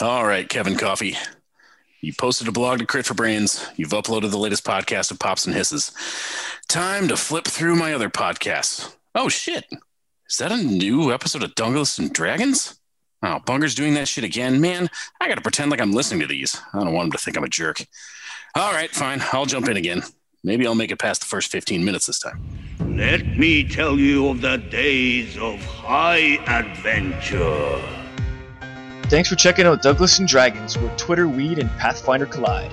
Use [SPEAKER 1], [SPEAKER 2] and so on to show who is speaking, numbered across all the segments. [SPEAKER 1] All right, Kevin Coffee. You posted a blog to Crit for Brains. You've uploaded the latest podcast of Pops and Hisses. Time to flip through my other podcasts. Oh, shit. Is that a new episode of Dungles and Dragons? Oh, Bunger's doing that shit again. Man, I got to pretend like I'm listening to these. I don't want him to think I'm a jerk. All right, fine. I'll jump in again. Maybe I'll make it past the first 15 minutes this time.
[SPEAKER 2] Let me tell you of the days of high adventure.
[SPEAKER 3] Thanks for checking out Douglas and Dragons, where Twitter, Weed, and Pathfinder collide.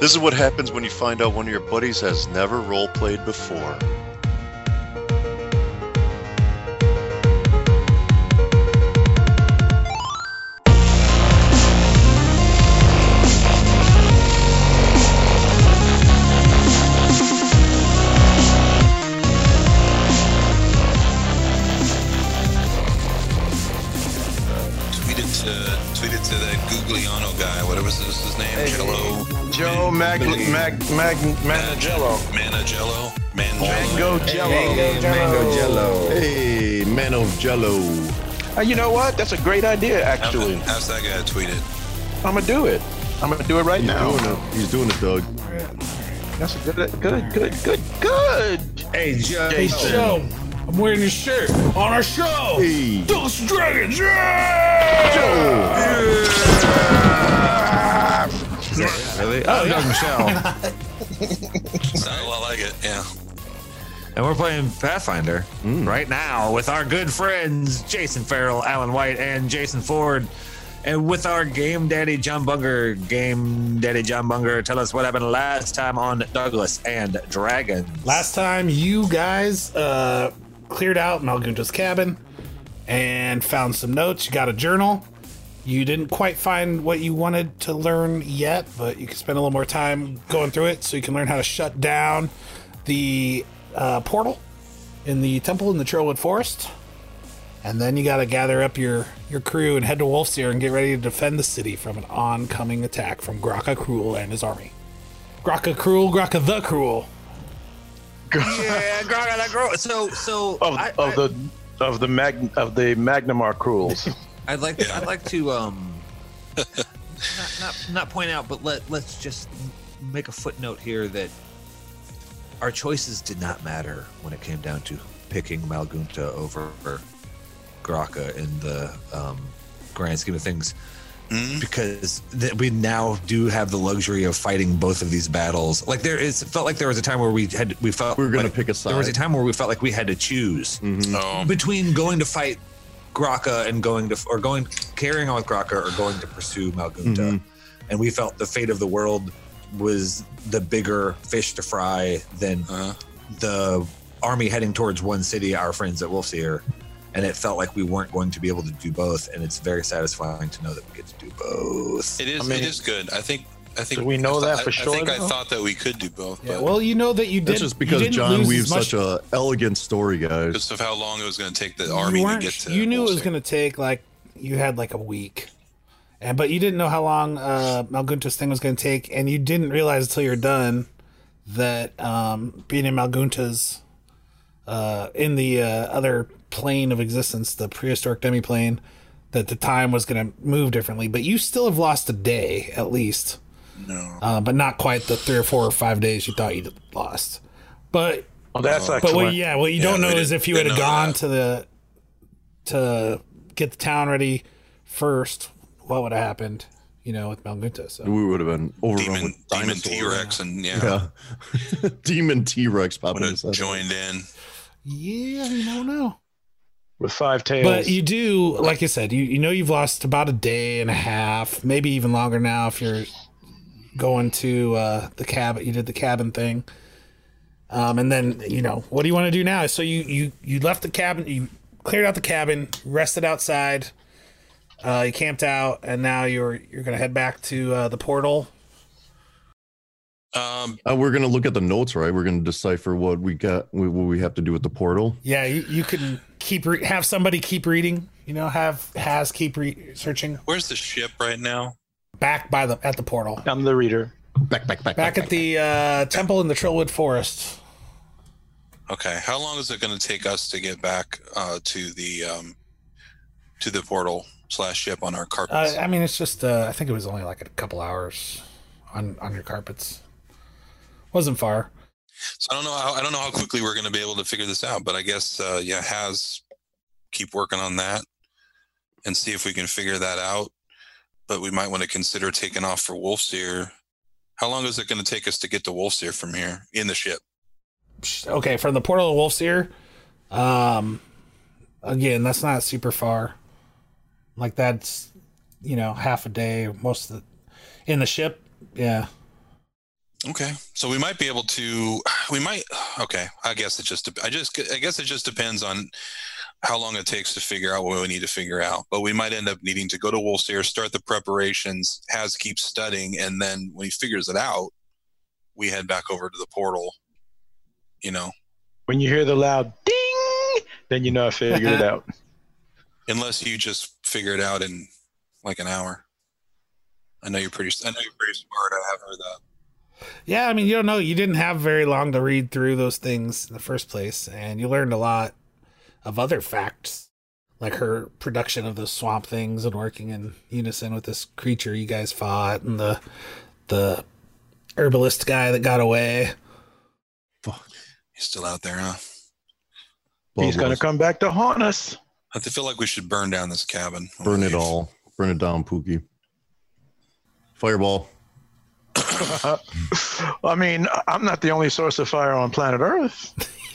[SPEAKER 4] This is what happens when you find out one of your buddies has never roleplayed before.
[SPEAKER 5] tweeted to tweeted to that Googliano guy, whatever was his, his name, Jello,
[SPEAKER 6] Joe Mag Mag Mag Manigello.
[SPEAKER 5] Manigello, Mangello.
[SPEAKER 6] Mango Jello.
[SPEAKER 7] Mango Jello.
[SPEAKER 6] Hey, Mano Jello. you know what? That's a great idea,
[SPEAKER 5] How's
[SPEAKER 6] actually.
[SPEAKER 5] that- how's that guy tweeted?
[SPEAKER 6] I'm gonna do it. I'm gonna do it right
[SPEAKER 8] He's
[SPEAKER 6] now.
[SPEAKER 8] doing it. He's doing it, Doug.
[SPEAKER 6] That's a good, good, good, good, good.
[SPEAKER 7] Hey, Joe.
[SPEAKER 9] Hey, Joe, I'm wearing your shirt on our show.
[SPEAKER 8] Hey.
[SPEAKER 9] Dulce Dragons. Yeah!
[SPEAKER 10] Really? Oh, Doug Michelle.
[SPEAKER 5] Sounded a lot like it. Yeah.
[SPEAKER 10] and we're playing Pathfinder right now with our good friends Jason Farrell, Alan White, and Jason Ford. And with our Game Daddy John Bunger, Game Daddy John Bunger, tell us what happened last time on Douglas and Dragons.
[SPEAKER 9] Last time you guys uh, cleared out Malgunta's cabin and found some notes. You got a journal. You didn't quite find what you wanted to learn yet, but you can spend a little more time going through it so you can learn how to shut down the uh, portal in the temple in the Trailwood Forest. And then you got to gather up your, your crew and head to Wolf's Ear and get ready to defend the city from an oncoming attack from Graka Cruel and his army. Graka Cruel, Graka the Cruel.
[SPEAKER 10] yeah, Grog, that girl. So, so
[SPEAKER 6] Oh, Of,
[SPEAKER 10] I,
[SPEAKER 6] of the of the mag of the Magnamar cruels.
[SPEAKER 10] I, would like, I'd like to um, not, not not point out, but let let's just make a footnote here that our choices did not matter when it came down to picking Malgunta over Graka in the um, grand scheme of things.
[SPEAKER 8] Hmm?
[SPEAKER 5] Mhm.
[SPEAKER 10] Because th- we now do have the luxury of fighting both of these battles. Like there is, felt like there was a time where we had, we felt
[SPEAKER 8] We were gonna
[SPEAKER 10] like
[SPEAKER 8] pick a
[SPEAKER 10] There was a
[SPEAKER 8] side.
[SPEAKER 10] time where we felt like we had to choose
[SPEAKER 8] Mhm.
[SPEAKER 5] Oh,
[SPEAKER 10] between going to fight Graka and going to or going carrying on with Graka or going to pursue Malgunta,
[SPEAKER 8] Mhm.
[SPEAKER 11] Mm-hmm.
[SPEAKER 10] and we felt the fate of the world was the bigger fish to fry than
[SPEAKER 5] uh,
[SPEAKER 10] the army heading towards one city, our friends at Wolfseer, and it felt like we weren't going to be able to do both, and it's very satisfying to know that we get to do both.
[SPEAKER 5] it is.
[SPEAKER 6] mean-
[SPEAKER 5] it is good. I think. I think
[SPEAKER 6] Do we know
[SPEAKER 5] I
[SPEAKER 6] that
[SPEAKER 5] thought-
[SPEAKER 6] for
[SPEAKER 5] I-
[SPEAKER 6] sure,
[SPEAKER 5] I think
[SPEAKER 6] though?
[SPEAKER 5] I thought that we could do both,
[SPEAKER 9] Yeah,
[SPEAKER 5] but
[SPEAKER 9] well, you know that you did.
[SPEAKER 8] That's just
[SPEAKER 9] you
[SPEAKER 8] because
[SPEAKER 9] didn't
[SPEAKER 8] John
[SPEAKER 9] lose
[SPEAKER 8] weaves
[SPEAKER 9] as much-
[SPEAKER 8] such a elegant story, guys.
[SPEAKER 5] because of how long it was going to take the
[SPEAKER 9] you
[SPEAKER 5] army to
[SPEAKER 9] weren't-
[SPEAKER 5] get to.
[SPEAKER 9] You knew it was
[SPEAKER 5] Wolfsburg.
[SPEAKER 9] going to take like you had like a week, and but you didn't know how long uh, Malgunta's thing was going to take, and you didn't realize until you're done that um, being in Malgunta's uh, in the uh, other plane of existence, the prehistoric demi plane, that the time was going to move differently. But you still have lost a day at least.
[SPEAKER 5] No.
[SPEAKER 9] uh, but not quite the three or four or five days you thought you'd lost. But
[SPEAKER 6] Oh, that's
[SPEAKER 9] but
[SPEAKER 6] excellent.
[SPEAKER 9] what, yeah, what you don't
[SPEAKER 5] we
[SPEAKER 9] know is
[SPEAKER 5] didn't-
[SPEAKER 9] if you had
[SPEAKER 5] didn't know
[SPEAKER 9] gone
[SPEAKER 5] that.
[SPEAKER 9] to the to get the town ready first, what would have happened? You know, with Malgunta. So
[SPEAKER 8] We would have been overrun
[SPEAKER 5] Demon,
[SPEAKER 8] with
[SPEAKER 5] demon
[SPEAKER 8] dinosaurs.
[SPEAKER 5] T Rex, and yeah,
[SPEAKER 8] Yeah. demon T Rex
[SPEAKER 5] would
[SPEAKER 8] popping
[SPEAKER 5] have
[SPEAKER 8] his head.
[SPEAKER 5] joined in.
[SPEAKER 9] yeah, you don't know.
[SPEAKER 6] With five tails.
[SPEAKER 9] But you do, like I said, you, you know you've lost about a day and a half, maybe even longer now if you're going to uh, the cabin. You did the cabin thing, um, and then you know what do you want to do now? So you you you left the cabin, you cleared out the cabin, rested outside, uh, you camped out, and now you're you're gonna head back to uh, the portal.
[SPEAKER 5] Um,
[SPEAKER 8] Uh, we're gonna look at the notes, right? We're gonna decipher what we got, what we have to do with the portal.
[SPEAKER 9] Yeah, you, you can keep re- have somebody keep reading. You know, have has keep re- searching
[SPEAKER 5] where's the ship right now?
[SPEAKER 9] back by the at the portal.
[SPEAKER 6] I'm the reader.
[SPEAKER 8] Back, back, back,
[SPEAKER 9] Back at the uh, temple in the Trillwood Forest.
[SPEAKER 5] Okay, how long is it going to take us to get back uh, to the um, to the portal? slash up on our
[SPEAKER 9] Uh,
[SPEAKER 5] carpets.
[SPEAKER 9] I mean, it's just uh, I think it was only like a couple hours on on your carpets. Wasn't far.
[SPEAKER 5] so I don't know. How, I don't know how quickly we're going to be able to figure this out, but I guess uh, yeah, has keep working on that and see if we can figure that out. But we might want to consider taking off for Wolf's Ear. How long is it going to take us to get to Wolf's Ear from here in the ship?
[SPEAKER 9] Psh, Okay, from the portal of Wolf's Ear. Um, again, that's not super far. Like that's you know half a day. Most of the in the ship. Yeah.
[SPEAKER 5] Okay, so we might be able to. We might. Okay, I guess it just. dep- I just. I guess it just depends on how long it takes to figure out what we need to figure out. But we might end up needing to go to Wolfseer, start the preparations, has keep studying, and then when he figures it out, we head back over to the portal. You know,
[SPEAKER 6] When you hear the loud ding, then you know I figured it out.
[SPEAKER 5] unless you just figure it out in like an hour. I know you're pretty. I know you're pretty smart. I have heard that.
[SPEAKER 9] Yeah, I mean, you don't know. You didn't have very long to read through those things in the first place, and you learned a lot of other facts, like her production of the swamp things and working in unison with this creature you guys fought, and the the herbalist guy that got away.
[SPEAKER 5] He's still out there, huh?
[SPEAKER 6] He's going to
[SPEAKER 8] Bob
[SPEAKER 6] come back to haunt us.
[SPEAKER 5] I feel like we should burn down this cabin.
[SPEAKER 8] Ross, burn it
[SPEAKER 5] all.
[SPEAKER 8] all. Burn it down, Pookie. Fireball.
[SPEAKER 6] I mean, I'm not the only source of fire on planet Earth.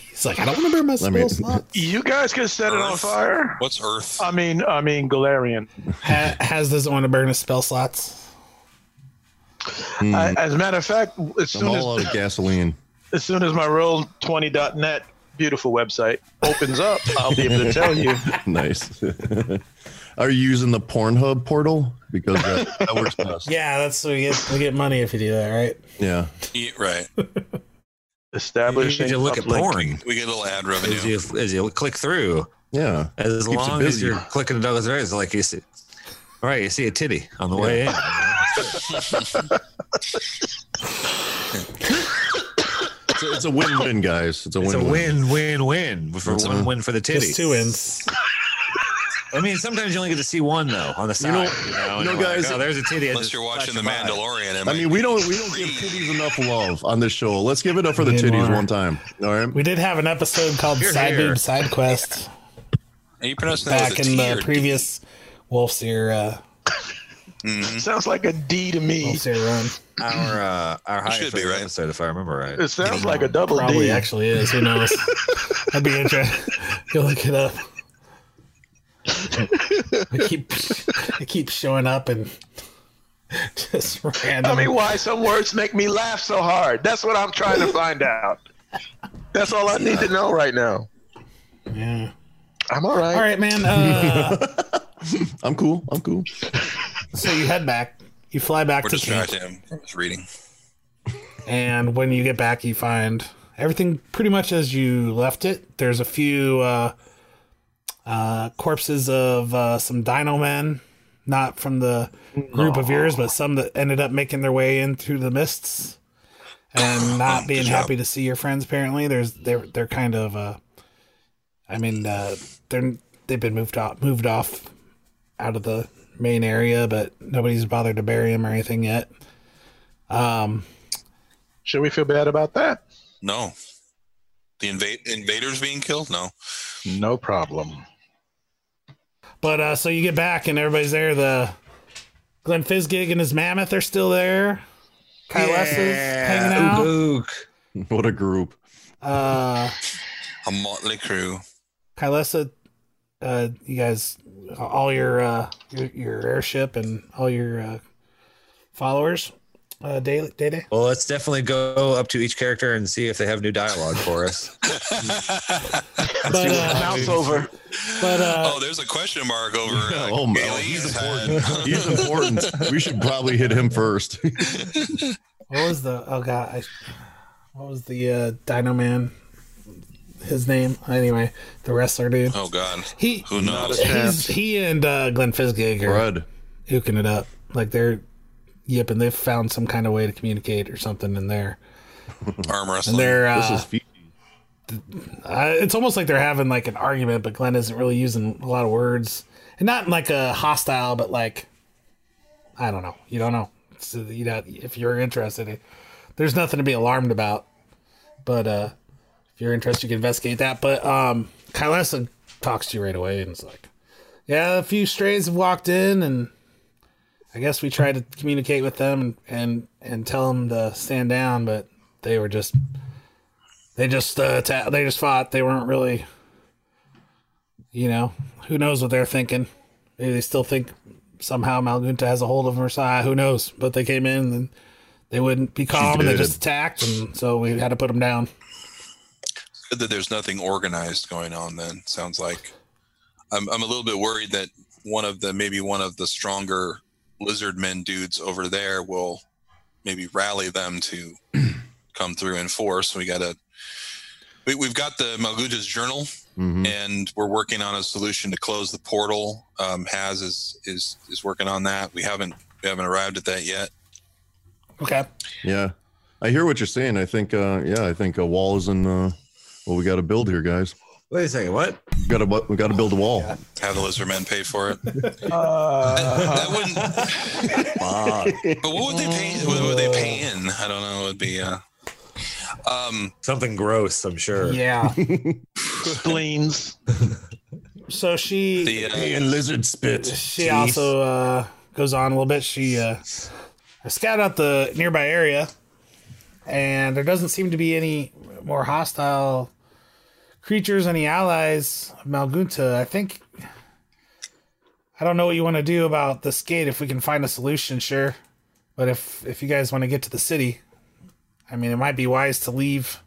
[SPEAKER 9] He's like, I don't want to burn my
[SPEAKER 8] Let me-
[SPEAKER 9] spell slot.
[SPEAKER 6] You guys can set it on
[SPEAKER 5] Earth?
[SPEAKER 6] fire.
[SPEAKER 5] What's Earth?
[SPEAKER 6] I mean, I mean, Galarian.
[SPEAKER 9] Ha- Has doesn't want to burn his spell slots.
[SPEAKER 8] Hmm,
[SPEAKER 6] I, as a matter of fact, as
[SPEAKER 8] I'm
[SPEAKER 6] soon
[SPEAKER 8] all out
[SPEAKER 6] as,
[SPEAKER 8] of gasoline.
[SPEAKER 6] as soon as my roll20.net beautiful website opens up, I'll be able to tell you.
[SPEAKER 8] nice. Are you using the Pornhub portal? Because that, that works best.
[SPEAKER 9] Yeah, that's we get we get money if you do that, right?
[SPEAKER 8] Yeah.
[SPEAKER 5] Yeah, right.
[SPEAKER 6] Establishing
[SPEAKER 11] you look at
[SPEAKER 6] uplink.
[SPEAKER 11] porn
[SPEAKER 5] We get a little
[SPEAKER 11] as
[SPEAKER 5] ad revenue.
[SPEAKER 11] you, as you click through.
[SPEAKER 8] Yeah.
[SPEAKER 11] As
[SPEAKER 8] Keeps it
[SPEAKER 11] long as
[SPEAKER 8] busy.
[SPEAKER 11] you're clicking the Douglas Ray, it's like you see. All right, you see a titty on the way in.
[SPEAKER 8] It's a, it's a win-win, guys. It's a
[SPEAKER 11] It's a
[SPEAKER 8] win-win.
[SPEAKER 11] win, win, win for
[SPEAKER 8] That's
[SPEAKER 11] one
[SPEAKER 8] a-
[SPEAKER 11] win for the titty.
[SPEAKER 9] Just two wins.
[SPEAKER 11] I mean, sometimes you only get to see one though on the side. You know, and
[SPEAKER 8] no,
[SPEAKER 11] you're like,
[SPEAKER 8] guys,
[SPEAKER 11] oh, there's a titty. I
[SPEAKER 5] Unless
[SPEAKER 11] just
[SPEAKER 5] you're watching The
[SPEAKER 11] flashed by.
[SPEAKER 5] Mandalorian.
[SPEAKER 8] I mean, we don't we don't give titties enough love on this show. Let's give it up for the
[SPEAKER 9] Yeah,
[SPEAKER 8] titties
[SPEAKER 9] Mark.
[SPEAKER 8] one time. All right.
[SPEAKER 9] We did have an episode called
[SPEAKER 11] You're
[SPEAKER 9] Side
[SPEAKER 11] here.
[SPEAKER 9] Boob Side Quest.
[SPEAKER 5] Are you pronouncing that
[SPEAKER 9] back
[SPEAKER 5] as a
[SPEAKER 9] in
[SPEAKER 5] T
[SPEAKER 9] the
[SPEAKER 5] or D?
[SPEAKER 9] previous Wolf's Ear, uh,
[SPEAKER 5] Mhm.
[SPEAKER 6] Sounds like a D to me.
[SPEAKER 9] Wolf's Ear run.
[SPEAKER 11] Our uh, our high
[SPEAKER 5] should
[SPEAKER 11] for
[SPEAKER 5] be,
[SPEAKER 11] the
[SPEAKER 5] right?
[SPEAKER 11] episode, if I remember right.
[SPEAKER 6] It sounds like a double
[SPEAKER 9] Probably
[SPEAKER 6] D.
[SPEAKER 9] actually is. Who knows? I'd be interested. Go look it up. I keep I keep showing up and just random.
[SPEAKER 6] Tell me why some words make me laugh so hard. That's what I'm trying to find out. That's all I need to know right now.
[SPEAKER 9] yeah.
[SPEAKER 6] I'm all right.
[SPEAKER 9] All right, man. Uh,
[SPEAKER 8] I'm cool. I'm cool.
[SPEAKER 9] so you head back. You fly back
[SPEAKER 5] We're
[SPEAKER 9] to camp,
[SPEAKER 5] distracted. I'm just reading.
[SPEAKER 9] and when you get back, you find everything pretty much as you left it. There's a few uh, uh, corpses of uh, some Dino Men not from the group of yours, but some that ended up making their way in through the mists and not being
[SPEAKER 5] Good job.
[SPEAKER 9] happy to see your friends. Apparently, there's they're they're kind of uh, I mean uh, they're they've been moved off moved off out of the main area, but nobody's bothered to bury him or anything yet. Um,
[SPEAKER 6] Should we feel bad about that?
[SPEAKER 5] No. The invade invaders being killed? No.
[SPEAKER 6] No problem.
[SPEAKER 9] but uh, so you get back and everybody's there. The Glenn Fizgig and his mammoth are still there. Kyle West is hanging
[SPEAKER 11] Ook,
[SPEAKER 9] out.
[SPEAKER 11] ook.
[SPEAKER 8] What a group.
[SPEAKER 9] Uh,
[SPEAKER 5] A motley crew.
[SPEAKER 9] Kylesa, uh, you guys, all your uh, your, your airship and all your uh, followers, uh, day day day.
[SPEAKER 11] Well, let's definitely go up to each character and see if they have new dialogue for us.
[SPEAKER 9] But uh,
[SPEAKER 6] Bounce over.
[SPEAKER 9] but uh,
[SPEAKER 5] oh, there's a question mark over. Uh,
[SPEAKER 8] Oh, my.
[SPEAKER 5] Galen's
[SPEAKER 8] He's
[SPEAKER 5] head.
[SPEAKER 8] important. He's important. We should probably hit him first.
[SPEAKER 9] what was the oh god, I, what was the uh, Dino Man? His name anyway, the wrestler dude.
[SPEAKER 5] Oh, God.
[SPEAKER 9] He
[SPEAKER 5] Who knows?
[SPEAKER 9] he's, he and uh, Glenn Fizgig are
[SPEAKER 8] Fred.
[SPEAKER 9] hooking it up like they're yipping. They've found some kind of way to communicate or something in there.
[SPEAKER 5] Arm
[SPEAKER 9] And
[SPEAKER 5] wrestling.
[SPEAKER 9] they're uh,
[SPEAKER 8] This is fe-
[SPEAKER 9] uh, it's almost like they're having like an argument, but Glenn isn't really using a lot of words. and not in like a hostile, but like I don't know. You don't know. So you know if you're interested, it- there's nothing to be alarmed about. But uh, if you're interested, you can investigate that. But um, Kylesa talks to you right away and is like, "Yeah, a few strays have walked in, and I guess we tried to communicate with them and and, and tell them to stand down, but they were just." They just uh, ta- they just fought. They weren't really you know, who knows what they're thinking? Maybe they still think somehow Malgunta has a hold of Versailles. Who knows? But they came in and they wouldn't be calm, and they
[SPEAKER 8] did.
[SPEAKER 9] just attacked, and so we had to put them down.
[SPEAKER 5] Good that there's nothing organized going on. Then sounds like I'm I'm a little bit worried that one of the maybe one of the stronger lizard men dudes over there will maybe rally them to come through in force. We gotta. We, we've got the Malguja's journal
[SPEAKER 8] Mhm.
[SPEAKER 5] and we're working on a solution to close the portal. Um, Has is is is working on that. We haven't we haven't arrived at that yet.
[SPEAKER 9] Okay.
[SPEAKER 8] Yeah, I hear what you're saying. I think, uh, yeah, I think a wall is in. Uh, well, we got to build here, guys.
[SPEAKER 11] Wait a second. What?
[SPEAKER 8] We got to we got to build a wall.
[SPEAKER 5] Have the lizard men pay for it. Uh-huh.
[SPEAKER 6] Uh,
[SPEAKER 5] That wouldn't. But what would they pay? What would they pay in? I don't know. It would be. Uh, um.
[SPEAKER 11] Something gross, I'm sure.
[SPEAKER 9] Yeah.
[SPEAKER 6] spleens.
[SPEAKER 9] So she
[SPEAKER 5] The uh,
[SPEAKER 8] lizard spit.
[SPEAKER 9] she also uh, goes on a little bit. She uh, scouted out the nearby area, and there doesn't seem to be any more hostile creatures, any allies of Malgunta. I think. I don't know what you want to do about this gate. If we can find a solution, sure. But if if you guys want to get to the city, I mean, it might be wise to leave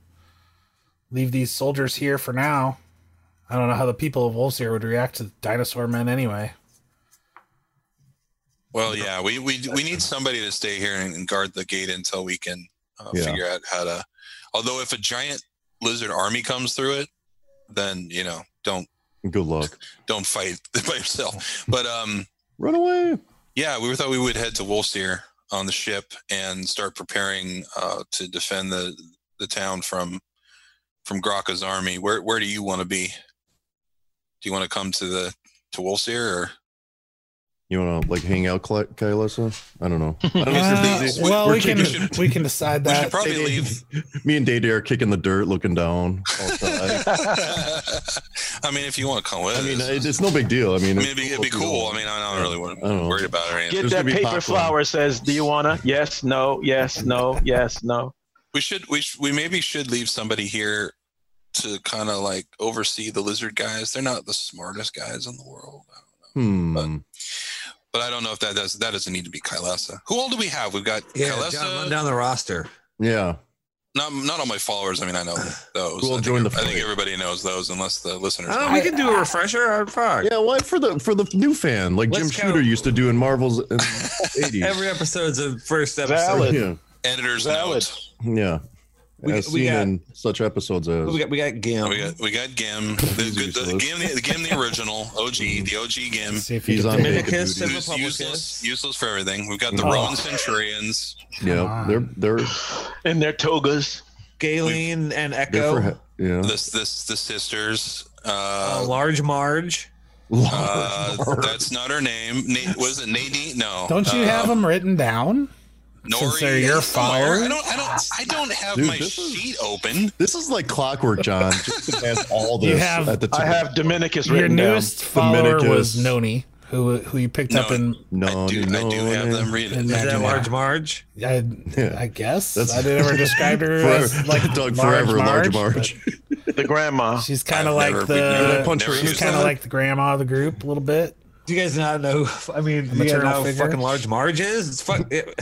[SPEAKER 9] leave these soldiers here for now. I don't know how the people of Wolves here would react to dinosaur men anyway.
[SPEAKER 5] well, yeah. We, we we need somebody to stay here and, and guard the gate until we can uh,
[SPEAKER 8] Yeah.
[SPEAKER 5] figure out how to. Although, if a giant lizard army comes through it, then you know don't
[SPEAKER 8] Good luck.
[SPEAKER 5] don't fight by yourself. But um,
[SPEAKER 8] Run away.
[SPEAKER 5] yeah, we thought we would head to Wolfseer on the ship and start preparing uh, to defend the the town from from Graka's army. Where where do you want to be? Do you want to come to the to Wolfseer or
[SPEAKER 8] You want to like hang out, Ky- Kylesa? I don't know. I don't know
[SPEAKER 9] Uh,
[SPEAKER 8] if it's easy.
[SPEAKER 9] well,
[SPEAKER 8] We're
[SPEAKER 9] we can
[SPEAKER 8] kicking-
[SPEAKER 9] we can decide
[SPEAKER 5] we
[SPEAKER 9] that.
[SPEAKER 5] should probably leave?
[SPEAKER 8] Me and Dayday are kicking the dirt, looking down. outside.
[SPEAKER 5] I mean, if you want to come with
[SPEAKER 8] I mean,
[SPEAKER 5] us.
[SPEAKER 8] it- it's no big deal. I mean,
[SPEAKER 5] I mean, it'd be, it'd be cool. I mean, I don't really want
[SPEAKER 8] I don't know.
[SPEAKER 5] worried about it. Or anything.
[SPEAKER 6] Get
[SPEAKER 8] There's
[SPEAKER 6] that
[SPEAKER 8] gonna be
[SPEAKER 6] paper
[SPEAKER 8] popcorn.
[SPEAKER 6] flower says, do you wanna? Yes, no, yes, no, yes, no.
[SPEAKER 5] We should we sh- we maybe should leave somebody here to kind of like oversee the lizard guys. They're not the smartest guys in the world.
[SPEAKER 8] Hmm.
[SPEAKER 5] But I don't know if that does that doesn't need to be Kylesa. Who all do we have? We've got
[SPEAKER 11] Yeah,
[SPEAKER 5] Kylesa.
[SPEAKER 11] John, run down the roster.
[SPEAKER 8] Yeah.
[SPEAKER 5] Not not all my followers. I mean, I know those.
[SPEAKER 8] Who all
[SPEAKER 5] I, think,
[SPEAKER 8] joined the
[SPEAKER 5] I think
[SPEAKER 8] fight?
[SPEAKER 5] everybody knows those, unless the listeners.
[SPEAKER 11] Oh,
[SPEAKER 5] don't.
[SPEAKER 11] we can do a refresher. Oh, fuck.
[SPEAKER 8] Yeah. Why for the for the new fan like
[SPEAKER 11] Let's
[SPEAKER 8] Jim
[SPEAKER 11] count.
[SPEAKER 8] Shooter used to do in Marvel's in eighties?
[SPEAKER 11] Every episode's a first episode.
[SPEAKER 6] Valid.
[SPEAKER 8] yeah.
[SPEAKER 5] Editor's
[SPEAKER 6] Valid.
[SPEAKER 5] note.
[SPEAKER 8] Yeah.
[SPEAKER 11] We-
[SPEAKER 8] As
[SPEAKER 11] we
[SPEAKER 8] seen
[SPEAKER 11] got-
[SPEAKER 8] in such episodes as
[SPEAKER 11] We got we got Gim.
[SPEAKER 5] We got we got Gim, the,
[SPEAKER 8] These are
[SPEAKER 5] good, the,
[SPEAKER 8] useless.
[SPEAKER 5] Gim, the Gim, the original OG, the OG Gim,
[SPEAKER 9] See if
[SPEAKER 8] he's
[SPEAKER 9] can
[SPEAKER 8] on
[SPEAKER 9] figure
[SPEAKER 8] vacation.
[SPEAKER 11] Dominicus and
[SPEAKER 5] who's
[SPEAKER 11] Republicus.
[SPEAKER 5] useless, useless for everything. We've got the
[SPEAKER 8] Oh.
[SPEAKER 5] Roman Centurions.
[SPEAKER 8] yeah they're they're
[SPEAKER 6] In their togas.
[SPEAKER 11] Galen and
[SPEAKER 8] they're
[SPEAKER 11] Echo.
[SPEAKER 8] for he- yeah
[SPEAKER 5] This this the sisters.
[SPEAKER 11] uh,
[SPEAKER 10] Oh,
[SPEAKER 5] Uh,
[SPEAKER 11] Large Marge.
[SPEAKER 5] uh, that's not her name. Na- was it Nadine? No.
[SPEAKER 9] it. Don't you
[SPEAKER 5] Uh,
[SPEAKER 9] have them written down? since they're your
[SPEAKER 5] is somewhere.
[SPEAKER 9] followers?
[SPEAKER 5] I don't. I don't. I don't have
[SPEAKER 8] Dude,
[SPEAKER 5] my
[SPEAKER 8] this is-
[SPEAKER 5] sheet open.
[SPEAKER 8] this is like clockwork John Jason has all this
[SPEAKER 9] You have-
[SPEAKER 8] at the time
[SPEAKER 6] I have Dominicus
[SPEAKER 9] Your
[SPEAKER 6] written down.
[SPEAKER 9] newest follower
[SPEAKER 8] Dominicus.
[SPEAKER 9] was Noni, who who you picked up in.
[SPEAKER 8] no
[SPEAKER 5] I do.
[SPEAKER 8] no,
[SPEAKER 5] I do have
[SPEAKER 8] no.
[SPEAKER 5] them read it.
[SPEAKER 9] in
[SPEAKER 11] Is that
[SPEAKER 9] Magina.
[SPEAKER 11] Large Marge?
[SPEAKER 9] I,
[SPEAKER 8] Yeah.
[SPEAKER 9] I guess
[SPEAKER 8] That's-
[SPEAKER 9] I never described her as
[SPEAKER 8] forever,
[SPEAKER 9] like
[SPEAKER 8] Doug
[SPEAKER 9] large
[SPEAKER 8] forever large
[SPEAKER 9] Marge,
[SPEAKER 8] Marge
[SPEAKER 6] The grandma.
[SPEAKER 9] but She's kind of
[SPEAKER 5] I've
[SPEAKER 9] like
[SPEAKER 5] never- we've never-
[SPEAKER 9] the
[SPEAKER 8] punch her
[SPEAKER 5] never
[SPEAKER 8] in
[SPEAKER 9] she's
[SPEAKER 5] used
[SPEAKER 9] kind of
[SPEAKER 5] that.
[SPEAKER 9] like the grandma of the group a little bit.
[SPEAKER 11] Do you guys not know? I mean, do you guys
[SPEAKER 9] maternal
[SPEAKER 11] know who
[SPEAKER 9] figure?
[SPEAKER 11] fucking Large Marge is? It's fuck. It,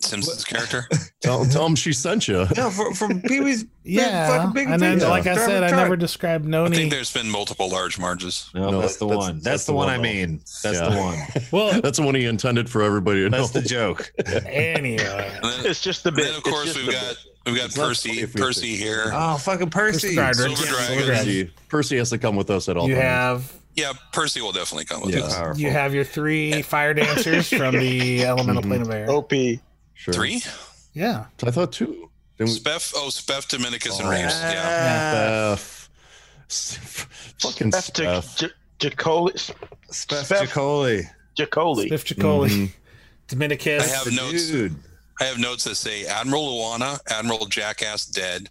[SPEAKER 5] Simpsons character.
[SPEAKER 8] tell, tell him she sent you
[SPEAKER 11] no, from, from Pee Wee's.
[SPEAKER 9] Yeah,
[SPEAKER 11] fucking Big
[SPEAKER 9] and then
[SPEAKER 11] Adventure.
[SPEAKER 9] like I
[SPEAKER 11] Drive
[SPEAKER 9] said,
[SPEAKER 11] a
[SPEAKER 9] I
[SPEAKER 11] truck.
[SPEAKER 9] never described
[SPEAKER 5] I
[SPEAKER 9] Noni.
[SPEAKER 5] think there's been multiple large marges.
[SPEAKER 11] No,
[SPEAKER 8] No,
[SPEAKER 11] that's the
[SPEAKER 8] that's-
[SPEAKER 11] one. That's,
[SPEAKER 8] that's
[SPEAKER 11] the,
[SPEAKER 8] the
[SPEAKER 11] one,
[SPEAKER 8] one,
[SPEAKER 11] I
[SPEAKER 8] though.
[SPEAKER 11] mean. That's
[SPEAKER 8] Yeah.
[SPEAKER 11] the one.
[SPEAKER 9] well,
[SPEAKER 8] that's the one he intended for everybody to know
[SPEAKER 11] That's the joke.
[SPEAKER 9] anyway,
[SPEAKER 5] And then,
[SPEAKER 6] It's just a
[SPEAKER 5] and
[SPEAKER 6] bit.
[SPEAKER 5] then of
[SPEAKER 6] It's
[SPEAKER 5] course
[SPEAKER 6] just
[SPEAKER 5] we've
[SPEAKER 6] a
[SPEAKER 5] got we've got
[SPEAKER 8] It's not funny
[SPEAKER 5] Percy
[SPEAKER 8] if we
[SPEAKER 5] Percy here.
[SPEAKER 11] Oh, fucking Percy.
[SPEAKER 9] Subscriber.
[SPEAKER 5] Silver
[SPEAKER 9] Yeah,
[SPEAKER 5] Dragon.
[SPEAKER 9] Silver Dragon.
[SPEAKER 8] Percy, Percy has to come with us at all
[SPEAKER 9] You
[SPEAKER 8] times
[SPEAKER 9] have
[SPEAKER 5] Yeah, Percy will definitely come with
[SPEAKER 8] Yeah.
[SPEAKER 5] us.
[SPEAKER 11] Powerful.
[SPEAKER 9] You have your three fire dancers from the elemental plane of air.
[SPEAKER 6] bit OP.
[SPEAKER 8] sure.
[SPEAKER 5] Three?
[SPEAKER 9] Yeah.
[SPEAKER 8] I thought two Then we-
[SPEAKER 5] Speff oh Speff, Dominicus, and
[SPEAKER 8] Oh.
[SPEAKER 5] Reeves. Yeah.
[SPEAKER 11] Ah,
[SPEAKER 8] Steph. S- fucking
[SPEAKER 6] That's to-
[SPEAKER 8] Steph
[SPEAKER 6] j- Jacolis.
[SPEAKER 7] Steph
[SPEAKER 6] Steph-
[SPEAKER 7] Piccoli.
[SPEAKER 6] Jacoli.
[SPEAKER 9] Biff Chicoli,
[SPEAKER 8] Mhm.
[SPEAKER 9] Dominicus.
[SPEAKER 5] I have
[SPEAKER 7] The
[SPEAKER 5] notes.
[SPEAKER 7] Dude.
[SPEAKER 5] I have notes that say Admiral Luana, Admiral Jackass dead,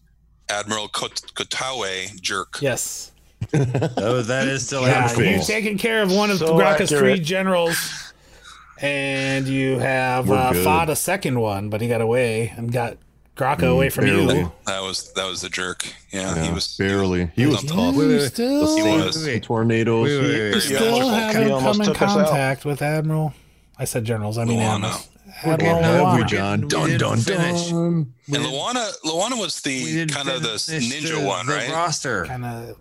[SPEAKER 5] Admiral Kot- Kotawe jerk.
[SPEAKER 9] yes.
[SPEAKER 7] Oh, that is still
[SPEAKER 9] Yeah,
[SPEAKER 7] happening.
[SPEAKER 9] you've taken care of one of
[SPEAKER 6] So
[SPEAKER 9] Graka's three
[SPEAKER 6] accurate.
[SPEAKER 9] generals, and you have
[SPEAKER 8] We're
[SPEAKER 9] uh,
[SPEAKER 8] good.
[SPEAKER 9] fought a second one, but he got away and got Graka away from
[SPEAKER 8] Mm, barely.
[SPEAKER 9] you.
[SPEAKER 5] That was that was the jerk. Yeah,
[SPEAKER 8] Yeah,
[SPEAKER 5] he was.
[SPEAKER 8] barely. He was
[SPEAKER 5] on
[SPEAKER 8] tough.
[SPEAKER 9] You
[SPEAKER 7] wait, wait.
[SPEAKER 9] still,
[SPEAKER 8] The
[SPEAKER 5] He
[SPEAKER 8] sand,
[SPEAKER 5] was.
[SPEAKER 8] the
[SPEAKER 7] Wait,
[SPEAKER 8] tornadoes.
[SPEAKER 7] wait, wait,
[SPEAKER 9] you
[SPEAKER 7] wait.
[SPEAKER 9] still haven't
[SPEAKER 6] He
[SPEAKER 9] come
[SPEAKER 6] almost
[SPEAKER 9] in
[SPEAKER 6] took us out.
[SPEAKER 9] contact with Admiral. I said generals. I mean
[SPEAKER 5] Luana.
[SPEAKER 9] admirals.
[SPEAKER 8] What
[SPEAKER 9] Admiral
[SPEAKER 8] have we
[SPEAKER 9] Luana.
[SPEAKER 8] done?
[SPEAKER 7] We
[SPEAKER 8] Dun
[SPEAKER 7] didn't
[SPEAKER 8] dun
[SPEAKER 7] finish.
[SPEAKER 8] dun.
[SPEAKER 7] We
[SPEAKER 5] and
[SPEAKER 7] didn't-
[SPEAKER 5] Luana, Luana was
[SPEAKER 7] we
[SPEAKER 5] the
[SPEAKER 7] didn't
[SPEAKER 5] kind of the
[SPEAKER 7] finish
[SPEAKER 5] ninja one,
[SPEAKER 7] the
[SPEAKER 5] right?
[SPEAKER 7] Roster.
[SPEAKER 9] Kind of.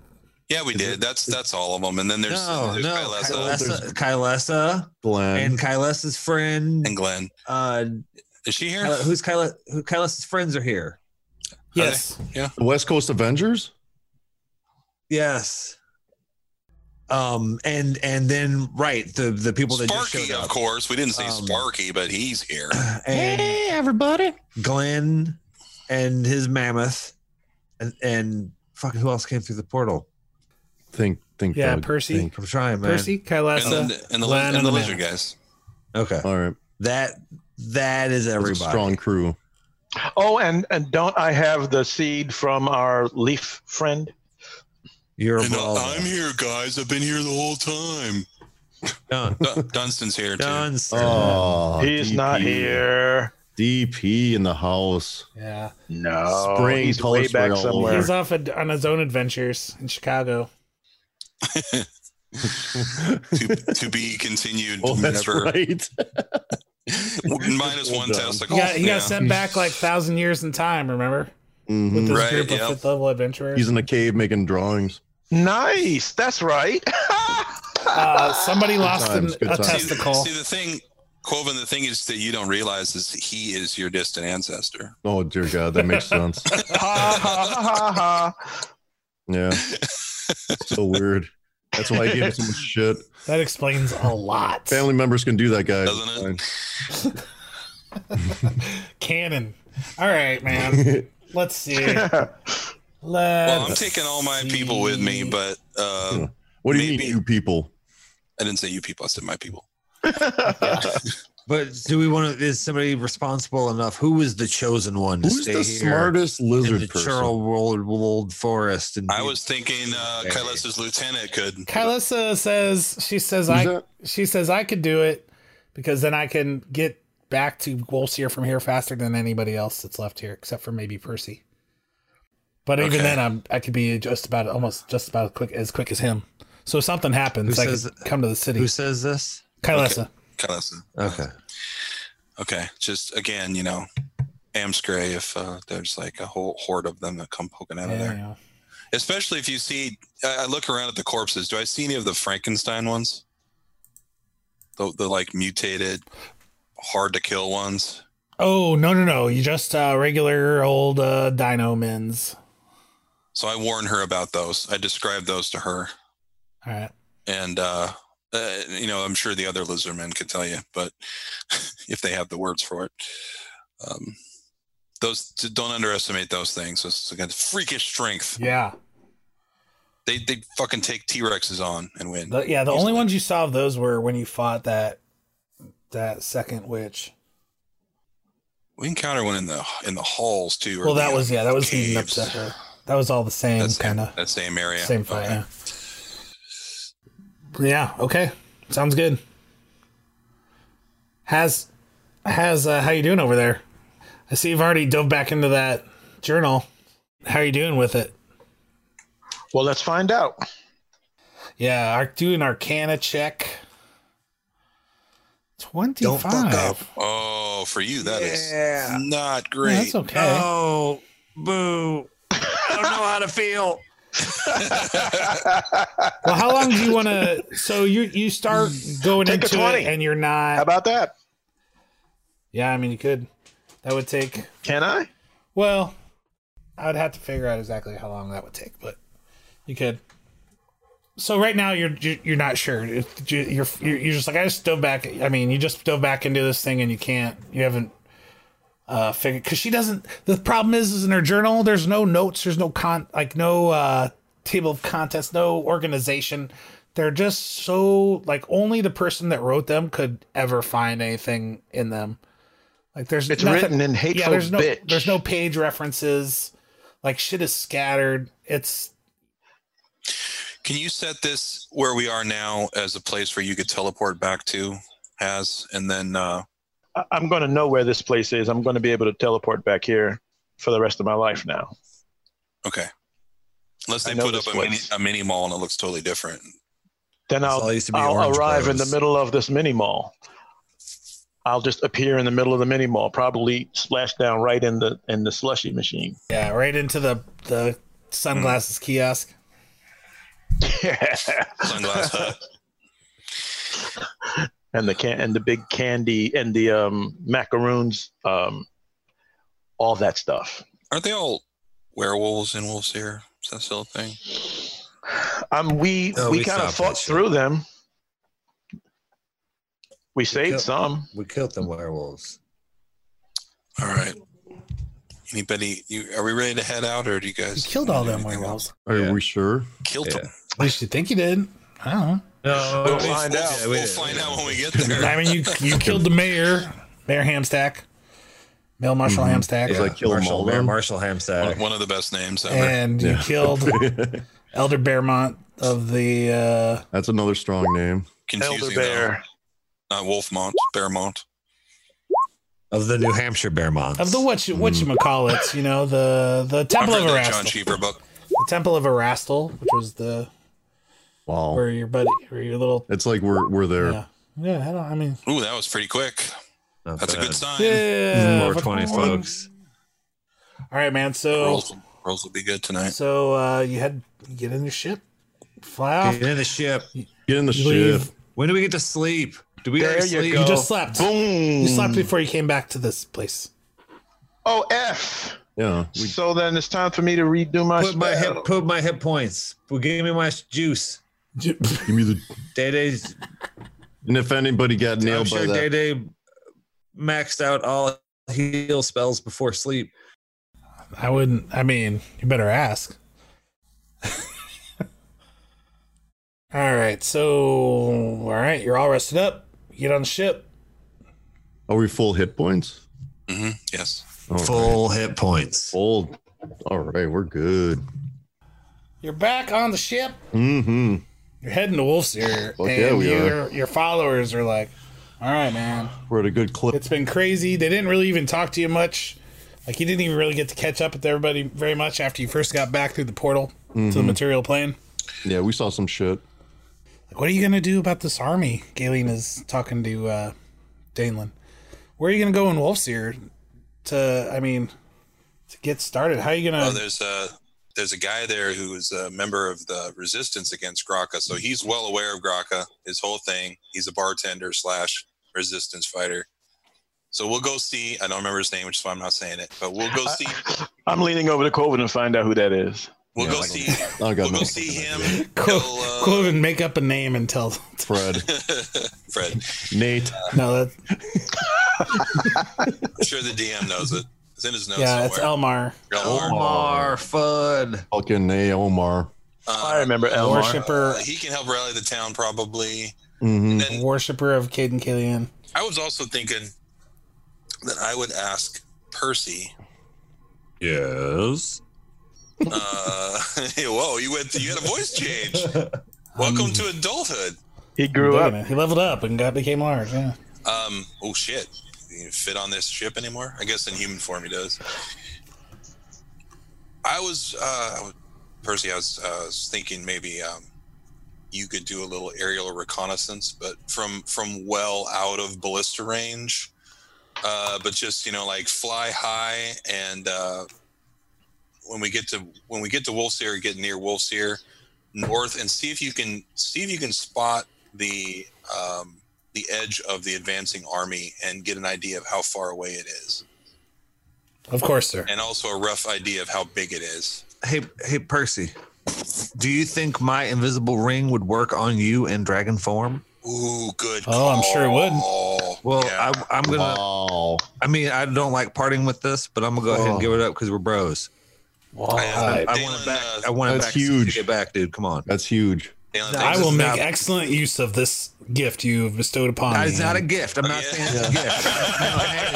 [SPEAKER 5] Yeah, we did. That's that's all of them. And then there's,
[SPEAKER 7] no,
[SPEAKER 5] there's uh,
[SPEAKER 7] no,
[SPEAKER 5] Kylesa
[SPEAKER 7] Kylesa, Kylesa
[SPEAKER 8] Glenn.
[SPEAKER 7] and Kylesa's friend.
[SPEAKER 5] and Glenn.
[SPEAKER 7] Uh,
[SPEAKER 5] Is she here?
[SPEAKER 10] Uh,
[SPEAKER 7] Kyla- who's Kyla? Who Kylesa's friends are here?
[SPEAKER 9] Yes.
[SPEAKER 8] The West Coast Avengers?
[SPEAKER 7] Yes. Um, and and then right the the people that just
[SPEAKER 5] Sparky,
[SPEAKER 7] showed
[SPEAKER 5] of
[SPEAKER 7] up.
[SPEAKER 5] course. We didn't say
[SPEAKER 7] Um,
[SPEAKER 5] Sparky, but he's here.
[SPEAKER 7] and
[SPEAKER 8] everybody.
[SPEAKER 7] Glenn and his mammoth, and and fuck, who else came through the portal?
[SPEAKER 8] Think, think.
[SPEAKER 9] Yeah,
[SPEAKER 8] Doug,
[SPEAKER 9] Percy.
[SPEAKER 8] think.
[SPEAKER 7] I'm trying, man.
[SPEAKER 9] Percy, Kylesa.
[SPEAKER 5] and then and the,
[SPEAKER 9] Glenn
[SPEAKER 5] and
[SPEAKER 9] and
[SPEAKER 5] the
[SPEAKER 9] the
[SPEAKER 5] lizard guys.
[SPEAKER 7] Okay,
[SPEAKER 8] All right.
[SPEAKER 7] that that is
[SPEAKER 8] That's a
[SPEAKER 7] everybody.
[SPEAKER 8] strong crew.
[SPEAKER 6] Oh, and and don't I have the seed from our leaf friend?
[SPEAKER 7] You're
[SPEAKER 5] And, uh,
[SPEAKER 7] involved.
[SPEAKER 5] I'm here, guys. I've been here the whole time.
[SPEAKER 7] Done.
[SPEAKER 5] Dun- Dunston's here too.
[SPEAKER 7] Done. sir.
[SPEAKER 8] Oh,
[SPEAKER 6] He's not
[SPEAKER 8] DP.
[SPEAKER 6] here.
[SPEAKER 8] DP in the house.
[SPEAKER 9] yeah.
[SPEAKER 6] No,
[SPEAKER 8] Spring,
[SPEAKER 6] he's
[SPEAKER 8] color
[SPEAKER 6] way
[SPEAKER 8] spray
[SPEAKER 6] back
[SPEAKER 8] all
[SPEAKER 6] somewhere.
[SPEAKER 9] He's off ad- on his own adventures in Chicago.
[SPEAKER 5] to, to be continued.
[SPEAKER 8] Oh, that's
[SPEAKER 5] whenever.
[SPEAKER 8] right.
[SPEAKER 5] Minus one
[SPEAKER 8] Well done.
[SPEAKER 5] testicle.
[SPEAKER 9] He got, he
[SPEAKER 5] yeah.
[SPEAKER 9] got sent back like thousand years in time. Remember with
[SPEAKER 8] Mhm.
[SPEAKER 9] this
[SPEAKER 5] Right,
[SPEAKER 9] group of
[SPEAKER 5] yeah.
[SPEAKER 9] fifth level adventurers.
[SPEAKER 8] He's in a cave making drawings.
[SPEAKER 6] Nice. That's right.
[SPEAKER 9] uh, somebody lost
[SPEAKER 8] times,
[SPEAKER 9] an,
[SPEAKER 8] good
[SPEAKER 9] a
[SPEAKER 8] times.
[SPEAKER 9] testicle.
[SPEAKER 5] See, the thing, Quoven, the thing is that you don't realize is he is your distant ancestor.
[SPEAKER 8] Oh dear God, that makes sense.
[SPEAKER 6] ha ha ha ha.
[SPEAKER 8] Yeah, so weird. That's why I gave him so much shit.
[SPEAKER 9] That explains a lot.
[SPEAKER 8] Family members can do that, guys.
[SPEAKER 5] Doesn't it?
[SPEAKER 9] Canon. All right, man. Let's see. Let's
[SPEAKER 5] Well, I'm taking all my people with me,
[SPEAKER 9] see.
[SPEAKER 5] but uh,
[SPEAKER 8] What do you
[SPEAKER 5] Maybe.
[SPEAKER 8] mean, you people?
[SPEAKER 5] I didn't say you people. I said my people.
[SPEAKER 7] But do we want to? Is somebody responsible enough? Who was the chosen one to
[SPEAKER 8] Who's
[SPEAKER 7] stay
[SPEAKER 8] the
[SPEAKER 7] here
[SPEAKER 8] smartest
[SPEAKER 7] in
[SPEAKER 8] lizard
[SPEAKER 7] the
[SPEAKER 8] person?
[SPEAKER 7] Churl World Forest? And
[SPEAKER 5] I
[SPEAKER 7] be-
[SPEAKER 5] was thinking uh,
[SPEAKER 7] Okay.
[SPEAKER 5] Kailasa's lieutenant could.
[SPEAKER 9] Kylissa says she says
[SPEAKER 8] Who's
[SPEAKER 9] I
[SPEAKER 8] that?
[SPEAKER 9] she says I could do it because then I can get back to Wolseer from here faster than anybody else that's left here, except for maybe Percy. But even
[SPEAKER 5] Okay.
[SPEAKER 9] then, I'm I could be just about almost just about quick as quick as him. So if something happens,
[SPEAKER 7] Who
[SPEAKER 9] I
[SPEAKER 7] says-
[SPEAKER 9] could come to the city.
[SPEAKER 7] Who says this?
[SPEAKER 9] Kylissa.
[SPEAKER 5] Kailasa.
[SPEAKER 7] Okay.
[SPEAKER 5] Okay. Just again, you know, Amscray, if uh, there's like a whole horde of them that come poking out
[SPEAKER 9] Yeah,
[SPEAKER 5] of there.
[SPEAKER 9] yeah.
[SPEAKER 5] Especially if you see, I I look around at the corpses. Do I see any of the Frankenstein ones? The, the like mutated, hard to kill ones.
[SPEAKER 9] Oh no no no! You just uh, regular old uh, Dino men's.
[SPEAKER 5] So I warn her about those. I describe those to her,
[SPEAKER 9] All right.
[SPEAKER 5] and uh, uh, you know, I'm sure the other lizardmen could tell you, but if they have the words for it, um, those don't underestimate those things. It's like a freakish strength.
[SPEAKER 9] Yeah.
[SPEAKER 5] They they fucking take T Rexes on and win.
[SPEAKER 9] The, yeah. The only
[SPEAKER 5] Easily.
[SPEAKER 9] ones you saw of those were when you fought that that second witch.
[SPEAKER 5] We encounter one in the in the halls too. or
[SPEAKER 9] Well, that
[SPEAKER 5] the,
[SPEAKER 9] was yeah. That was leading up
[SPEAKER 5] caves.
[SPEAKER 9] to her. That was all the same
[SPEAKER 5] That's
[SPEAKER 9] kind of
[SPEAKER 5] that same area.
[SPEAKER 9] same fight.
[SPEAKER 5] Okay.
[SPEAKER 9] Yeah. yeah. Okay. Sounds good. Has has uh, how you doing over there? I see you've already dove back into that journal. How are you doing with it?
[SPEAKER 6] Well, let's find out.
[SPEAKER 9] Yeah, Arc do an Arcana check. Twenty-five.
[SPEAKER 5] Oh, for you that is
[SPEAKER 7] Yeah.
[SPEAKER 5] not
[SPEAKER 9] Yeah,
[SPEAKER 5] great.
[SPEAKER 9] that's okay.
[SPEAKER 7] Oh, boo! I don't know how to feel.
[SPEAKER 6] How
[SPEAKER 9] Well, how long do you want to? So you you start going
[SPEAKER 6] Take a
[SPEAKER 9] into
[SPEAKER 6] 20.
[SPEAKER 9] it, and you're not.
[SPEAKER 6] about that?
[SPEAKER 9] Yeah, I mean you could. That would take.
[SPEAKER 6] Can I?
[SPEAKER 9] Well, I would have to figure out exactly how long that would take, but you could. So right now you're you're you're not sure. It- you- You're you're you're just like I just dove back. I mean, you just dove back into this thing, and you can't. You haven't uh figured because she doesn't. The problem is, is in her journal. There's no notes. There's no con like no uh table of contents. No organization. They're just so like only the person that wrote them could ever find anything in them. Like there's
[SPEAKER 6] It's written in hateful
[SPEAKER 9] there's no
[SPEAKER 6] bitch.
[SPEAKER 9] there's no page references. Like shit is scattered. It's
[SPEAKER 5] Can you set this where we are now as a place where you could teleport back to, Has, and then uh,
[SPEAKER 6] I- I'm going to know where this place is. I'm going to be able to teleport back here for the rest of my life now.
[SPEAKER 5] okay, unless
[SPEAKER 6] I
[SPEAKER 5] they
[SPEAKER 6] know
[SPEAKER 5] put up
[SPEAKER 6] this
[SPEAKER 5] a mini,
[SPEAKER 6] place.
[SPEAKER 5] a mini mall and it looks totally different.
[SPEAKER 6] Then I'll,
[SPEAKER 7] used to
[SPEAKER 6] I'll
[SPEAKER 7] Orange
[SPEAKER 6] arrive in
[SPEAKER 7] Groves.
[SPEAKER 6] the middle of this mini mall. I'll just appear in the middle of the mini mall, probably splash down right in the in the slushy machine.
[SPEAKER 9] yeah, right into the the sunglasses
[SPEAKER 5] Hmm.
[SPEAKER 9] kiosk.
[SPEAKER 5] Sunglass Hut.
[SPEAKER 6] and the can and the big candy and the um, macaroons, um, all that stuff.
[SPEAKER 5] Aren't they all werewolves and wolves here? Is that still a thing?
[SPEAKER 6] Um, we
[SPEAKER 7] No,
[SPEAKER 6] we,
[SPEAKER 7] we
[SPEAKER 6] kind of
[SPEAKER 7] stopped that
[SPEAKER 6] fought
[SPEAKER 7] shit.
[SPEAKER 6] through them. We saved
[SPEAKER 7] killed-
[SPEAKER 6] some.
[SPEAKER 7] We killed the werewolves.
[SPEAKER 5] All right. Anybody? You are we ready to head out, or do you
[SPEAKER 9] He
[SPEAKER 5] guys
[SPEAKER 9] killed all them
[SPEAKER 5] anything else?
[SPEAKER 9] werewolves.
[SPEAKER 8] Are we sure?
[SPEAKER 5] Killed
[SPEAKER 8] Yeah.
[SPEAKER 5] them.
[SPEAKER 9] At least you think you did. I don't know.
[SPEAKER 7] No,
[SPEAKER 5] We'll
[SPEAKER 7] we-
[SPEAKER 5] find out.
[SPEAKER 7] yeah, we
[SPEAKER 5] We'll
[SPEAKER 7] did.
[SPEAKER 5] find out when we get
[SPEAKER 9] I
[SPEAKER 5] there.
[SPEAKER 9] mean, you you killed the mayor, Mayor Hamstack, Mayor Marshall
[SPEAKER 5] Mm-hmm.
[SPEAKER 9] Hamstack,
[SPEAKER 8] Yeah. like kill 'em
[SPEAKER 7] Marshall,
[SPEAKER 8] all
[SPEAKER 7] Mayor
[SPEAKER 8] then?
[SPEAKER 7] Marshall
[SPEAKER 5] One,
[SPEAKER 7] Hamstack.
[SPEAKER 5] one of the best names ever.
[SPEAKER 9] and you killed Elder Bearmont of the. Uh,
[SPEAKER 8] That's another strong name.
[SPEAKER 5] Confusing
[SPEAKER 6] Elder
[SPEAKER 5] though.
[SPEAKER 6] Bear.
[SPEAKER 5] Not Wolfmont, Bearmont.
[SPEAKER 7] Of the New Hampshire Bearmonts.
[SPEAKER 9] of the what you what you call it, you know the the
[SPEAKER 5] Mm. I've
[SPEAKER 9] Temple of
[SPEAKER 5] read that John
[SPEAKER 9] Erastle,
[SPEAKER 5] Cheever book.
[SPEAKER 9] the Temple of Erastle, which was the
[SPEAKER 8] Wow.
[SPEAKER 9] where your buddy or your little
[SPEAKER 8] It's like we're we're there.
[SPEAKER 9] yeah yeah I don't I mean
[SPEAKER 5] Ooh, that was pretty quick.
[SPEAKER 7] Not
[SPEAKER 5] That's a
[SPEAKER 7] bad.
[SPEAKER 5] good sign.
[SPEAKER 9] yeah
[SPEAKER 7] Lower 20, folks.
[SPEAKER 9] All right, man. So
[SPEAKER 5] Rolls, rolls will be good tonight.
[SPEAKER 9] so uh, you had you get in your ship, fly off.
[SPEAKER 7] Get in the ship.
[SPEAKER 8] Get in the
[SPEAKER 9] Leave.
[SPEAKER 8] ship.
[SPEAKER 7] When do we get to sleep? Do we
[SPEAKER 6] There
[SPEAKER 7] already
[SPEAKER 6] you
[SPEAKER 7] sleep?
[SPEAKER 9] You just slept.
[SPEAKER 6] Boom.
[SPEAKER 9] You slept before you came back to this place.
[SPEAKER 6] Oh f.
[SPEAKER 8] Yeah. We,
[SPEAKER 6] so then it's time for me to redo my
[SPEAKER 7] Put my
[SPEAKER 6] spell.
[SPEAKER 7] hip, put my hip points. Well, give me my juice.
[SPEAKER 8] give me the.
[SPEAKER 7] Day Day's.
[SPEAKER 8] And if anybody got
[SPEAKER 7] I'm
[SPEAKER 8] nailed by
[SPEAKER 7] sure
[SPEAKER 8] that,
[SPEAKER 7] Day Day maxed out all heal spells before sleep.
[SPEAKER 9] I wouldn't. I mean, you better ask. all right. So, all right, you're all rested up. You get on the ship.
[SPEAKER 8] are we full hit points?
[SPEAKER 5] hmm Yes.
[SPEAKER 8] All right.
[SPEAKER 7] Full hit points.
[SPEAKER 8] Full. All right, we're good.
[SPEAKER 9] You're back on the ship.
[SPEAKER 8] Mm-hmm.
[SPEAKER 9] You're heading to Wolf's Ear,
[SPEAKER 8] Fuck
[SPEAKER 9] and
[SPEAKER 8] yeah, we are.
[SPEAKER 9] your your followers are like, "All right, man,
[SPEAKER 8] We're at a good clip.
[SPEAKER 9] it's been crazy. They didn't really even talk to you much. Like, you didn't even really get to catch up with everybody very much after you first got back through the portal to
[SPEAKER 6] Mm-hmm.
[SPEAKER 9] the material plane."
[SPEAKER 8] Yeah, we saw some shit.
[SPEAKER 9] What are you gonna do about this army? Galen is talking to uh Danelin. Where are you gonna go in Wolf's Ear to I mean to get started? How are you
[SPEAKER 5] Oh,
[SPEAKER 9] gonna
[SPEAKER 5] there's a there's a guy there who is a member of the resistance against Graka, so he's well aware of Graka. His whole thing. He's a bartender slash resistance fighter. So we'll go see. I don't remember his name, which is why I'm not saying it. But we'll go see.
[SPEAKER 6] I'm leaning over to Coven and find out who that is.
[SPEAKER 5] We'll
[SPEAKER 8] Yeah,
[SPEAKER 5] go
[SPEAKER 8] like-
[SPEAKER 5] see.
[SPEAKER 8] I got
[SPEAKER 5] We'll go
[SPEAKER 8] no
[SPEAKER 5] see him.
[SPEAKER 9] Clo-
[SPEAKER 5] He'll, uh,
[SPEAKER 9] Cloven make up a name and tell
[SPEAKER 8] Fred,
[SPEAKER 5] Fred.
[SPEAKER 8] Nate.
[SPEAKER 5] uh,
[SPEAKER 9] No that
[SPEAKER 5] I'm sure the DM knows it. It's in his notes
[SPEAKER 9] yeah, it's
[SPEAKER 5] somewhere.
[SPEAKER 9] Elmar.
[SPEAKER 5] Elmar.
[SPEAKER 11] Omar, fun.
[SPEAKER 8] Oh. Fucking A. Omar.
[SPEAKER 6] I
[SPEAKER 5] Uh,
[SPEAKER 6] remember Elmar.
[SPEAKER 9] Worshipper
[SPEAKER 5] he can help rally the town probably.
[SPEAKER 8] Mm-hmm.
[SPEAKER 5] And
[SPEAKER 9] worshipper of Caden Killian.
[SPEAKER 5] I was also thinking that I would ask Percy.
[SPEAKER 7] Yes.
[SPEAKER 5] Uh, whoa, you went. You had a voice change. Welcome to adulthood.
[SPEAKER 6] He grew
[SPEAKER 9] Digging
[SPEAKER 6] up.
[SPEAKER 9] it. He leveled up and got became large, yeah.
[SPEAKER 5] Um, oh shit, you fit on this ship anymore? I guess in human form he does. I was, uh, I was- Percy. I was, uh, was thinking maybe um, you could do a little aerial reconnaissance, but from from well out of ballista range. Uh, but just you know, like fly high, and uh, when we get to when we get to Wolf's Ear, get near Wolf's Ear, north, and see if you can see if you can spot the um, the edge of the advancing army and get an idea of how far away it is,
[SPEAKER 9] Of course, sir.
[SPEAKER 5] and also a rough idea of how big it is.
[SPEAKER 11] Hey, hey, Percy. Do you think my invisible ring would work on you in dragon form?
[SPEAKER 5] Ooh, good.
[SPEAKER 9] Oh, I'm sure it would.
[SPEAKER 5] call.
[SPEAKER 11] Well,
[SPEAKER 5] Yeah.
[SPEAKER 11] I, I'm gonna.
[SPEAKER 8] Wow.
[SPEAKER 11] I mean, I don't like parting with this, but I'm gonna go ahead
[SPEAKER 8] Oh.
[SPEAKER 11] and give it up because we're bros. I
[SPEAKER 5] I,
[SPEAKER 11] want it
[SPEAKER 5] Dalen,
[SPEAKER 11] back.
[SPEAKER 5] uh,
[SPEAKER 11] I want it
[SPEAKER 8] That's
[SPEAKER 11] back.
[SPEAKER 8] huge.
[SPEAKER 11] Get back, dude. Come on.
[SPEAKER 8] That's huge.
[SPEAKER 5] Dalen
[SPEAKER 9] I
[SPEAKER 5] thinks
[SPEAKER 9] will
[SPEAKER 5] it's
[SPEAKER 9] make
[SPEAKER 5] not-
[SPEAKER 9] excellent use of this gift you have bestowed upon
[SPEAKER 10] That
[SPEAKER 9] me.
[SPEAKER 10] is not a gift. I'm
[SPEAKER 5] Oh,
[SPEAKER 10] not saying it's a gift.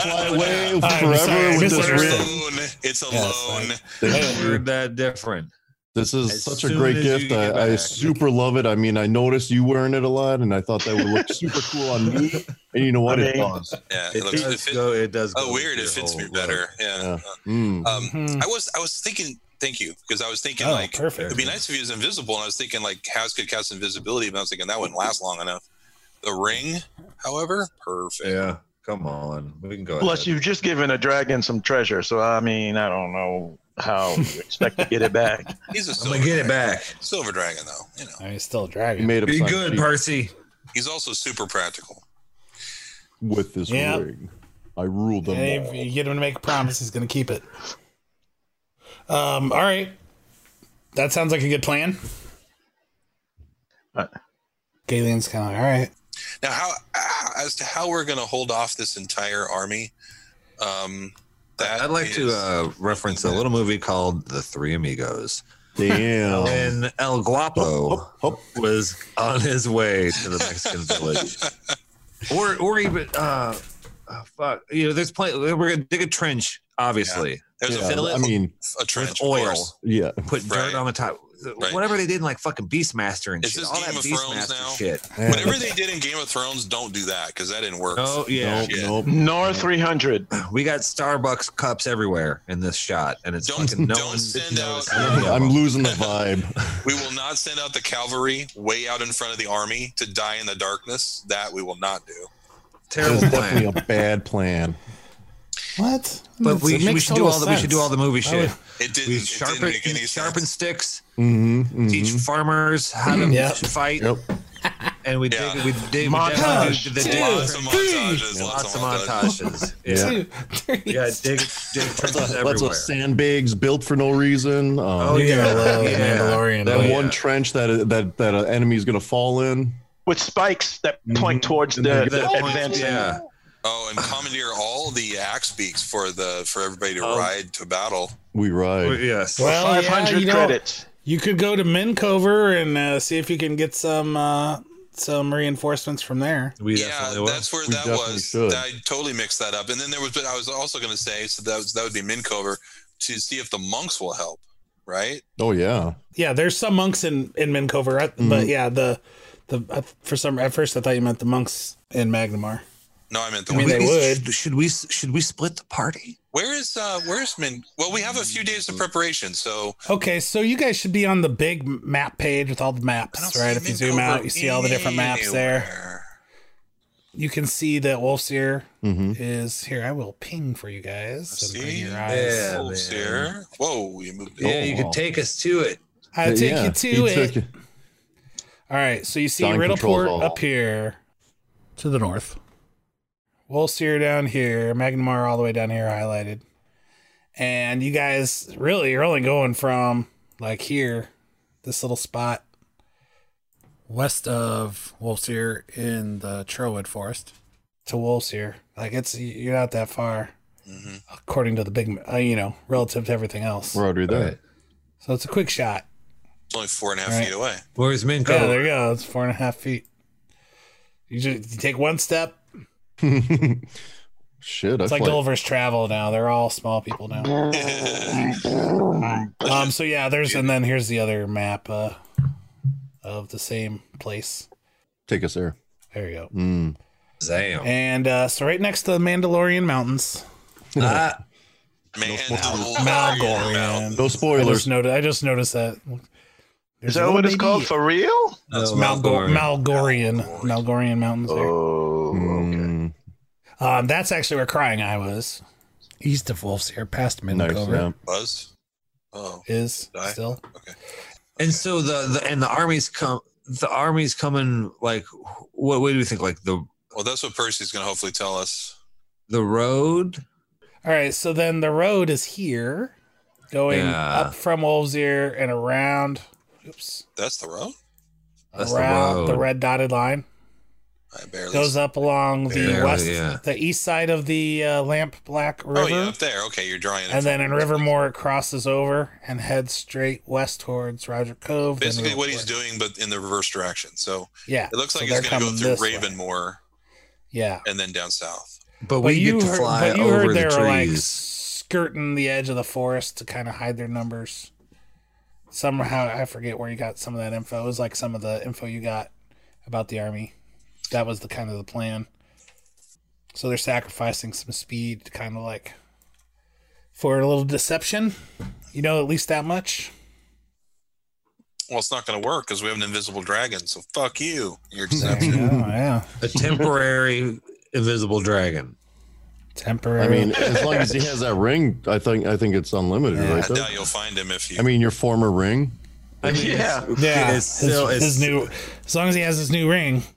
[SPEAKER 8] Fly away
[SPEAKER 9] I'm
[SPEAKER 8] forever
[SPEAKER 9] sorry, I
[SPEAKER 8] with this
[SPEAKER 9] misunderstood.
[SPEAKER 8] ring.
[SPEAKER 5] Loan. It's a loan.
[SPEAKER 10] Hey, we're that different.
[SPEAKER 8] This is
[SPEAKER 10] As
[SPEAKER 8] such a
[SPEAKER 10] soon
[SPEAKER 8] great
[SPEAKER 10] as you
[SPEAKER 8] gift.
[SPEAKER 10] get
[SPEAKER 8] I, I
[SPEAKER 10] back.
[SPEAKER 8] super love it. I mean, I noticed you wearing it a lot, and I thought that would look super cool on me. And you know what?
[SPEAKER 6] I
[SPEAKER 8] it
[SPEAKER 6] mean-
[SPEAKER 8] does.
[SPEAKER 5] Yeah, it,
[SPEAKER 10] It
[SPEAKER 5] looks it
[SPEAKER 10] does
[SPEAKER 5] fit,
[SPEAKER 10] go. It does. Go
[SPEAKER 5] Oh, weird.
[SPEAKER 10] with
[SPEAKER 5] It
[SPEAKER 10] your
[SPEAKER 5] fits me
[SPEAKER 10] whole
[SPEAKER 5] better.
[SPEAKER 10] look.
[SPEAKER 5] Yeah.
[SPEAKER 8] Mm.
[SPEAKER 5] Um,
[SPEAKER 9] Mhm.
[SPEAKER 5] I was I was thinking. Thank you, because I was thinking
[SPEAKER 9] Oh,
[SPEAKER 5] like
[SPEAKER 9] perfect.
[SPEAKER 5] it'd be nice if he was invisible, and I was thinking like House could cast invisibility, but I was thinking that wouldn't last long enough. The ring, however, perfect.
[SPEAKER 10] Yeah. Come on. We can go.
[SPEAKER 6] Plus,
[SPEAKER 10] ahead.
[SPEAKER 6] you've just given a dragon some treasure, so I mean, I don't know how you expect to get it back.
[SPEAKER 5] He's a
[SPEAKER 10] I'm
[SPEAKER 5] silver,
[SPEAKER 10] gonna get it back.
[SPEAKER 5] silver dragon, though. You know,
[SPEAKER 9] I mean, still a
[SPEAKER 8] He
[SPEAKER 9] dragon.
[SPEAKER 8] made up
[SPEAKER 10] Be
[SPEAKER 8] some
[SPEAKER 10] good,
[SPEAKER 8] cheat
[SPEAKER 10] Percy.
[SPEAKER 5] he's also super practical.
[SPEAKER 8] with this
[SPEAKER 9] Yeah.
[SPEAKER 8] ring. I ruled them
[SPEAKER 9] And if
[SPEAKER 8] all.
[SPEAKER 9] you get him to make a promise, he's going to keep it. Um. All right. That sounds like a good plan.
[SPEAKER 6] Uh.
[SPEAKER 9] Galen's kind of like, all right.
[SPEAKER 5] Now, how uh, as to how we're going to hold off this entire army? Um, that
[SPEAKER 10] I'd like to
[SPEAKER 5] is-
[SPEAKER 10] uh, reference a little movie called The Three Amigos. Oh.
[SPEAKER 8] Damn.
[SPEAKER 10] When El Guapo was on his way to the Mexican village, or or even uh, oh, fuck, you know, there's plenty. We're gonna dig a trench, obviously,
[SPEAKER 5] There's
[SPEAKER 8] Yeah,
[SPEAKER 5] a,
[SPEAKER 10] fill it
[SPEAKER 8] I mean,
[SPEAKER 5] a trench
[SPEAKER 10] with oil.
[SPEAKER 5] Of course.
[SPEAKER 8] yeah.
[SPEAKER 10] put
[SPEAKER 5] Right.
[SPEAKER 10] dirt on the top.
[SPEAKER 5] Right.
[SPEAKER 10] Whatever they did, in, like fucking Beastmaster and
[SPEAKER 5] Is
[SPEAKER 10] shit.
[SPEAKER 5] this
[SPEAKER 10] All
[SPEAKER 5] Game
[SPEAKER 10] that
[SPEAKER 5] of Thrones
[SPEAKER 10] Beastmaster
[SPEAKER 5] now?
[SPEAKER 10] shit.
[SPEAKER 5] Whatever they did in Game of Thrones, don't do that because that didn't work.
[SPEAKER 10] Oh yeah,
[SPEAKER 8] Nope,
[SPEAKER 5] Yeah.
[SPEAKER 8] nope.
[SPEAKER 6] Nor 300.
[SPEAKER 10] we got Starbucks cups everywhere in this shot, and it's
[SPEAKER 5] Don't-
[SPEAKER 10] fucking no
[SPEAKER 5] don't
[SPEAKER 10] one
[SPEAKER 5] send
[SPEAKER 10] knows
[SPEAKER 5] out-
[SPEAKER 10] any of
[SPEAKER 8] I'm
[SPEAKER 10] them.
[SPEAKER 8] losing the vibe.
[SPEAKER 5] We will not send out the cavalry way out in front of the army to die in the darkness. That we will not do.
[SPEAKER 8] That's
[SPEAKER 10] terrible plan.
[SPEAKER 8] definitely a bad plan.
[SPEAKER 9] What?
[SPEAKER 10] But
[SPEAKER 9] It's-
[SPEAKER 10] we,
[SPEAKER 9] it
[SPEAKER 10] we
[SPEAKER 9] makes
[SPEAKER 10] should do all
[SPEAKER 9] total
[SPEAKER 10] the we should do
[SPEAKER 9] sense.
[SPEAKER 10] all the movie shit.
[SPEAKER 5] It didn't,
[SPEAKER 10] We
[SPEAKER 5] it didn't
[SPEAKER 10] sharpen
[SPEAKER 5] make any
[SPEAKER 10] sharpen
[SPEAKER 5] sense.
[SPEAKER 10] sticks.
[SPEAKER 8] hmm
[SPEAKER 10] Teach farmers how to
[SPEAKER 9] Yep.
[SPEAKER 10] fight,
[SPEAKER 8] Yep.
[SPEAKER 10] and we
[SPEAKER 5] Yeah.
[SPEAKER 10] dig. We dig. we
[SPEAKER 6] Montage.
[SPEAKER 10] definitely did the dig
[SPEAKER 5] Lots of montages.
[SPEAKER 10] lots of
[SPEAKER 5] montages.
[SPEAKER 10] montages.
[SPEAKER 8] Yeah.
[SPEAKER 9] Two, three.
[SPEAKER 10] We gotta dig, dig trenches
[SPEAKER 8] Lots
[SPEAKER 10] everywhere.
[SPEAKER 8] of sandbags built for no reason. Um,
[SPEAKER 10] Oh,
[SPEAKER 9] You're gonna
[SPEAKER 10] yeah.
[SPEAKER 9] love
[SPEAKER 10] Yeah.
[SPEAKER 9] Mandalorian.
[SPEAKER 8] that
[SPEAKER 9] buddy.
[SPEAKER 8] one
[SPEAKER 10] yeah.
[SPEAKER 8] trench that that that an enemy is going to fall in. Mm-hmm.
[SPEAKER 6] With spikes that point towards the,
[SPEAKER 8] And they get
[SPEAKER 6] the
[SPEAKER 10] That point,
[SPEAKER 6] advancing.
[SPEAKER 10] yeah.
[SPEAKER 5] Oh, and commandeer all the axe beaks for the for everybody to
[SPEAKER 10] Um,
[SPEAKER 5] ride to battle.
[SPEAKER 8] We ride.
[SPEAKER 10] Yes.
[SPEAKER 9] Well, yeah,
[SPEAKER 6] 500
[SPEAKER 9] you know,
[SPEAKER 6] credits.
[SPEAKER 9] You could go to Mincover and uh, see if you can get some uh, some reinforcements from there.
[SPEAKER 10] We
[SPEAKER 5] yeah,
[SPEAKER 10] definitely will.
[SPEAKER 5] that's where
[SPEAKER 8] We
[SPEAKER 5] that
[SPEAKER 8] definitely
[SPEAKER 5] was.
[SPEAKER 8] should.
[SPEAKER 5] I totally mixed that up. And then there was, but I was also going to say, so that was that would be Mincover to see if the monks will help, right?
[SPEAKER 8] Oh yeah.
[SPEAKER 9] Yeah, there's some monks in in Mincover, I- but yeah, the the uh, for some at first I thought you meant the monks in Magnamar.
[SPEAKER 5] No, I meant the.
[SPEAKER 9] I mean, they would.
[SPEAKER 10] Should, should we should we split the party?
[SPEAKER 5] where is uh where is Min? Well, we have a few days of preparation, so
[SPEAKER 9] Okay, so you guys should be on the big map page with all the maps, right? If you zoom out, you see all the different maps there. You can see that Wolfseer
[SPEAKER 8] hmm
[SPEAKER 9] is here. I will ping for you guys. and bring
[SPEAKER 5] See?
[SPEAKER 9] your eyes.
[SPEAKER 10] Yeah,
[SPEAKER 5] Wolves
[SPEAKER 10] man.
[SPEAKER 5] here. Whoa, you moved.
[SPEAKER 10] Yeah,
[SPEAKER 5] it.
[SPEAKER 10] you
[SPEAKER 8] Oh, wow.
[SPEAKER 10] could take us to it.
[SPEAKER 9] I'll take
[SPEAKER 8] yeah.
[SPEAKER 9] you to
[SPEAKER 8] He
[SPEAKER 9] it.
[SPEAKER 8] took-
[SPEAKER 9] All right, so you see
[SPEAKER 8] Don controls
[SPEAKER 9] Riddleport
[SPEAKER 8] all.
[SPEAKER 9] up here to the north, Wolseer down here, Magnamar all the way down here highlighted, and you guys really are only going from like here, this little spot west of Wolseer in the Trowood Forest to Wolseer. Like it's you're not that far,
[SPEAKER 8] Mm-hmm.
[SPEAKER 5] Mhm.
[SPEAKER 9] according to the big, uh, you know, relative to everything else.
[SPEAKER 8] We're already there.
[SPEAKER 9] So it's a quick shot.
[SPEAKER 5] Oh, It's only four and a half
[SPEAKER 9] Right.
[SPEAKER 5] feet away.
[SPEAKER 10] Where's Minko?
[SPEAKER 9] Yeah, there you go. It's four and a half feet. You just you take one step.
[SPEAKER 8] Shit.
[SPEAKER 9] It's
[SPEAKER 8] I
[SPEAKER 9] like
[SPEAKER 8] feel
[SPEAKER 9] Gulliver's Travel now. They're all small people now. Um. So yeah, there's and then here's the other map uh, of the same place.
[SPEAKER 8] take us there.
[SPEAKER 9] There you go.
[SPEAKER 8] Mm.
[SPEAKER 10] Zam.
[SPEAKER 9] And uh, so right next to the Mandalorian Mountains.
[SPEAKER 10] Ah,
[SPEAKER 5] Man,
[SPEAKER 9] Malgorian.
[SPEAKER 8] No
[SPEAKER 9] I just
[SPEAKER 8] spoilers.
[SPEAKER 9] noticed. I just noticed that.
[SPEAKER 6] Is that what it's called for real?
[SPEAKER 10] no,
[SPEAKER 9] Malgor-
[SPEAKER 10] Malgor-
[SPEAKER 9] Malgorian. Malgorian Mountains. There.
[SPEAKER 6] Oh, okay.
[SPEAKER 8] Mm,
[SPEAKER 9] Um, that's actually where Crying Eye was. East of Wolf's here, past
[SPEAKER 8] nice.
[SPEAKER 9] Mindover.
[SPEAKER 8] Yeah.
[SPEAKER 5] Buzz. Oh,
[SPEAKER 9] is
[SPEAKER 5] Die.
[SPEAKER 9] still.
[SPEAKER 10] and so the, the and the armies come. The armies coming like what? What do you think? Like the
[SPEAKER 5] well, that's what Percy's going to hopefully tell us.
[SPEAKER 10] the road?
[SPEAKER 9] All right, so then the road is here, going
[SPEAKER 10] Yeah.
[SPEAKER 9] up from Wolves Ear and around. Oops,
[SPEAKER 5] That's the road.
[SPEAKER 10] That's the
[SPEAKER 9] around the,
[SPEAKER 10] road.
[SPEAKER 9] red dotted line.
[SPEAKER 5] barely
[SPEAKER 9] goes up along the
[SPEAKER 5] Barely,
[SPEAKER 9] west,
[SPEAKER 5] yeah.
[SPEAKER 9] the east side of the uh, Lamp Black River.
[SPEAKER 5] Oh yeah, up there. Okay, you're drawing. it
[SPEAKER 9] And then in
[SPEAKER 5] from-
[SPEAKER 9] Rivermore, it crosses over and heads straight west towards Roger Cove. then
[SPEAKER 5] basically
[SPEAKER 9] River-
[SPEAKER 5] what he's doing, but in the reverse direction. So
[SPEAKER 9] Yeah,
[SPEAKER 5] it looks
[SPEAKER 9] so
[SPEAKER 5] like
[SPEAKER 9] they're
[SPEAKER 5] he's going to
[SPEAKER 9] coming
[SPEAKER 5] go through
[SPEAKER 9] this way.
[SPEAKER 5] Ravenmore.
[SPEAKER 9] Yeah.
[SPEAKER 5] and then down south.
[SPEAKER 10] But we
[SPEAKER 9] you
[SPEAKER 10] get to
[SPEAKER 9] heard-
[SPEAKER 10] fly
[SPEAKER 9] but you heard
[SPEAKER 10] over the
[SPEAKER 9] they were like
[SPEAKER 10] trees.
[SPEAKER 9] skirting the edge of the forest to kind of hide their numbers. Somehow, I forget where you got some of that info. It was like some of the info you got about the army. That was the kind of the plan. So they're sacrificing some speed to kind of like for a little deception. You know, at least that much.
[SPEAKER 5] Well, it's not going to work because we have an invisible dragon. So fuck you. You're
[SPEAKER 9] yeah.
[SPEAKER 10] A temporary invisible dragon.
[SPEAKER 9] Temporary.
[SPEAKER 8] I mean, as long as he has that ring, I think I think it's unlimited,
[SPEAKER 5] I
[SPEAKER 8] right?
[SPEAKER 5] doubt
[SPEAKER 8] There.
[SPEAKER 5] you'll find him if you.
[SPEAKER 8] I mean, your former ring.
[SPEAKER 10] I mean,
[SPEAKER 9] yeah,
[SPEAKER 10] it's-
[SPEAKER 9] yeah.
[SPEAKER 10] it's still-
[SPEAKER 9] his,
[SPEAKER 10] it's-
[SPEAKER 9] his new, as long as he has his new ring.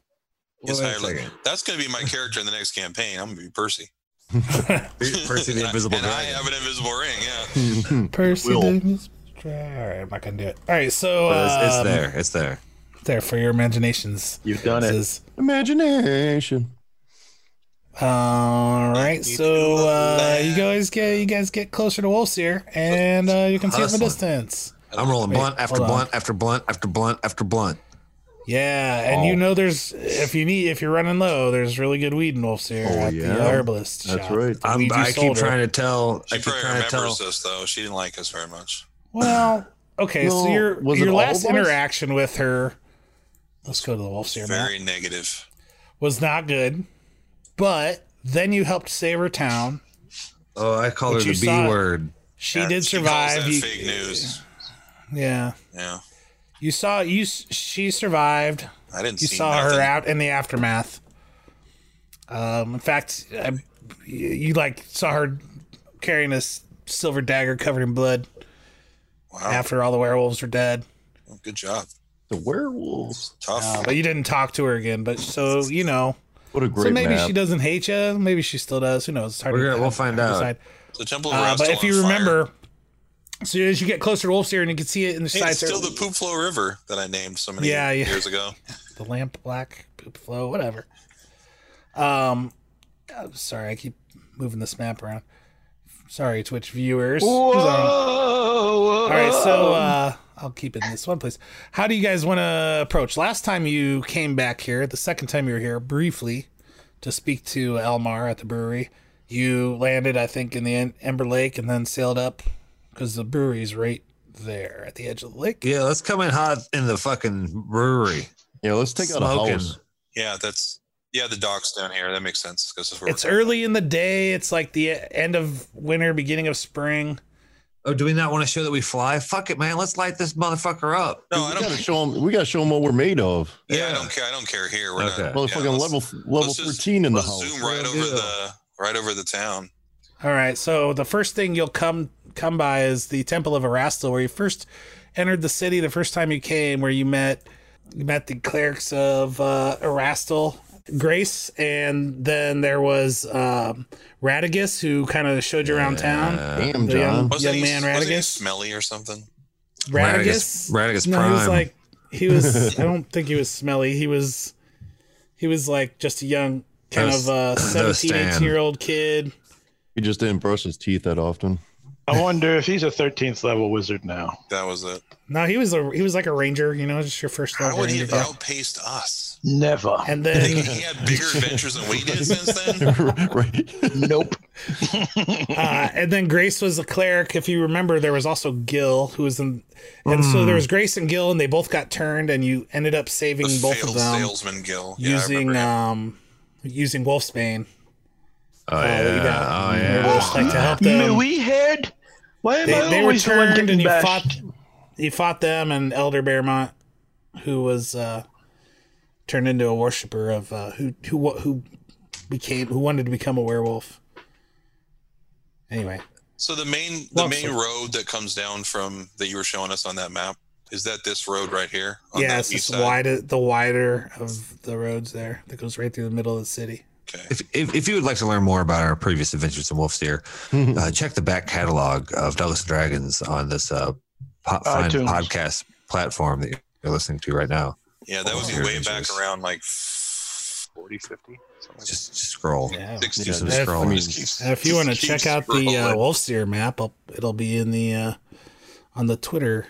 [SPEAKER 5] It's
[SPEAKER 10] Wait a
[SPEAKER 5] higher level. That's going to be my character in the next campaign. I'm going to be Percy.
[SPEAKER 10] Percy the invisible
[SPEAKER 5] and I
[SPEAKER 10] dragon.
[SPEAKER 5] have an invisible ring. Yeah.
[SPEAKER 9] Percy
[SPEAKER 10] Will.
[SPEAKER 9] Davis. All right, I'm not gonna do it. All right, so
[SPEAKER 10] But it's, it's
[SPEAKER 9] um,
[SPEAKER 10] there. It's there.
[SPEAKER 9] There for your imaginations.
[SPEAKER 6] You've done
[SPEAKER 9] This
[SPEAKER 6] it.
[SPEAKER 9] is-
[SPEAKER 8] Imagination.
[SPEAKER 9] all right, so uh, you guys get you guys get closer to Wolfseer, and uh, you can see it from a
[SPEAKER 10] Hustling.
[SPEAKER 9] distance.
[SPEAKER 10] I'm rolling
[SPEAKER 9] Wait,
[SPEAKER 10] blunt after
[SPEAKER 9] hold on.
[SPEAKER 10] blunt after blunt after blunt after blunt.
[SPEAKER 9] Yeah, and you know there's if you need if you're running low, there's really good weed in Wolfseer
[SPEAKER 8] Oh,
[SPEAKER 9] at
[SPEAKER 8] yeah.
[SPEAKER 9] the herbalist
[SPEAKER 8] That's
[SPEAKER 9] shop.
[SPEAKER 8] right.
[SPEAKER 9] We
[SPEAKER 10] I'm,
[SPEAKER 9] do
[SPEAKER 10] I keep
[SPEAKER 9] solder.
[SPEAKER 10] trying to tell. I
[SPEAKER 5] She
[SPEAKER 10] keep
[SPEAKER 5] probably
[SPEAKER 10] trying to tell.
[SPEAKER 5] remembers us though. She didn't like us very much.
[SPEAKER 9] Well, okay, so
[SPEAKER 8] No,
[SPEAKER 9] your
[SPEAKER 8] was it
[SPEAKER 9] your
[SPEAKER 8] all
[SPEAKER 9] last
[SPEAKER 8] of us?
[SPEAKER 9] interaction with her, let's go to the Wolfseer map,
[SPEAKER 5] Very negative.
[SPEAKER 9] was not good, but then you helped save her town.
[SPEAKER 10] Oh, I call her
[SPEAKER 9] But
[SPEAKER 10] the
[SPEAKER 9] you
[SPEAKER 10] B
[SPEAKER 9] saw-
[SPEAKER 10] word.
[SPEAKER 9] She did
[SPEAKER 5] She calls
[SPEAKER 9] survive.
[SPEAKER 5] that
[SPEAKER 9] You-
[SPEAKER 5] fake news.
[SPEAKER 9] yeah,
[SPEAKER 5] Yeah.
[SPEAKER 9] you saw you. s- She survived.
[SPEAKER 5] I didn't
[SPEAKER 9] You
[SPEAKER 5] see
[SPEAKER 9] saw
[SPEAKER 5] nothing.
[SPEAKER 9] her out in the aftermath. Um, in fact, I, you, you like saw her carrying a s- silver dagger covered in blood
[SPEAKER 5] Wow.
[SPEAKER 9] after all the werewolves were dead.
[SPEAKER 5] Well, Good job.
[SPEAKER 8] The werewolves.
[SPEAKER 5] Tough.
[SPEAKER 9] Uh, but you didn't talk to her again. But so you know,
[SPEAKER 8] What a great
[SPEAKER 9] so maybe
[SPEAKER 8] map.
[SPEAKER 9] she doesn't hate you. Maybe she still does. Who knows? It's hard
[SPEAKER 10] We're
[SPEAKER 9] to-
[SPEAKER 10] gonna- we'll find
[SPEAKER 9] hard to
[SPEAKER 10] out.
[SPEAKER 9] decide.
[SPEAKER 5] The Temple of
[SPEAKER 9] Uh,
[SPEAKER 5] Ra
[SPEAKER 9] but
[SPEAKER 5] still
[SPEAKER 9] if
[SPEAKER 5] on
[SPEAKER 9] you
[SPEAKER 5] fire.
[SPEAKER 9] remember, so as you get closer to Wolfseer and you can see it in the
[SPEAKER 5] Hey,
[SPEAKER 9] side
[SPEAKER 5] it's still the Poop Flow River that I named so many
[SPEAKER 9] Yeah, yeah.
[SPEAKER 5] years ago.
[SPEAKER 9] the lamp black poop flow whatever um I'm sorry i keep moving this map around sorry twitch viewers all right so uh i'll keep it in this one place how do you guys want to approach last time you came back here the second time you were here briefly to speak to elmar at the brewery you landed i think in the Em- ember lake and then sailed up because the brewery's right there at the edge of the lake
[SPEAKER 10] Yeah, let's come in hot in the fucking brewery.
[SPEAKER 8] yeah, let's take out a
[SPEAKER 10] Smoking.
[SPEAKER 8] house.
[SPEAKER 5] Yeah, that's yeah. The docks down here. That makes sense because it's, where
[SPEAKER 9] It's early in the day. It's like the end of winter, beginning of spring.
[SPEAKER 10] Oh, do we not want to show that we fly? Fuck it, man. Let's light this motherfucker up.
[SPEAKER 5] No, I
[SPEAKER 8] we
[SPEAKER 5] don't.
[SPEAKER 8] gotta show 'em- We gotta show them what we're made of.
[SPEAKER 5] Yeah, I
[SPEAKER 10] Yeah.
[SPEAKER 5] don't care. I don't care here. We're
[SPEAKER 10] Okay.
[SPEAKER 5] not.
[SPEAKER 8] Motherfucking
[SPEAKER 5] yeah, let's-
[SPEAKER 8] level level
[SPEAKER 5] let's just-
[SPEAKER 8] thirteen in the
[SPEAKER 5] let's
[SPEAKER 8] house.
[SPEAKER 5] Zoom right
[SPEAKER 10] Yeah,
[SPEAKER 5] over
[SPEAKER 10] yeah.
[SPEAKER 5] the right over the town.
[SPEAKER 9] All right. So the first thing you'll come come by is the Temple of Erastil, where you first entered the city the first time you came, where you met you met the clerics of uh, Erastil, Grace, and then there was um, Radigus, who kind of showed you around town.
[SPEAKER 8] Damn,
[SPEAKER 9] The young-
[SPEAKER 8] John.
[SPEAKER 5] Wasn't
[SPEAKER 9] Young
[SPEAKER 5] he,
[SPEAKER 9] man
[SPEAKER 5] wasn't he
[SPEAKER 9] Radagus?
[SPEAKER 5] smelly or something?
[SPEAKER 9] Radigus.
[SPEAKER 10] Radigus- Radigus
[SPEAKER 9] no, He was
[SPEAKER 10] Prime.
[SPEAKER 9] like he was. I don't think he was smelly. He was. He was like just a young, kind
[SPEAKER 10] Those-
[SPEAKER 9] of uh,
[SPEAKER 10] those
[SPEAKER 9] 17,
[SPEAKER 10] Stan.
[SPEAKER 9] 18 year old kid.
[SPEAKER 8] He just didn't brush his teeth that often.
[SPEAKER 6] I wonder if he's a 13th level wizard now.
[SPEAKER 5] That was it.
[SPEAKER 9] No, he was a he was like a ranger. You know, just your first level.
[SPEAKER 5] How would he
[SPEAKER 9] ranger.
[SPEAKER 5] have outpaced us?
[SPEAKER 6] Never.
[SPEAKER 5] Think
[SPEAKER 9] and then
[SPEAKER 5] he had bigger adventures than we did since then.
[SPEAKER 8] right.
[SPEAKER 6] Nope.
[SPEAKER 9] uh, and then Grace was a cleric. If you remember, there was also Gil who was in, and
[SPEAKER 10] Hmm.
[SPEAKER 9] so there was Grace and Gil, and they both got turned, and you ended up saving
[SPEAKER 5] The
[SPEAKER 9] both of
[SPEAKER 5] failed
[SPEAKER 9] them
[SPEAKER 5] salesman Gil. Yeah, I
[SPEAKER 9] using
[SPEAKER 5] remember him.
[SPEAKER 9] um using Wolfsbane.
[SPEAKER 10] Oh,
[SPEAKER 9] Uh, that you got.
[SPEAKER 10] yeah. Oh,
[SPEAKER 9] You're
[SPEAKER 10] yeah.
[SPEAKER 9] both, like, to help
[SPEAKER 12] Me
[SPEAKER 9] them.
[SPEAKER 12] we head? Why am
[SPEAKER 9] Um, they,
[SPEAKER 12] I
[SPEAKER 9] they were
[SPEAKER 12] always the one
[SPEAKER 9] turned
[SPEAKER 12] getting
[SPEAKER 9] and you
[SPEAKER 12] bashed?
[SPEAKER 9] fought you fought them and elder Bearmont who was uh turned into a worshiper of uh who who who became who wanted to become a werewolf anyway
[SPEAKER 5] So the main the
[SPEAKER 9] Well,
[SPEAKER 5] main
[SPEAKER 9] so-
[SPEAKER 5] road that comes down from that you were showing us on that map is that this road right here? On
[SPEAKER 9] yeah
[SPEAKER 5] that
[SPEAKER 9] it's
[SPEAKER 5] east
[SPEAKER 9] just
[SPEAKER 5] side?
[SPEAKER 9] wider the wider of the roads there that goes right through the middle of the city
[SPEAKER 5] Okay.
[SPEAKER 10] If, if, if you would like to learn more about our previous adventures in Wolfsteer, uh, check the back catalog of Douglas and Dragons on this uh, pop, fine
[SPEAKER 6] iTunes.
[SPEAKER 10] podcast platform that you're listening to right now.
[SPEAKER 5] Yeah, that was
[SPEAKER 10] Or
[SPEAKER 5] way back
[SPEAKER 10] adventures.
[SPEAKER 5] around like
[SPEAKER 6] 40, 50.
[SPEAKER 10] Just, just scroll.
[SPEAKER 9] Yeah.
[SPEAKER 10] Do some
[SPEAKER 9] If-
[SPEAKER 10] scrolling.
[SPEAKER 9] if you want to check out the uh, Wolfsteer map, I'll, it'll be in the uh, on the Twitter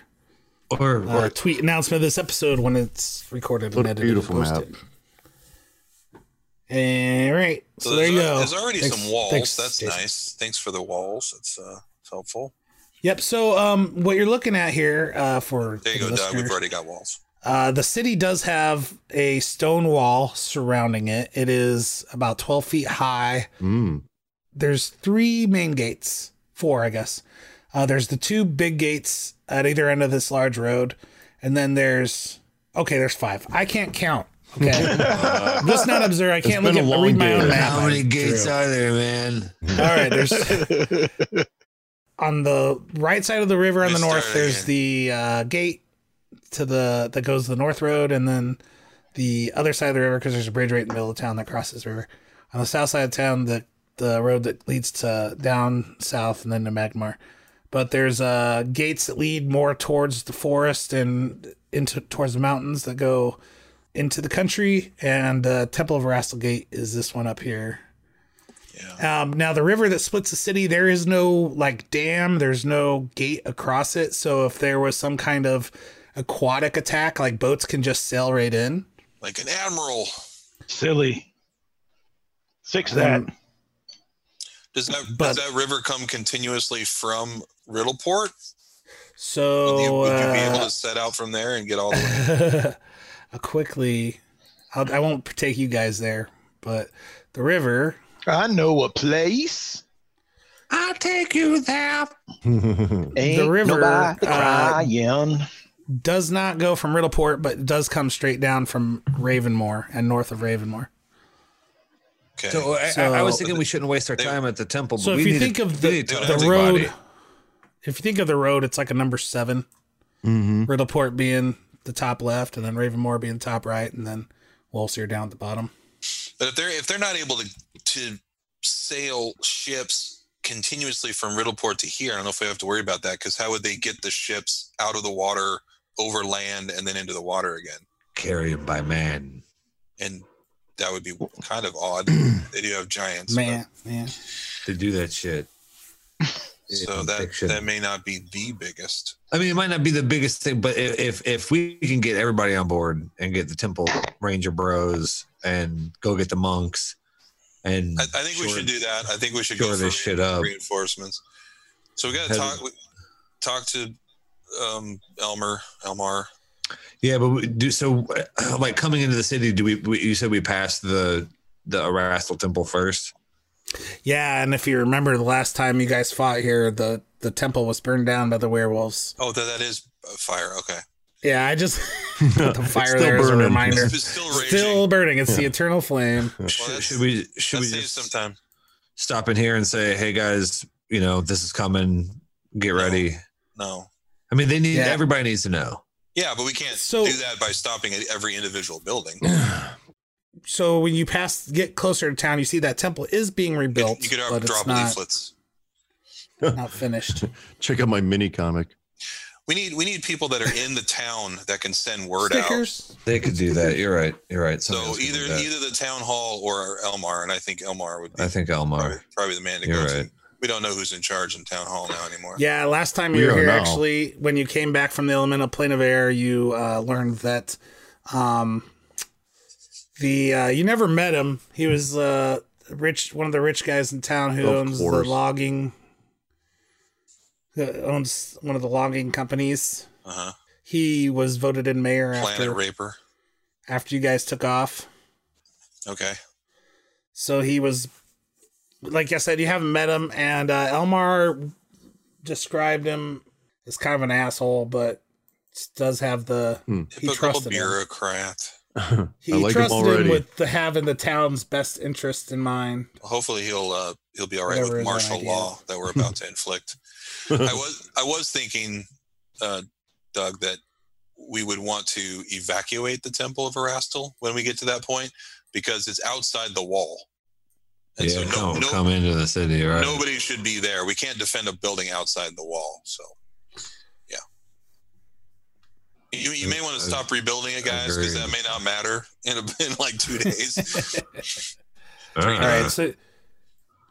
[SPEAKER 10] or,
[SPEAKER 9] uh, tweet announcement of this episode when it's recorded
[SPEAKER 8] What
[SPEAKER 9] and
[SPEAKER 8] a
[SPEAKER 9] edited.
[SPEAKER 8] beautiful
[SPEAKER 9] and
[SPEAKER 8] map.
[SPEAKER 9] posted. And, all right, so, there you
[SPEAKER 5] there's, al-
[SPEAKER 9] go.
[SPEAKER 5] There's already
[SPEAKER 9] Thanks-
[SPEAKER 5] some walls.
[SPEAKER 9] thanks,
[SPEAKER 5] That's
[SPEAKER 9] Jason.
[SPEAKER 5] nice. Thanks for the walls. That's uh, it's helpful.
[SPEAKER 9] Yep. So, um, what you're looking at here uh, for
[SPEAKER 5] There you
[SPEAKER 9] for
[SPEAKER 5] go,
[SPEAKER 9] the
[SPEAKER 5] Doug. We've
[SPEAKER 9] listeners,
[SPEAKER 5] already got walls.
[SPEAKER 9] Uh, the city does have a stone wall surrounding it. It is about 12 feet high.
[SPEAKER 10] Hmm.
[SPEAKER 8] Mm.
[SPEAKER 9] There's three main gates, four, I guess. Uh, there's the two big gates at either end of this large road. And then there's, okay, there's five. I can't count. Okay. Let's not observe. I
[SPEAKER 10] It's
[SPEAKER 9] can't look
[SPEAKER 10] been
[SPEAKER 9] at
[SPEAKER 10] a
[SPEAKER 9] read
[SPEAKER 10] long
[SPEAKER 9] my own
[SPEAKER 10] day.
[SPEAKER 9] map.
[SPEAKER 10] How many
[SPEAKER 9] I'm
[SPEAKER 10] gates
[SPEAKER 9] through.
[SPEAKER 10] are there, man?
[SPEAKER 9] All right. There's on the right side of the river on the north. There's the uh, gate to the that goes to the north road, and then the other side of the river because there's a bridge right in the middle of town that crosses the river. On the south side of town, the the road that leads to down south and then to Magmar. But there's uh, gates that lead more towards the forest and into towards the mountains that go into the country. And uh, Temple of Rastal Gate is this one up here. Um, now the river that splits the city, there is no like dam, there's no gate across it. So if there was some kind of aquatic attack, like boats can just sail right in.
[SPEAKER 5] Like an admiral.
[SPEAKER 6] Silly. Fix that.
[SPEAKER 9] Um,
[SPEAKER 5] Does that
[SPEAKER 9] But-
[SPEAKER 5] does that river come continuously from Riddleport?
[SPEAKER 9] So
[SPEAKER 5] Would you, would you be able
[SPEAKER 9] uh,
[SPEAKER 5] to set out from there and get all the way?
[SPEAKER 9] I'll uh, quickly, I'll, I won't take you guys there, but the river.
[SPEAKER 12] I know a place.
[SPEAKER 10] I'll take you there.
[SPEAKER 9] the river uh,
[SPEAKER 12] crying.
[SPEAKER 9] does not go from Riddleport, but does come straight down from Ravenmore and north of Ravenmore.
[SPEAKER 5] Okay.
[SPEAKER 10] So, I-
[SPEAKER 9] So-
[SPEAKER 10] I, I was thinking we shouldn't waste our time at the temple.
[SPEAKER 9] So
[SPEAKER 10] but
[SPEAKER 9] if
[SPEAKER 10] we need
[SPEAKER 9] you
[SPEAKER 10] to-
[SPEAKER 9] think of
[SPEAKER 10] we
[SPEAKER 9] the,
[SPEAKER 10] need to
[SPEAKER 9] the
[SPEAKER 10] talk to
[SPEAKER 9] road,
[SPEAKER 10] somebody.
[SPEAKER 9] if you think of the road, it's like a number seven.
[SPEAKER 8] Mm-hmm.
[SPEAKER 9] Riddleport being the top left, and then Ravenmore being top right, and then Wolfseer down at the bottom.
[SPEAKER 5] But if they're if they're not able to to sail ships continuously from Riddleport to here, I don't know if we have to worry about that because how would they get the ships out of the water, over land, and then into the water again?
[SPEAKER 10] carry him by man.
[SPEAKER 5] And that would be kind of odd. they do have giants, but-
[SPEAKER 9] Man, yeah.
[SPEAKER 10] To do that shit.
[SPEAKER 5] so
[SPEAKER 10] in
[SPEAKER 5] that
[SPEAKER 10] fiction.
[SPEAKER 5] that may not be the biggest.
[SPEAKER 10] I mean, it might not be the biggest thing, but if if, if we can get everybody on board and get the temple ranger bros and go get the monks and
[SPEAKER 5] I, I think we should do that. I think we should
[SPEAKER 10] shore
[SPEAKER 5] go for
[SPEAKER 10] this shit up.
[SPEAKER 5] reinforcements. So we got to
[SPEAKER 10] Have-
[SPEAKER 5] talk we- talk to um, Elmer Elmar.
[SPEAKER 10] Yeah, but we do so. uh, Like coming into the city, do we? we you said we passed the the Arastal temple first.
[SPEAKER 9] Yeah, and if you remember the last time you guys fought here, the the temple was burned down by the werewolves.
[SPEAKER 5] Oh, that that is uh, fire. Okay.
[SPEAKER 9] Yeah, I just put the
[SPEAKER 10] It's
[SPEAKER 9] fire
[SPEAKER 10] still
[SPEAKER 9] there as a
[SPEAKER 10] burning.
[SPEAKER 9] reminder.
[SPEAKER 10] It's
[SPEAKER 5] still
[SPEAKER 9] burning. It's the eternal flame.
[SPEAKER 10] Should, should we? Should we just
[SPEAKER 5] sometime.
[SPEAKER 10] stop in here and say, "Hey guys, you know this is coming. Get ready."
[SPEAKER 5] No.
[SPEAKER 10] I mean, they need
[SPEAKER 5] Yeah.
[SPEAKER 10] everybody needs to know.
[SPEAKER 5] Yeah, but we can't do that by stopping at every individual building.
[SPEAKER 8] mm-hmm.
[SPEAKER 9] So when you pass, get closer to town, you see that temple is being rebuilt,
[SPEAKER 5] You could
[SPEAKER 9] but
[SPEAKER 5] drop
[SPEAKER 9] it's not
[SPEAKER 5] leaflets.
[SPEAKER 9] not finished.
[SPEAKER 8] Check out my mini comic.
[SPEAKER 5] We need we need people that are in the town that can send word
[SPEAKER 9] Stickers.
[SPEAKER 10] They could do that. You're right. You're right.
[SPEAKER 5] out. So
[SPEAKER 10] Somebody's gonna
[SPEAKER 5] either
[SPEAKER 10] do that.
[SPEAKER 5] either the town hall or Elmar, and I think Elmar would be
[SPEAKER 10] I think Elmar.
[SPEAKER 5] probably the man to
[SPEAKER 10] You're
[SPEAKER 5] go
[SPEAKER 10] right.
[SPEAKER 5] to. We don't know who's in charge in town hall now anymore.
[SPEAKER 9] Yeah, last time
[SPEAKER 10] We
[SPEAKER 9] you were
[SPEAKER 10] are
[SPEAKER 9] here,
[SPEAKER 10] now.
[SPEAKER 9] actually, when you came back from the elemental plane of air, you uh, learned that um, the uh, you never met him. He was uh, rich, one of the rich guys in town who
[SPEAKER 8] Of
[SPEAKER 9] owns
[SPEAKER 8] course.
[SPEAKER 9] the logging. who Owns one of the logging companies.
[SPEAKER 5] Uh-huh.
[SPEAKER 9] He was voted in mayor
[SPEAKER 5] Planet
[SPEAKER 9] after
[SPEAKER 5] Raper.
[SPEAKER 9] after you guys took off.
[SPEAKER 5] Okay.
[SPEAKER 9] So he was, like I said, you haven't met him, and uh, Elmar described him as kind of an asshole, but does have the he
[SPEAKER 5] Typical
[SPEAKER 9] trusted him.
[SPEAKER 5] bureaucrat.
[SPEAKER 9] He trusted him with the having the town's best interest in mind.
[SPEAKER 5] Hopefully he'll uh, he'll be all right
[SPEAKER 9] Whatever
[SPEAKER 5] with
[SPEAKER 9] is an
[SPEAKER 5] martial
[SPEAKER 9] idea.
[SPEAKER 5] law that we're about to inflict. I was I was thinking, uh, Doug, that we would want to evacuate the Temple of Erastil when we get to that point because it's outside the wall.
[SPEAKER 10] Yeah,
[SPEAKER 5] so no-
[SPEAKER 10] come,
[SPEAKER 5] no-
[SPEAKER 10] come into the city, right?
[SPEAKER 5] Nobody should be there. We can't defend a building outside the wall. So You, you may want to stop rebuilding it, guys, because that may not matter in, a, in like two days.
[SPEAKER 9] All
[SPEAKER 10] Uh-huh.
[SPEAKER 9] right. so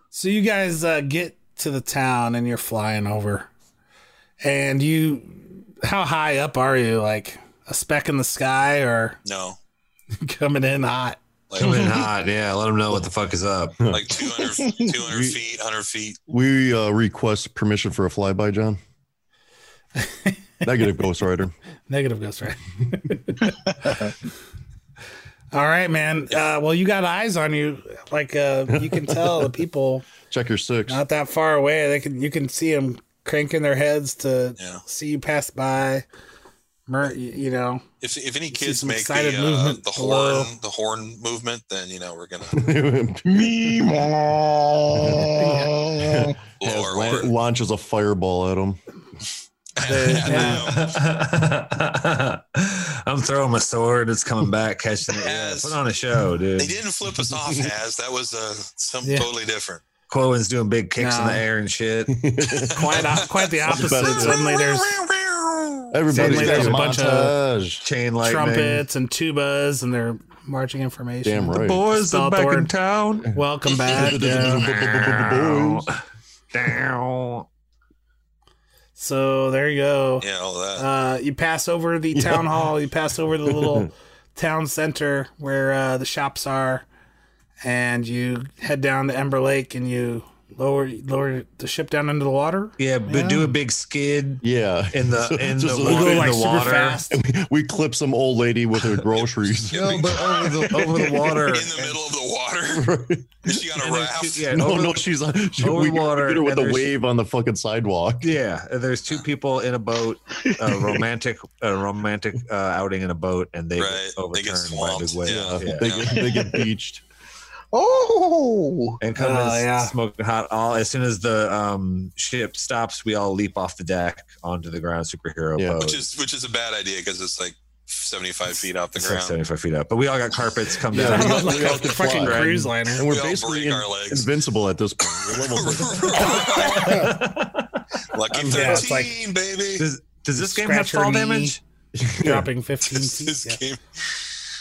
[SPEAKER 9] so you guys uh, get to the town and you're flying over, and you, how high up are you? Like a speck in the sky, or
[SPEAKER 5] no,
[SPEAKER 9] coming in hot?
[SPEAKER 10] Coming in hot, yeah. Let them know what the fuck is up.
[SPEAKER 5] Like 200, 200 feet, 100 feet.
[SPEAKER 8] We uh, request permission for a flyby, John. Negative Ghost Rider.
[SPEAKER 9] Negative Ghost Rider. All right, man. Uh, well, you got eyes on you. Like uh, you can tell the people
[SPEAKER 8] Check your six.
[SPEAKER 9] not that far away. They can you can see them cranking their heads to see you pass by. Mer- you you know,
[SPEAKER 5] If, if any
[SPEAKER 9] see
[SPEAKER 5] kids
[SPEAKER 9] some
[SPEAKER 5] make the,
[SPEAKER 9] excited
[SPEAKER 5] uh,
[SPEAKER 9] movement
[SPEAKER 5] the
[SPEAKER 9] below.
[SPEAKER 5] horn the horn movement, then you know we're gonna
[SPEAKER 8] Meemaw.
[SPEAKER 5] Lower
[SPEAKER 8] Lan- launches a fireball at him.
[SPEAKER 10] I'm throwing my sword. It's coming back, catching it. Yeah, put on a show, dude.
[SPEAKER 5] They didn't flip us off, Has. That was uh, something
[SPEAKER 10] Yeah.
[SPEAKER 5] totally different.
[SPEAKER 10] Quoven's doing big kicks in
[SPEAKER 5] Nah.
[SPEAKER 10] the air and shit.
[SPEAKER 9] quite o- quite the
[SPEAKER 10] That's the
[SPEAKER 9] opposite.
[SPEAKER 10] best.
[SPEAKER 9] Suddenly there's
[SPEAKER 8] Everybody's
[SPEAKER 9] suddenly
[SPEAKER 8] got
[SPEAKER 9] there's
[SPEAKER 8] a
[SPEAKER 9] a bunch of
[SPEAKER 10] chain lightning.
[SPEAKER 9] trumpets and tubas and they're marching information.
[SPEAKER 8] Damn right. The
[SPEAKER 10] boys are back in town.
[SPEAKER 9] Welcome back.
[SPEAKER 8] The
[SPEAKER 9] yeah. So there you go.
[SPEAKER 5] Yeah, all that.
[SPEAKER 9] Uh, you pass over the town hall. You pass over the little town center where uh, the shops are, and you head down to Ember Lake and you lower lower the ship down into the water.
[SPEAKER 10] Yeah, but do a big skid.
[SPEAKER 8] Yeah,
[SPEAKER 10] in the
[SPEAKER 8] So
[SPEAKER 10] in
[SPEAKER 8] just
[SPEAKER 10] the,
[SPEAKER 8] a
[SPEAKER 10] water,
[SPEAKER 8] little-
[SPEAKER 10] in the water.
[SPEAKER 8] We, we clip some old lady with her groceries.
[SPEAKER 10] No, but over the over the water.
[SPEAKER 5] in the middle of the water. She got a raft.
[SPEAKER 10] Yeah,
[SPEAKER 8] no,
[SPEAKER 10] over-
[SPEAKER 8] no, she's on. She,
[SPEAKER 10] over
[SPEAKER 8] we,
[SPEAKER 10] water,
[SPEAKER 8] we hit her with
[SPEAKER 10] and
[SPEAKER 8] the
[SPEAKER 10] there's-
[SPEAKER 8] wave on the fucking sidewalk.
[SPEAKER 10] Yeah, there's two people in a boat, a romantic, a romantic uh, outing in a boat, and they
[SPEAKER 5] Right,
[SPEAKER 10] get
[SPEAKER 5] they get
[SPEAKER 10] overturned by a big wave.
[SPEAKER 5] swamped, yeah.
[SPEAKER 10] Yeah.
[SPEAKER 8] They, get, they get beached.
[SPEAKER 12] Oh,
[SPEAKER 10] and come
[SPEAKER 9] Oh,
[SPEAKER 10] in
[SPEAKER 9] yeah.
[SPEAKER 10] smoking hot. All as soon as the um, ship stops, we all leap off the deck onto the ground. Superhero boat.
[SPEAKER 5] Which is which is a bad idea because it's like 75 feet off the
[SPEAKER 10] it's like
[SPEAKER 5] ground.
[SPEAKER 10] 75 feet up, but we all got carpets. Come
[SPEAKER 8] Yeah,
[SPEAKER 10] down.
[SPEAKER 8] we got-
[SPEAKER 9] Like
[SPEAKER 8] we
[SPEAKER 9] a
[SPEAKER 8] have to
[SPEAKER 9] fucking
[SPEAKER 8] fly.
[SPEAKER 9] cruise liner.
[SPEAKER 8] and we're
[SPEAKER 5] We all
[SPEAKER 8] basically
[SPEAKER 5] break
[SPEAKER 8] in-
[SPEAKER 5] our legs.
[SPEAKER 8] invincible at this point. We're level three.
[SPEAKER 5] Lucky 13,
[SPEAKER 9] I'm down. It's like-
[SPEAKER 5] baby.
[SPEAKER 10] Does, does this game have
[SPEAKER 9] Scratch your
[SPEAKER 10] fall
[SPEAKER 9] knee.
[SPEAKER 10] damage?
[SPEAKER 9] Dropping 15 feet.
[SPEAKER 5] This
[SPEAKER 9] yeah.
[SPEAKER 5] game,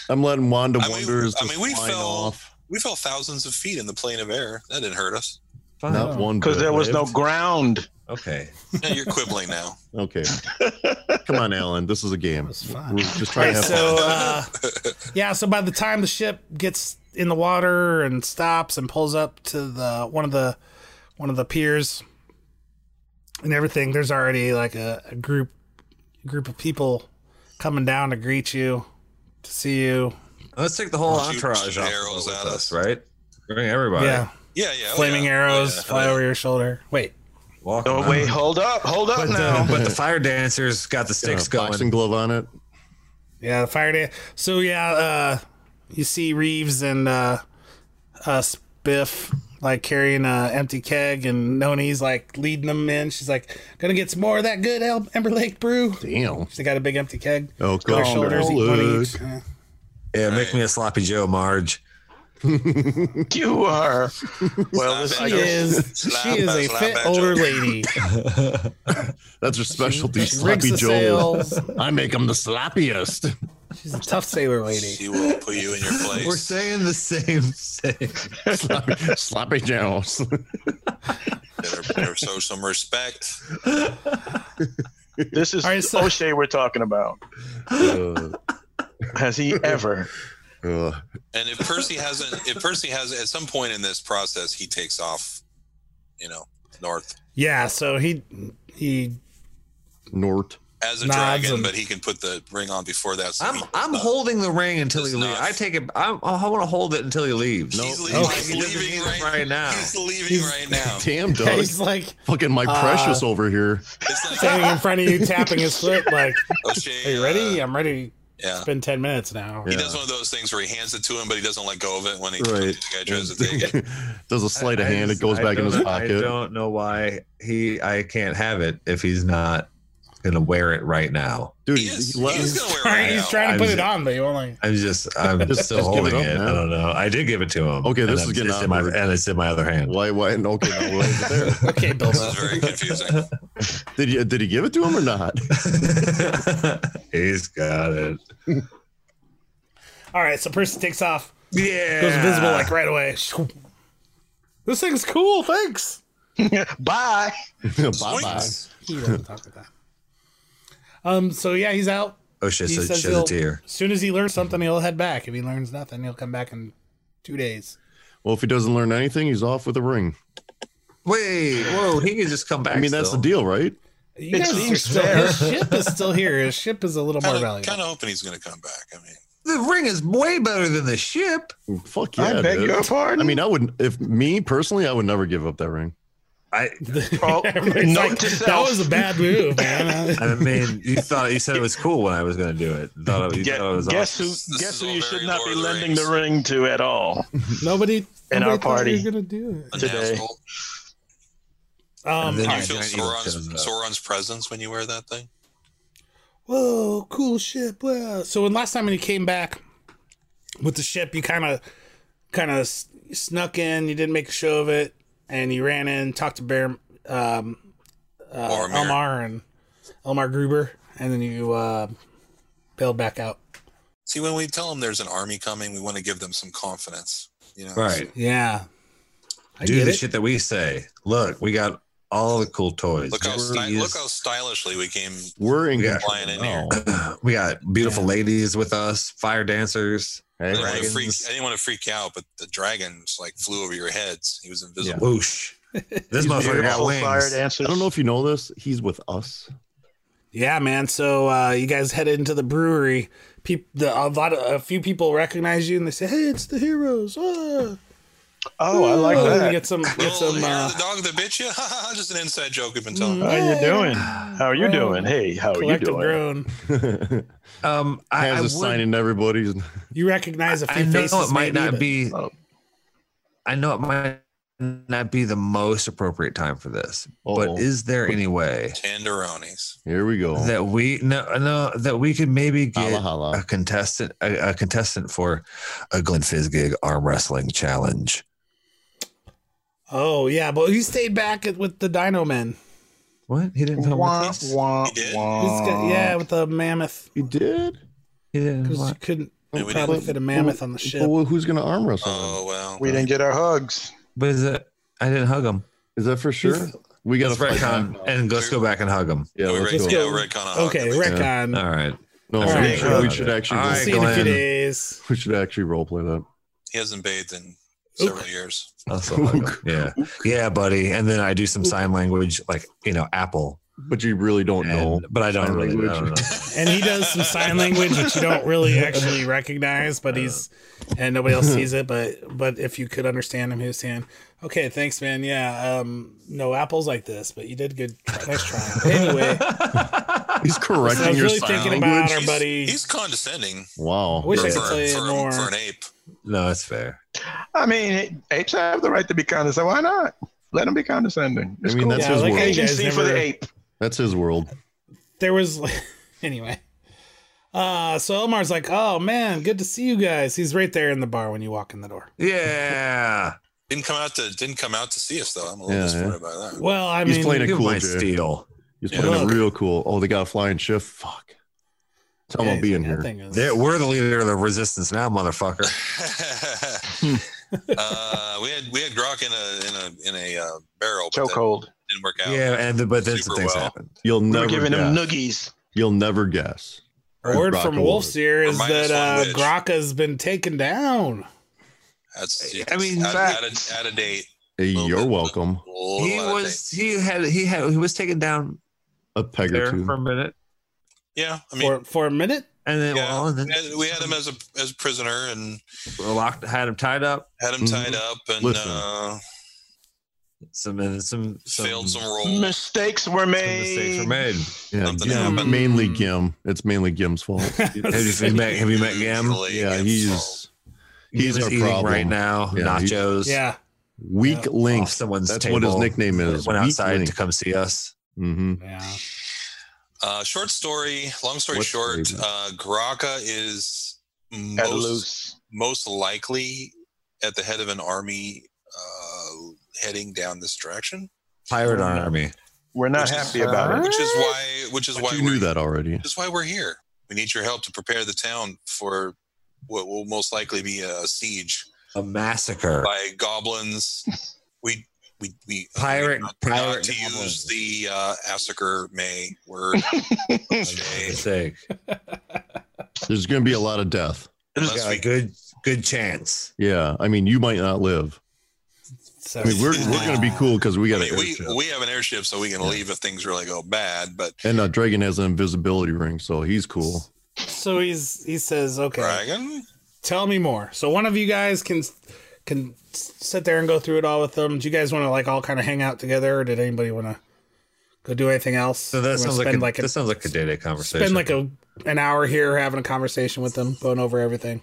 [SPEAKER 8] I'm letting Wanda
[SPEAKER 5] I mean-
[SPEAKER 8] Wonders
[SPEAKER 5] I
[SPEAKER 8] just
[SPEAKER 5] mean, we
[SPEAKER 8] flying
[SPEAKER 5] fell-
[SPEAKER 8] off.
[SPEAKER 5] we fell thousands of feet in the plane of air. That didn't hurt us.
[SPEAKER 8] Not one
[SPEAKER 6] because
[SPEAKER 8] bit,
[SPEAKER 6] there was
[SPEAKER 8] right?
[SPEAKER 6] no ground.
[SPEAKER 10] Okay.
[SPEAKER 5] Yeah, you're quibbling now.
[SPEAKER 8] Okay, come on, Alan. This is a game. We're just trying
[SPEAKER 9] Right,
[SPEAKER 8] to have
[SPEAKER 9] so
[SPEAKER 8] fun.
[SPEAKER 9] uh, yeah, so by the time the ship gets in the water and stops and pulls up to the one of the one of the piers and everything, there's already like a, a group group of people coming down to greet you, to see you.
[SPEAKER 10] Let's take the whole
[SPEAKER 5] Shoot
[SPEAKER 10] entourage
[SPEAKER 5] some
[SPEAKER 10] off the
[SPEAKER 5] arrows
[SPEAKER 10] boat
[SPEAKER 5] at
[SPEAKER 10] with
[SPEAKER 5] us.
[SPEAKER 10] us, right? Bring everybody.
[SPEAKER 9] Yeah,
[SPEAKER 5] Yeah, yeah. oh,
[SPEAKER 9] flaming
[SPEAKER 5] yeah.
[SPEAKER 9] arrows
[SPEAKER 5] Oh, yeah.
[SPEAKER 9] fly over your shoulder. Wait,
[SPEAKER 10] Walk
[SPEAKER 6] Oh
[SPEAKER 10] around.
[SPEAKER 6] wait, hold up, hold up
[SPEAKER 10] But
[SPEAKER 6] now.
[SPEAKER 10] the, but the fire dancers got the
[SPEAKER 8] Got a
[SPEAKER 10] sticks
[SPEAKER 8] boxing
[SPEAKER 10] going.
[SPEAKER 8] glove on it.
[SPEAKER 9] yeah, the fire day. So yeah, uh, you see Reeves and uh, uh, Spiff like carrying a empty keg, and Noni's like leading them in. She's like, "Gonna get some more of that good El- Ember Lake brew."
[SPEAKER 8] Damn.
[SPEAKER 9] She got a big empty keg.
[SPEAKER 8] Oh,
[SPEAKER 9] on her
[SPEAKER 8] God.
[SPEAKER 9] shoulders, eat one each. Yeah.
[SPEAKER 10] Yeah, make me a sloppy Joe, Marge.
[SPEAKER 6] You are well. This
[SPEAKER 9] She
[SPEAKER 6] I guess-
[SPEAKER 9] is she is a
[SPEAKER 5] slap
[SPEAKER 9] fit
[SPEAKER 5] at
[SPEAKER 9] older
[SPEAKER 5] you.
[SPEAKER 9] lady.
[SPEAKER 8] That's her specialty.
[SPEAKER 9] she rigs
[SPEAKER 8] sloppy
[SPEAKER 9] the
[SPEAKER 8] Joel.
[SPEAKER 9] sails.
[SPEAKER 8] I make them the sloppiest.
[SPEAKER 9] She's a tough sailor lady.
[SPEAKER 5] She will put you in your place.
[SPEAKER 10] We're saying the same thing.
[SPEAKER 8] sloppy, sloppy Joes.
[SPEAKER 5] better, better show some respect.
[SPEAKER 6] This is
[SPEAKER 9] All right, so-
[SPEAKER 6] O'Shea we're talking about.
[SPEAKER 8] Uh,
[SPEAKER 6] Has he ever?
[SPEAKER 8] uh,
[SPEAKER 5] And if Percy hasn't, if Percy has at some point in this process, he takes off, you know, north
[SPEAKER 9] Yeah, so he he
[SPEAKER 8] Nort.
[SPEAKER 5] as a
[SPEAKER 9] Nods
[SPEAKER 5] dragon,
[SPEAKER 9] and-
[SPEAKER 5] but he can put the ring on before that. So
[SPEAKER 10] I'm
[SPEAKER 5] he-
[SPEAKER 10] I'm
[SPEAKER 5] uh,
[SPEAKER 10] holding the ring until
[SPEAKER 5] It's
[SPEAKER 10] he leaves.
[SPEAKER 5] not.
[SPEAKER 10] I take it. I'm, I want to hold it until he leaves.
[SPEAKER 5] He's leaving,
[SPEAKER 10] No, Oh.
[SPEAKER 5] he's
[SPEAKER 10] he doesn't
[SPEAKER 5] leaving
[SPEAKER 10] need it
[SPEAKER 5] right,
[SPEAKER 10] right now.
[SPEAKER 5] He's leaving
[SPEAKER 9] He's-
[SPEAKER 5] right now.
[SPEAKER 8] Damn,
[SPEAKER 9] yeah,
[SPEAKER 8] Doug.
[SPEAKER 9] he's like
[SPEAKER 8] Fucking my
[SPEAKER 9] Uh,
[SPEAKER 8] precious over here.
[SPEAKER 5] It's like
[SPEAKER 9] standing in front of you, tapping his foot. Like,
[SPEAKER 5] O'Shea.
[SPEAKER 9] are you ready?
[SPEAKER 5] uh,
[SPEAKER 9] I'm ready.
[SPEAKER 5] yeah.
[SPEAKER 9] It's been ten minutes now.
[SPEAKER 5] He
[SPEAKER 8] Yeah.
[SPEAKER 5] does one of those things where he hands it to him, but he doesn't let go of it when he
[SPEAKER 8] Right.
[SPEAKER 5] the guy tries to take it.
[SPEAKER 8] Does a sleight of
[SPEAKER 10] I
[SPEAKER 8] hand.
[SPEAKER 10] just-
[SPEAKER 8] it goes
[SPEAKER 10] I
[SPEAKER 8] back in his
[SPEAKER 10] don't- I
[SPEAKER 8] pocket.
[SPEAKER 10] don't know why he. I can't have it if he's not gonna wear it right now.
[SPEAKER 8] Dude,
[SPEAKER 5] He is.
[SPEAKER 8] he left.
[SPEAKER 5] He is gonna wear it right
[SPEAKER 9] He's
[SPEAKER 5] now.
[SPEAKER 9] trying to put
[SPEAKER 10] I'm-
[SPEAKER 9] it on, but you won't like.
[SPEAKER 10] I'm just. I'm
[SPEAKER 8] Just-
[SPEAKER 10] still
[SPEAKER 8] just give it
[SPEAKER 10] holding
[SPEAKER 8] up,
[SPEAKER 10] it.
[SPEAKER 8] man.
[SPEAKER 10] I don't know. I did give it to him.
[SPEAKER 8] Okay,
[SPEAKER 10] and
[SPEAKER 8] this
[SPEAKER 10] I'm
[SPEAKER 8] is getting
[SPEAKER 10] just in my,
[SPEAKER 8] awkward.
[SPEAKER 10] and it's in my other hand.
[SPEAKER 8] Why? Why? Okay, no, why is it there?
[SPEAKER 9] Okay, Bill.
[SPEAKER 5] This is very confusing.
[SPEAKER 8] Did you did he give it to him or not?
[SPEAKER 10] He's got it.
[SPEAKER 9] All right, so Percy takes off.
[SPEAKER 10] Yeah.
[SPEAKER 9] Goes invisible like right away. This thing's cool. Thanks.
[SPEAKER 6] Bye.
[SPEAKER 8] Bye-bye.
[SPEAKER 9] He doesn't talk about that. Um. So yeah, he's out.
[SPEAKER 10] Oh, shit,
[SPEAKER 9] He
[SPEAKER 10] so it
[SPEAKER 9] says
[SPEAKER 10] sheds a
[SPEAKER 9] he'll-
[SPEAKER 10] tear.
[SPEAKER 9] As soon as he learns something, he'll head back. If he learns nothing, he'll come back in two days.
[SPEAKER 8] Well, if he doesn't learn anything, he's off with a ring.
[SPEAKER 10] Wait, whoa, he can just come back.
[SPEAKER 8] I mean, that's
[SPEAKER 10] still.
[SPEAKER 8] the deal, right?
[SPEAKER 9] You guys are still, his ship is still here. His ship is a little more
[SPEAKER 5] Kind
[SPEAKER 9] valuable.
[SPEAKER 5] of hoping he's going to come back. I mean,
[SPEAKER 10] The ring is way better than the ship.
[SPEAKER 8] Fuck
[SPEAKER 10] I
[SPEAKER 8] yeah.
[SPEAKER 10] beg
[SPEAKER 8] dude.
[SPEAKER 10] your pardon?
[SPEAKER 8] I mean, I would if me personally, I would never give up that ring.
[SPEAKER 10] I
[SPEAKER 9] It's
[SPEAKER 10] Note
[SPEAKER 9] like,
[SPEAKER 10] to
[SPEAKER 9] that
[SPEAKER 10] self.
[SPEAKER 9] was a bad move, man.
[SPEAKER 10] I mean, you thought you said it was cool when I was going to do it. Thought, you thought it was
[SPEAKER 6] guess
[SPEAKER 10] awesome.
[SPEAKER 6] who? guess who you should not be lending the ring to at all
[SPEAKER 9] Nobody
[SPEAKER 6] in our
[SPEAKER 9] nobody thought
[SPEAKER 6] party
[SPEAKER 9] you were gonna do it.
[SPEAKER 6] today.
[SPEAKER 9] Um,
[SPEAKER 5] do you
[SPEAKER 9] all right.
[SPEAKER 5] feel Sauron's, Sauron's presence when you wear that thing?
[SPEAKER 9] whoa, cool ship. Wow. So when last time when he came back with the ship, you kind of, kind of snuck in. You didn't make a show of it, and you ran in, talked to Bear, um, uh, Elmar and Elmar Gruber, and then you uh, bailed back out.
[SPEAKER 5] See, when we tell them there's an army coming, we want to give them some confidence. You know,
[SPEAKER 10] Right.
[SPEAKER 9] Yeah. I
[SPEAKER 10] do
[SPEAKER 9] get
[SPEAKER 10] the
[SPEAKER 9] it.
[SPEAKER 10] shit that we say. Look, we got all the cool toys.
[SPEAKER 5] Look how,
[SPEAKER 10] We're
[SPEAKER 5] sty-
[SPEAKER 10] used-
[SPEAKER 5] look how stylishly we came
[SPEAKER 8] We're in
[SPEAKER 10] Yeah.
[SPEAKER 5] flying in here.
[SPEAKER 10] we got beautiful ladies with us, fire dancers,
[SPEAKER 5] I didn't, want to
[SPEAKER 10] dragons.
[SPEAKER 5] freak, I didn't want to freak you out, but the dragons like flew over your heads. He was invisible.
[SPEAKER 10] Whoosh. This
[SPEAKER 8] He's
[SPEAKER 10] motherfucker got
[SPEAKER 8] beautiful,
[SPEAKER 10] wings.
[SPEAKER 8] fired answers. I don't know if you know this. He's with us.
[SPEAKER 9] Yeah, man. So uh, you guys head into the brewery. Peop the, a lot of a few people recognize you and they say, "Hey, it's the heroes!" Ah.
[SPEAKER 6] Oh, I like
[SPEAKER 9] Ah. And
[SPEAKER 6] that.
[SPEAKER 9] Get some, get some. Uh,
[SPEAKER 5] the dog that bit you? Just an inside joke I've been telling.
[SPEAKER 6] How you doing? How are you doing? Hey, how are Oh, you
[SPEAKER 9] collective
[SPEAKER 6] doing?
[SPEAKER 9] groan.
[SPEAKER 10] Um, I,
[SPEAKER 8] Has
[SPEAKER 10] I
[SPEAKER 8] a
[SPEAKER 10] would-
[SPEAKER 8] sign in everybody's.
[SPEAKER 9] You recognize a
[SPEAKER 10] I
[SPEAKER 9] few
[SPEAKER 10] know
[SPEAKER 9] faces.
[SPEAKER 10] it might
[SPEAKER 9] maybe,
[SPEAKER 10] not
[SPEAKER 9] but-
[SPEAKER 10] be. I know it might not be the most appropriate time for this,
[SPEAKER 8] Uh-oh.
[SPEAKER 10] but is there any way
[SPEAKER 5] Tenderonis.
[SPEAKER 8] Here we go.
[SPEAKER 10] that we no no that we could maybe get
[SPEAKER 8] Holla, holla.
[SPEAKER 10] a contestant a, a contestant for a Glenn Fizgig arm wrestling challenge?
[SPEAKER 9] Oh yeah, but he stayed back at, with the Dino Men.
[SPEAKER 10] What he didn't film
[SPEAKER 9] Wah,
[SPEAKER 10] with us?
[SPEAKER 5] He did.
[SPEAKER 9] He's got- yeah, with the mammoth.
[SPEAKER 8] You did? Oh,
[SPEAKER 10] He didn't.
[SPEAKER 9] Because you
[SPEAKER 10] Why?
[SPEAKER 9] couldn't
[SPEAKER 5] Yeah, we
[SPEAKER 9] probably
[SPEAKER 5] didn't.
[SPEAKER 9] fit a mammoth on the ship.
[SPEAKER 8] Well, who's gonna arm wrestle? him?
[SPEAKER 5] Oh well.
[SPEAKER 6] We didn't get our hugs.
[SPEAKER 10] But is it? I didn't hug him.
[SPEAKER 8] Is that for sure? We got
[SPEAKER 10] Let's
[SPEAKER 8] to fight. back.
[SPEAKER 10] retcon and let's go back and hug him.
[SPEAKER 8] Yeah,
[SPEAKER 5] we
[SPEAKER 8] let's
[SPEAKER 5] retcon,
[SPEAKER 8] go.
[SPEAKER 5] yeah, we retcon a hug.
[SPEAKER 9] Okay, retcon.
[SPEAKER 10] All right.
[SPEAKER 8] No,
[SPEAKER 9] All
[SPEAKER 8] we
[SPEAKER 9] right.
[SPEAKER 8] should, we should actually.
[SPEAKER 10] All
[SPEAKER 8] role-
[SPEAKER 10] right,
[SPEAKER 9] See you in a few
[SPEAKER 10] Glenn.
[SPEAKER 9] days.
[SPEAKER 8] We should actually role play that.
[SPEAKER 5] He hasn't bathed in several years.
[SPEAKER 10] I'll still hug him. Yeah. Yeah, buddy. And then I do some sign language, like, you know, apple.
[SPEAKER 8] But you really don't know.
[SPEAKER 10] And, but I don't
[SPEAKER 8] Oh, Sign
[SPEAKER 10] really I don't
[SPEAKER 8] language.
[SPEAKER 10] know.
[SPEAKER 9] And he does some sign language which you don't really actually recognize, but he's and nobody else sees it. But but if you could understand him, he was saying, "Okay, thanks, man. Yeah, um, no apples like this, but you did good. Nice try." Anyway,
[SPEAKER 8] He's correcting
[SPEAKER 9] So I was
[SPEAKER 8] your
[SPEAKER 9] really
[SPEAKER 8] sign
[SPEAKER 9] thinking
[SPEAKER 8] language.
[SPEAKER 9] about our buddy.
[SPEAKER 5] He's condescending.
[SPEAKER 8] wow.
[SPEAKER 9] wish I
[SPEAKER 5] for,
[SPEAKER 9] could tell you
[SPEAKER 5] for-
[SPEAKER 9] more.
[SPEAKER 5] for an ape.
[SPEAKER 10] No, that's fair.
[SPEAKER 6] I mean, apes have the right to be condescending. Why not? Let them be condescending. It's
[SPEAKER 8] I mean,
[SPEAKER 6] cool.
[SPEAKER 8] that's
[SPEAKER 9] Yeah,
[SPEAKER 8] his
[SPEAKER 9] like
[SPEAKER 8] world.
[SPEAKER 9] I-
[SPEAKER 6] Agency
[SPEAKER 9] guys
[SPEAKER 6] for the
[SPEAKER 9] never-
[SPEAKER 6] ape.
[SPEAKER 8] That's his world.
[SPEAKER 9] there was anyway. Uh, so Elmar's like, "Oh man, good to see you guys." He's right there in the bar when you walk in the door.
[SPEAKER 10] Yeah.
[SPEAKER 5] Didn't come out to didn't come out to see us though. I'm a little
[SPEAKER 8] Yeah,
[SPEAKER 5] disappointed
[SPEAKER 8] yeah.
[SPEAKER 5] by that.
[SPEAKER 9] Well, I
[SPEAKER 8] He's
[SPEAKER 9] mean,
[SPEAKER 8] playing it
[SPEAKER 10] People
[SPEAKER 8] cool,
[SPEAKER 10] might
[SPEAKER 8] Jay.
[SPEAKER 10] steal.
[SPEAKER 8] He's
[SPEAKER 5] Yeah.
[SPEAKER 8] playing
[SPEAKER 9] Look.
[SPEAKER 8] it real cool. Oh, they got a flying shift. Fuck. Tell him
[SPEAKER 9] yeah,
[SPEAKER 8] I'll be in
[SPEAKER 9] that
[SPEAKER 8] here.
[SPEAKER 9] thing is-
[SPEAKER 10] They're, we're the leader of the resistance now, motherfucker.
[SPEAKER 9] Hmm.
[SPEAKER 5] uh, we had we had Grok in a in a in a uh, barrel, but that
[SPEAKER 6] Chokehold.
[SPEAKER 5] didn't work out.
[SPEAKER 10] Yeah, and the, but then some
[SPEAKER 5] Super
[SPEAKER 10] things
[SPEAKER 5] well.
[SPEAKER 10] happen.
[SPEAKER 8] You'll
[SPEAKER 6] We
[SPEAKER 8] never
[SPEAKER 6] were giving
[SPEAKER 8] guess.
[SPEAKER 6] them noogies.
[SPEAKER 8] You'll never guess.
[SPEAKER 9] Word
[SPEAKER 8] Rock
[SPEAKER 9] from
[SPEAKER 8] and roll.
[SPEAKER 9] Wolf's ear is
[SPEAKER 5] minus
[SPEAKER 9] that
[SPEAKER 5] one
[SPEAKER 9] uh,
[SPEAKER 5] witch.
[SPEAKER 9] Grokka's been taken down.
[SPEAKER 5] That's
[SPEAKER 10] I mean,
[SPEAKER 5] at,
[SPEAKER 10] fact-
[SPEAKER 5] at, a, at a date.
[SPEAKER 8] Hey,
[SPEAKER 5] Little
[SPEAKER 8] you're
[SPEAKER 5] bit.
[SPEAKER 8] welcome.
[SPEAKER 5] A little
[SPEAKER 10] He
[SPEAKER 5] out of
[SPEAKER 10] was he had he had he was taken down
[SPEAKER 8] A peg or
[SPEAKER 10] there
[SPEAKER 8] two.
[SPEAKER 10] for a minute.
[SPEAKER 5] date. Yeah, I mean,
[SPEAKER 9] for for a minute.
[SPEAKER 10] And then,
[SPEAKER 5] yeah,
[SPEAKER 10] well, and
[SPEAKER 5] we, had,
[SPEAKER 10] then
[SPEAKER 5] we had him as a as a prisoner and
[SPEAKER 10] locked, had him tied up.
[SPEAKER 5] had him
[SPEAKER 8] Mhm.
[SPEAKER 5] tied up and
[SPEAKER 8] Listen.
[SPEAKER 5] uh,
[SPEAKER 10] Some and some, some
[SPEAKER 5] failed some roles.
[SPEAKER 6] Mistakes were
[SPEAKER 10] some
[SPEAKER 6] made.
[SPEAKER 10] mistakes were made.
[SPEAKER 8] Yeah,
[SPEAKER 5] Something
[SPEAKER 8] yeah
[SPEAKER 5] happened.
[SPEAKER 8] mainly Gim. It's mainly Gim's fault.
[SPEAKER 10] Hmm. Have you, have you met, have you met Gam?
[SPEAKER 5] Usually
[SPEAKER 8] yeah,
[SPEAKER 5] gets solved.
[SPEAKER 8] he's He's
[SPEAKER 10] Gam is
[SPEAKER 8] our
[SPEAKER 10] eating
[SPEAKER 8] problem.
[SPEAKER 10] right now.
[SPEAKER 8] Yeah, he's-
[SPEAKER 10] nachos.
[SPEAKER 9] Yeah.
[SPEAKER 8] weak
[SPEAKER 9] Yeah.
[SPEAKER 10] Off
[SPEAKER 8] links.
[SPEAKER 10] someone's
[SPEAKER 8] That's
[SPEAKER 10] table.
[SPEAKER 8] what his nickname is.
[SPEAKER 10] Went
[SPEAKER 8] Weak
[SPEAKER 10] outside
[SPEAKER 8] link.
[SPEAKER 10] to come see us.
[SPEAKER 8] Mm-hmm.
[SPEAKER 9] Yeah.
[SPEAKER 5] Uh, short story, long story
[SPEAKER 8] What's
[SPEAKER 5] short,
[SPEAKER 8] crazy?
[SPEAKER 5] uh, Graka is
[SPEAKER 6] Cut
[SPEAKER 5] most,
[SPEAKER 6] loose.
[SPEAKER 5] most likely at the head of an army uh, heading down this direction.
[SPEAKER 10] Pirate army.
[SPEAKER 6] We're not happy about it.
[SPEAKER 5] Which is why, which is
[SPEAKER 8] But
[SPEAKER 5] why
[SPEAKER 8] you
[SPEAKER 5] we're
[SPEAKER 8] knew that already.
[SPEAKER 5] Which is why we're here. We need your help to prepare the town for what will most likely be a siege
[SPEAKER 10] A massacre.
[SPEAKER 5] by goblins. we we we uh,
[SPEAKER 10] Pirate,
[SPEAKER 5] not
[SPEAKER 10] pirate.
[SPEAKER 5] to use the uh, massacre may word.
[SPEAKER 10] Mistake.
[SPEAKER 8] There's going to be a lot of death.
[SPEAKER 10] There's got a good, good chance.
[SPEAKER 8] Yeah, I mean, you might not live. I mean, we're we're going to be cool because we got
[SPEAKER 5] I mean,
[SPEAKER 8] an
[SPEAKER 5] we,
[SPEAKER 8] airship.
[SPEAKER 5] we have an airship, so we can leave if things really go bad. But
[SPEAKER 8] and uh, Dragon has an invisibility ring, so he's cool.
[SPEAKER 9] So he's he says, "Okay, tell me more." So one of you guys can can sit there and go through it all with them. Do you guys want to like all kind of hang out together, or did anybody want to go do anything else?
[SPEAKER 10] So
[SPEAKER 9] You
[SPEAKER 10] that
[SPEAKER 9] wanna
[SPEAKER 10] sounds like, a,
[SPEAKER 9] spend like a-
[SPEAKER 10] that sounds like a day-to-day conversation.
[SPEAKER 9] spend like a an hour here having a conversation with them, going over everything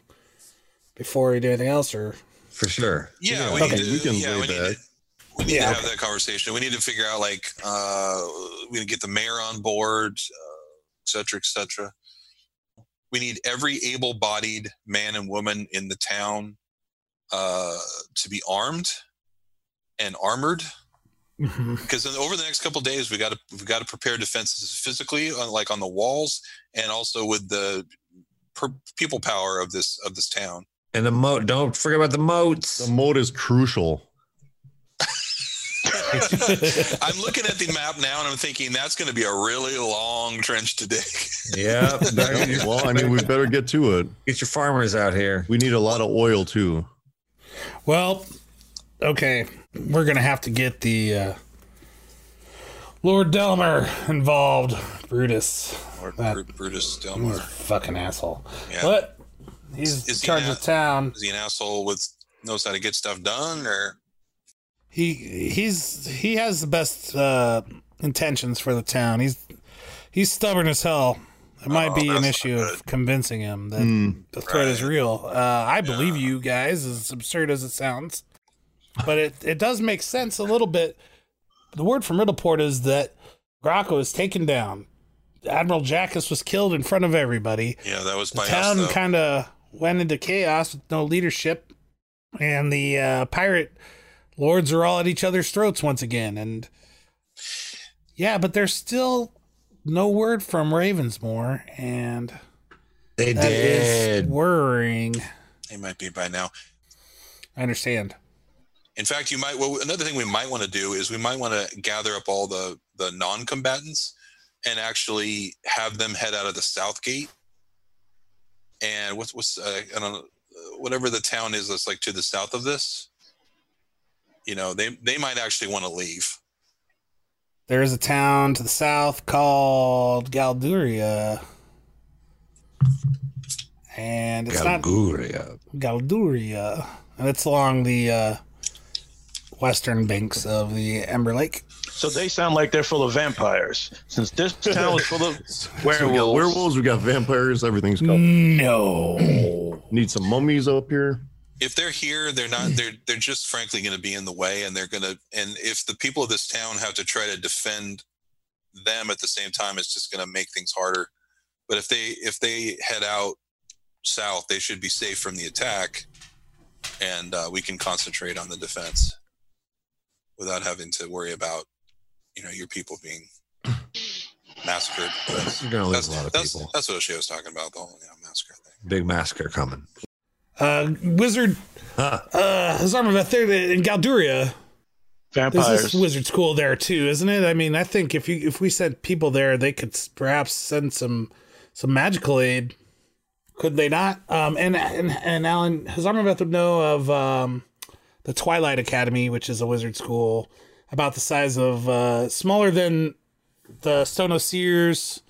[SPEAKER 9] before we do anything else, or
[SPEAKER 10] for sure.
[SPEAKER 5] yeah, we
[SPEAKER 9] Okay.
[SPEAKER 5] need to,
[SPEAKER 9] We can
[SPEAKER 5] yeah,
[SPEAKER 9] lay
[SPEAKER 5] we need to, we need
[SPEAKER 9] Yeah,
[SPEAKER 5] to have that conversation. We need to figure out like uh, we need to get the mayor on board, uh, et cetera, et cetera. We need every able-bodied man and woman in the town uh, to be armed and armored. because over the next couple of days we got to we've got to prepare defenses physically on, like on the walls and also with the per, people power of this of this town
[SPEAKER 10] And the moat. Don't forget about the moats. The
[SPEAKER 8] moat is crucial.
[SPEAKER 5] i'm looking at the map now and i'm thinking that's going to be a really long trench to dig
[SPEAKER 10] Yeah.
[SPEAKER 8] well, I mean, we better get to it.
[SPEAKER 10] Get your farmers out here.
[SPEAKER 8] We need a lot of oil too.
[SPEAKER 9] Well, okay, we're gonna have to get the uh, Lord Delmer involved, Brutus.
[SPEAKER 5] Lord
[SPEAKER 9] That-
[SPEAKER 5] brutus
[SPEAKER 9] he's a
[SPEAKER 5] delmar
[SPEAKER 9] fucking asshole.
[SPEAKER 5] Yeah.
[SPEAKER 9] But
[SPEAKER 5] Is
[SPEAKER 9] he's in
[SPEAKER 5] he uh,
[SPEAKER 9] charge
[SPEAKER 5] an
[SPEAKER 9] of town.
[SPEAKER 5] is he an asshole with knows how to get stuff done or
[SPEAKER 9] He he's he has the best uh, intentions for the town. He's he's stubborn as hell. It might
[SPEAKER 5] Oh,
[SPEAKER 9] be an
[SPEAKER 5] that's
[SPEAKER 9] issue of convincing him that
[SPEAKER 8] Hmm.
[SPEAKER 9] the threat is real. Uh, I believe you guys, as absurd as it sounds, but it it does make sense a little bit. The word from Riddleport is that Graco is taken down. Admiral Jackus was killed in front of everybody.
[SPEAKER 5] yeah that was
[SPEAKER 9] The
[SPEAKER 5] by us,
[SPEAKER 9] town
[SPEAKER 5] though.
[SPEAKER 9] kind of went into chaos with no leadership, and the uh, pirate lords are all at each other's throats once again. And yeah, but there's still no word from Ravensmore, and
[SPEAKER 10] They
[SPEAKER 9] that is
[SPEAKER 10] did.
[SPEAKER 9] worrying.
[SPEAKER 5] it might be by now
[SPEAKER 9] I understand.
[SPEAKER 5] In fact, you might. Well, another thing we might want to do is we might want to gather up all the the non-combatants and actually have them head out of the south gate. And what's what's uh, I don't know, uh, whatever the town is that's like to the south of this. You know, they they might actually want to leave.
[SPEAKER 9] There is a town to the south called Galduria. And it's not
[SPEAKER 10] Galduria.
[SPEAKER 9] Galduria. And it's along the uh, western banks of the Ember Lake.
[SPEAKER 6] So they sound like they're full of vampires. Since this town is full of
[SPEAKER 8] So we got
[SPEAKER 6] werewolves,
[SPEAKER 8] werewolves, we got vampires, everything's covered.
[SPEAKER 9] No.
[SPEAKER 8] Need some mummies up here.
[SPEAKER 5] if they're here they're not
[SPEAKER 10] Mm.
[SPEAKER 5] they're they're just frankly going to be in the way and they're going to and if the people of this town have to try to defend them at the same time it's just going to make things harder but if they if they head out south they should be safe from the attack and uh, we can concentrate on the defense without having to worry about you know your people being massacred that's,
[SPEAKER 10] You're gonna lose a lot of
[SPEAKER 5] that's,
[SPEAKER 10] people.
[SPEAKER 5] that's what she was talking about the whole yeah, massacre
[SPEAKER 10] Big massacre coming.
[SPEAKER 9] Uh, wizard uh, Zarmaveth there in Galduria. There's this
[SPEAKER 6] vampires.
[SPEAKER 9] wizard school there too, isn't it? I mean, I think if you if we sent people there, they could s- perhaps send some some magical aid. Could they not? Um, and and and Alan Hazarmaveth would know of um, the Twilight Academy, which is a wizard school about the size of uh, smaller than the Stone of Sears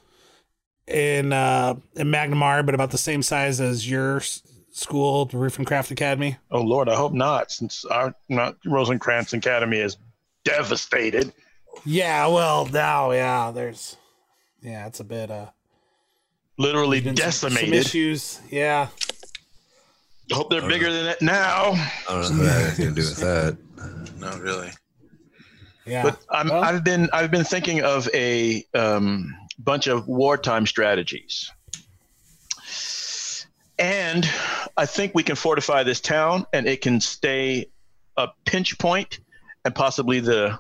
[SPEAKER 9] in uh, in Magnemar, but about the same size as your s- school, the Roof and Craft Academy.
[SPEAKER 6] Oh Lord, I hope not. Since our not Rosencrantz Academy is devastated.
[SPEAKER 9] Yeah, well, now, yeah, there's, yeah, it's a bit, uh,
[SPEAKER 6] literally
[SPEAKER 9] some
[SPEAKER 6] decimated.
[SPEAKER 9] issues. Yeah.
[SPEAKER 6] I hope they're bigger than that now.
[SPEAKER 10] I don't know if that has anything to do with that.
[SPEAKER 5] not really
[SPEAKER 9] Yeah.
[SPEAKER 6] But I'm, I've been I've been thinking of a um, bunch of wartime strategies, and I think we can fortify this town, and it can stay a pinch point, and possibly the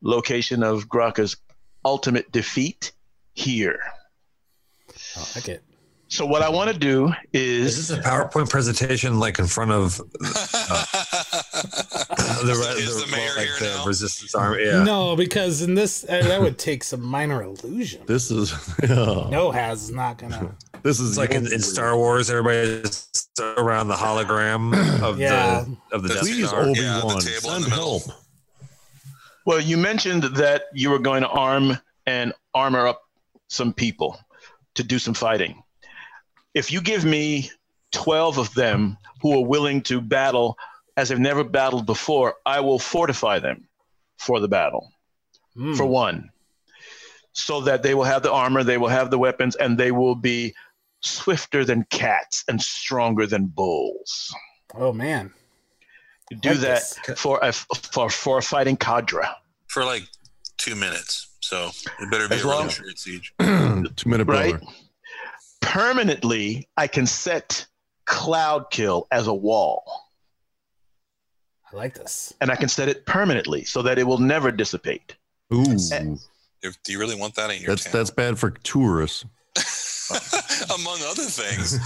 [SPEAKER 6] location of Graka's ultimate defeat here.
[SPEAKER 9] Oh, I like it.
[SPEAKER 6] So what I want to do is,
[SPEAKER 10] Is this a PowerPoint presentation like in front of uh, the, re- the, well, like the resistance army? Yeah.
[SPEAKER 9] No, because in this uh, that would take some minor illusion.
[SPEAKER 8] This is
[SPEAKER 9] No has is not gonna.
[SPEAKER 8] This is
[SPEAKER 10] it's like in, in Star Wars, everybody's around the hologram of
[SPEAKER 6] Yeah.
[SPEAKER 10] the of the Death
[SPEAKER 6] Please,
[SPEAKER 10] Star.
[SPEAKER 6] Obi-Wan, Yeah, the table in the send middle. well, you mentioned that you were going to arm and armor up some people to do some fighting. If you give me 12 of them who are willing to battle as they've never battled before, I will fortify them for the battle.
[SPEAKER 9] Hmm. mm,
[SPEAKER 6] For one, so that they will have the armor, they will have the weapons, and they will be swifter than cats and stronger than bulls.
[SPEAKER 9] Oh man,
[SPEAKER 6] Do that for a for for a fighting cadre.
[SPEAKER 5] for like two minutes. So it better be
[SPEAKER 6] As
[SPEAKER 5] a really
[SPEAKER 6] long-
[SPEAKER 5] short siege.
[SPEAKER 8] two minute
[SPEAKER 6] right? Permanently, I can set Cloud Kill as a wall,
[SPEAKER 9] I like this.
[SPEAKER 6] and I can set it permanently so that it will never dissipate.
[SPEAKER 8] Ooh,
[SPEAKER 5] If, do you really want that in your
[SPEAKER 8] that's
[SPEAKER 5] tank?
[SPEAKER 8] that's bad for tourists.
[SPEAKER 5] Among other things,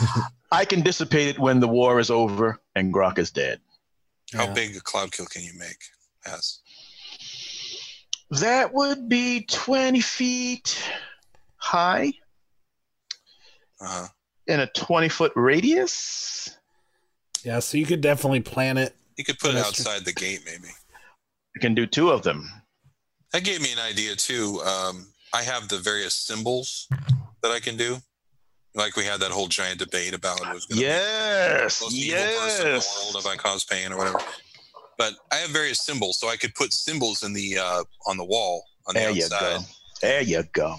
[SPEAKER 6] I can dissipate it when the war is over and Grok is dead.
[SPEAKER 5] how big a cloud kill can you make? Pass.
[SPEAKER 6] That would be 20 feet high
[SPEAKER 5] Uh-huh.
[SPEAKER 6] in a 20 foot radius.
[SPEAKER 9] Yeah, so you could definitely plan it.
[SPEAKER 5] You could put it
[SPEAKER 9] That's
[SPEAKER 5] outside the gate, maybe.
[SPEAKER 6] I can do two of them.
[SPEAKER 5] That gave me an idea too. Um, I have the various symbols that I can do. Like we had that whole giant debate about who's going to
[SPEAKER 6] Yes,
[SPEAKER 5] be the most evil person in the world if I cause pain or whatever. But I have various symbols, so I could put symbols in the uh, on the wall on the
[SPEAKER 6] There you
[SPEAKER 5] outside.
[SPEAKER 6] go. There you go.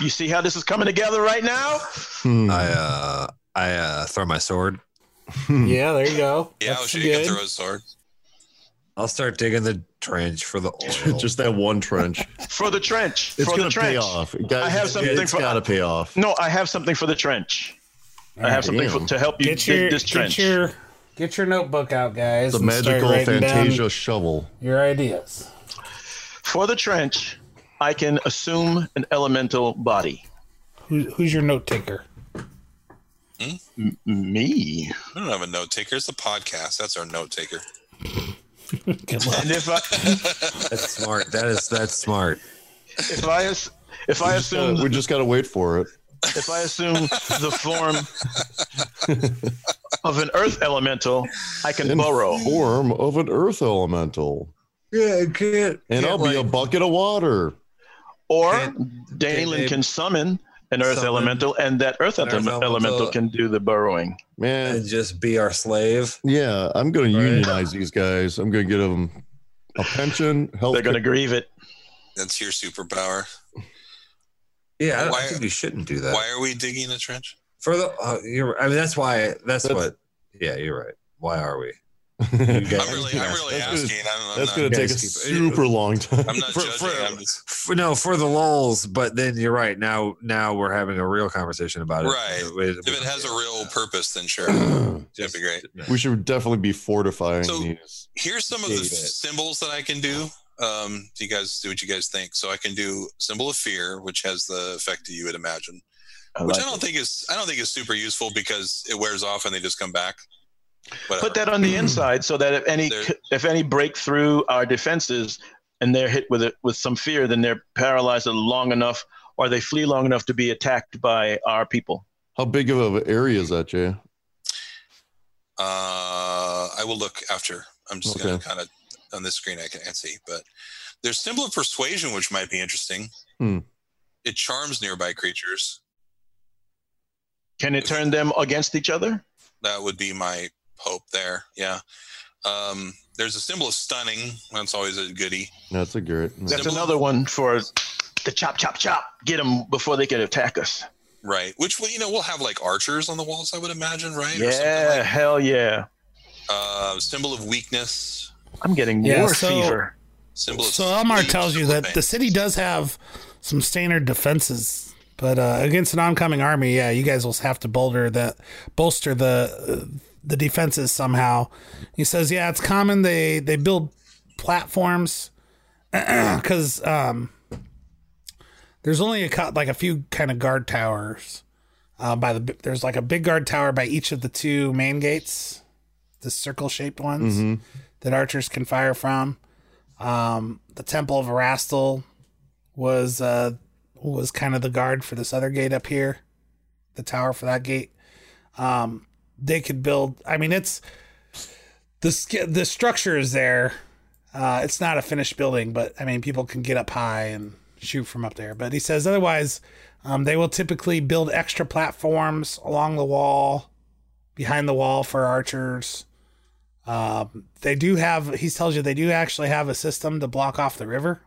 [SPEAKER 6] You see how this is coming together right now?
[SPEAKER 8] Hmm.
[SPEAKER 10] I uh, I uh, throw my sword.
[SPEAKER 9] Yeah, there you go.
[SPEAKER 5] Yeah,
[SPEAKER 9] That's
[SPEAKER 5] sure you can
[SPEAKER 9] good.
[SPEAKER 5] throw a sword.
[SPEAKER 10] I'll start digging the trench for the oil.
[SPEAKER 8] Just that one trench.
[SPEAKER 6] For the trench.
[SPEAKER 8] It's
[SPEAKER 6] for
[SPEAKER 8] gonna
[SPEAKER 6] the
[SPEAKER 8] pay
[SPEAKER 6] trench.
[SPEAKER 8] off. Guys,
[SPEAKER 6] I have something
[SPEAKER 8] it's
[SPEAKER 6] for
[SPEAKER 8] gotta pay off.
[SPEAKER 6] No, I have something for the trench. I have something for,
[SPEAKER 8] Damn.
[SPEAKER 6] to help you
[SPEAKER 9] Get
[SPEAKER 6] dig
[SPEAKER 9] your
[SPEAKER 6] this trench.
[SPEAKER 9] get your get your notebook out, guys.
[SPEAKER 8] The
[SPEAKER 9] and start
[SPEAKER 8] magical
[SPEAKER 9] writing down
[SPEAKER 8] Fantasia shovel.
[SPEAKER 9] Your ideas.
[SPEAKER 6] For the trench, I can assume an elemental body.
[SPEAKER 9] Who, who's your note taker?
[SPEAKER 6] M- me.
[SPEAKER 5] I don't have a note taker. It's a podcast. That's our note taker.
[SPEAKER 6] And if I
[SPEAKER 10] That's smart. That is that's smart.
[SPEAKER 6] if I ass- if I
[SPEAKER 8] We just gotta-
[SPEAKER 6] assume
[SPEAKER 8] we just got to wait for it.
[SPEAKER 6] if I assume the form of an earth elemental, I can
[SPEAKER 8] In
[SPEAKER 6] burrow.
[SPEAKER 8] Form of an earth elemental,
[SPEAKER 10] Yeah, I can't.
[SPEAKER 8] and I'll be a bucket of water.
[SPEAKER 6] Or
[SPEAKER 10] Can't-
[SPEAKER 6] Dalen
[SPEAKER 10] can't
[SPEAKER 6] can summon an earth
[SPEAKER 10] summon
[SPEAKER 6] elemental, and that earth,
[SPEAKER 10] an earth
[SPEAKER 6] elemental,
[SPEAKER 10] elemental.
[SPEAKER 6] can do the burrowing.
[SPEAKER 8] Man,
[SPEAKER 10] And just be our slave.
[SPEAKER 8] yeah, I'm going to unionize these guys. I'm going to give them a pension, health.
[SPEAKER 6] They're going to grieve it.
[SPEAKER 5] That's your superpower.
[SPEAKER 10] Yeah, I, don't, I
[SPEAKER 5] Why-
[SPEAKER 10] think we shouldn't do that.
[SPEAKER 5] Why are we digging a trench?
[SPEAKER 10] For the, uh, you're, I mean, that's why. That's,
[SPEAKER 8] That's-
[SPEAKER 10] what. Yeah, you're right. Why are we?
[SPEAKER 8] I'm
[SPEAKER 5] I'm really, I'm really
[SPEAKER 8] That's
[SPEAKER 5] asking.
[SPEAKER 8] good.
[SPEAKER 5] I'm, I'm
[SPEAKER 8] That's
[SPEAKER 5] not,
[SPEAKER 8] going to take a
[SPEAKER 10] Guys, keep-
[SPEAKER 8] super long time.
[SPEAKER 5] I'm not
[SPEAKER 10] for-
[SPEAKER 5] judging.
[SPEAKER 10] for-
[SPEAKER 5] I'm just,
[SPEAKER 10] For, no, for the lulls. But then you're right. Now, now we're having a real conversation about it.
[SPEAKER 5] Right.
[SPEAKER 10] We-
[SPEAKER 5] if it has a real purpose, then sure, that'd be great.
[SPEAKER 8] we should definitely be fortifying
[SPEAKER 5] So-
[SPEAKER 8] these.
[SPEAKER 5] Here's some of the f-
[SPEAKER 8] Data.
[SPEAKER 5] symbols that I can do. Um, you guys do what you guys think. So I can do symbol of fear, which has the effect that you would imagine,
[SPEAKER 6] I
[SPEAKER 5] which
[SPEAKER 6] like
[SPEAKER 5] I don't think is I don't think is super useful because it wears off and they just come back. Whatever.
[SPEAKER 6] Put that on the inside so that if any
[SPEAKER 5] There-
[SPEAKER 6] if any break through our defenses and they're hit with it with some fear, then they're paralyzed long enough or they flee long enough to be attacked by our people.
[SPEAKER 8] How big of an area is that, Jay?
[SPEAKER 5] Uh, I will look after. I'm just going
[SPEAKER 8] Okay.
[SPEAKER 5] to kind of on this screen I can't see, but there's symbol of persuasion, which might be interesting.
[SPEAKER 8] Hmm.
[SPEAKER 5] It charms nearby creatures.
[SPEAKER 6] Can it turn them against each other?
[SPEAKER 5] That would be my hope there. Yeah. Um, there's a symbol of stunning. That's always a goodie.
[SPEAKER 8] That's a Garrett.
[SPEAKER 6] That's
[SPEAKER 5] Symbol-
[SPEAKER 6] another one for the chop, chop, chop. Get them before they can attack us.
[SPEAKER 5] Right. Which well, you know, we'll have like archers on the walls, I would imagine, right? Or something
[SPEAKER 6] Yeah,
[SPEAKER 5] like-
[SPEAKER 6] hell yeah.
[SPEAKER 5] uh, symbol of weakness.
[SPEAKER 6] I'm getting
[SPEAKER 9] Yeah,
[SPEAKER 6] war
[SPEAKER 9] so-
[SPEAKER 6] fever.
[SPEAKER 5] Symbol of
[SPEAKER 9] So Elmar
[SPEAKER 5] speed,
[SPEAKER 9] tells you
[SPEAKER 5] symbol of
[SPEAKER 9] that
[SPEAKER 5] pain.
[SPEAKER 9] the city does have some standard defenses, but uh, against an oncoming army, yeah, you guys will have to bolster that bolster the uh, the defenses somehow. He says, yeah, it's common they they build platforms because um, there's only a cou- like a few kind of guard towers. Uh, by the bi- there's like a big guard tower by each of the two main gates, the circle shaped ones
[SPEAKER 8] Mhm.
[SPEAKER 9] that archers can fire from. Um, the Temple of Erastil was uh, was kind of the guard for this other gate up here, the tower for that gate. Um, they could build. I mean, it's the sk- the structure is there. Uh, it's not a finished building, but I mean, people can get up high and shoot from up there. But he says otherwise, um, they will typically build extra platforms along the wall, behind the wall for archers. Um, they do have. He tells you they do actually have a system to block off the river,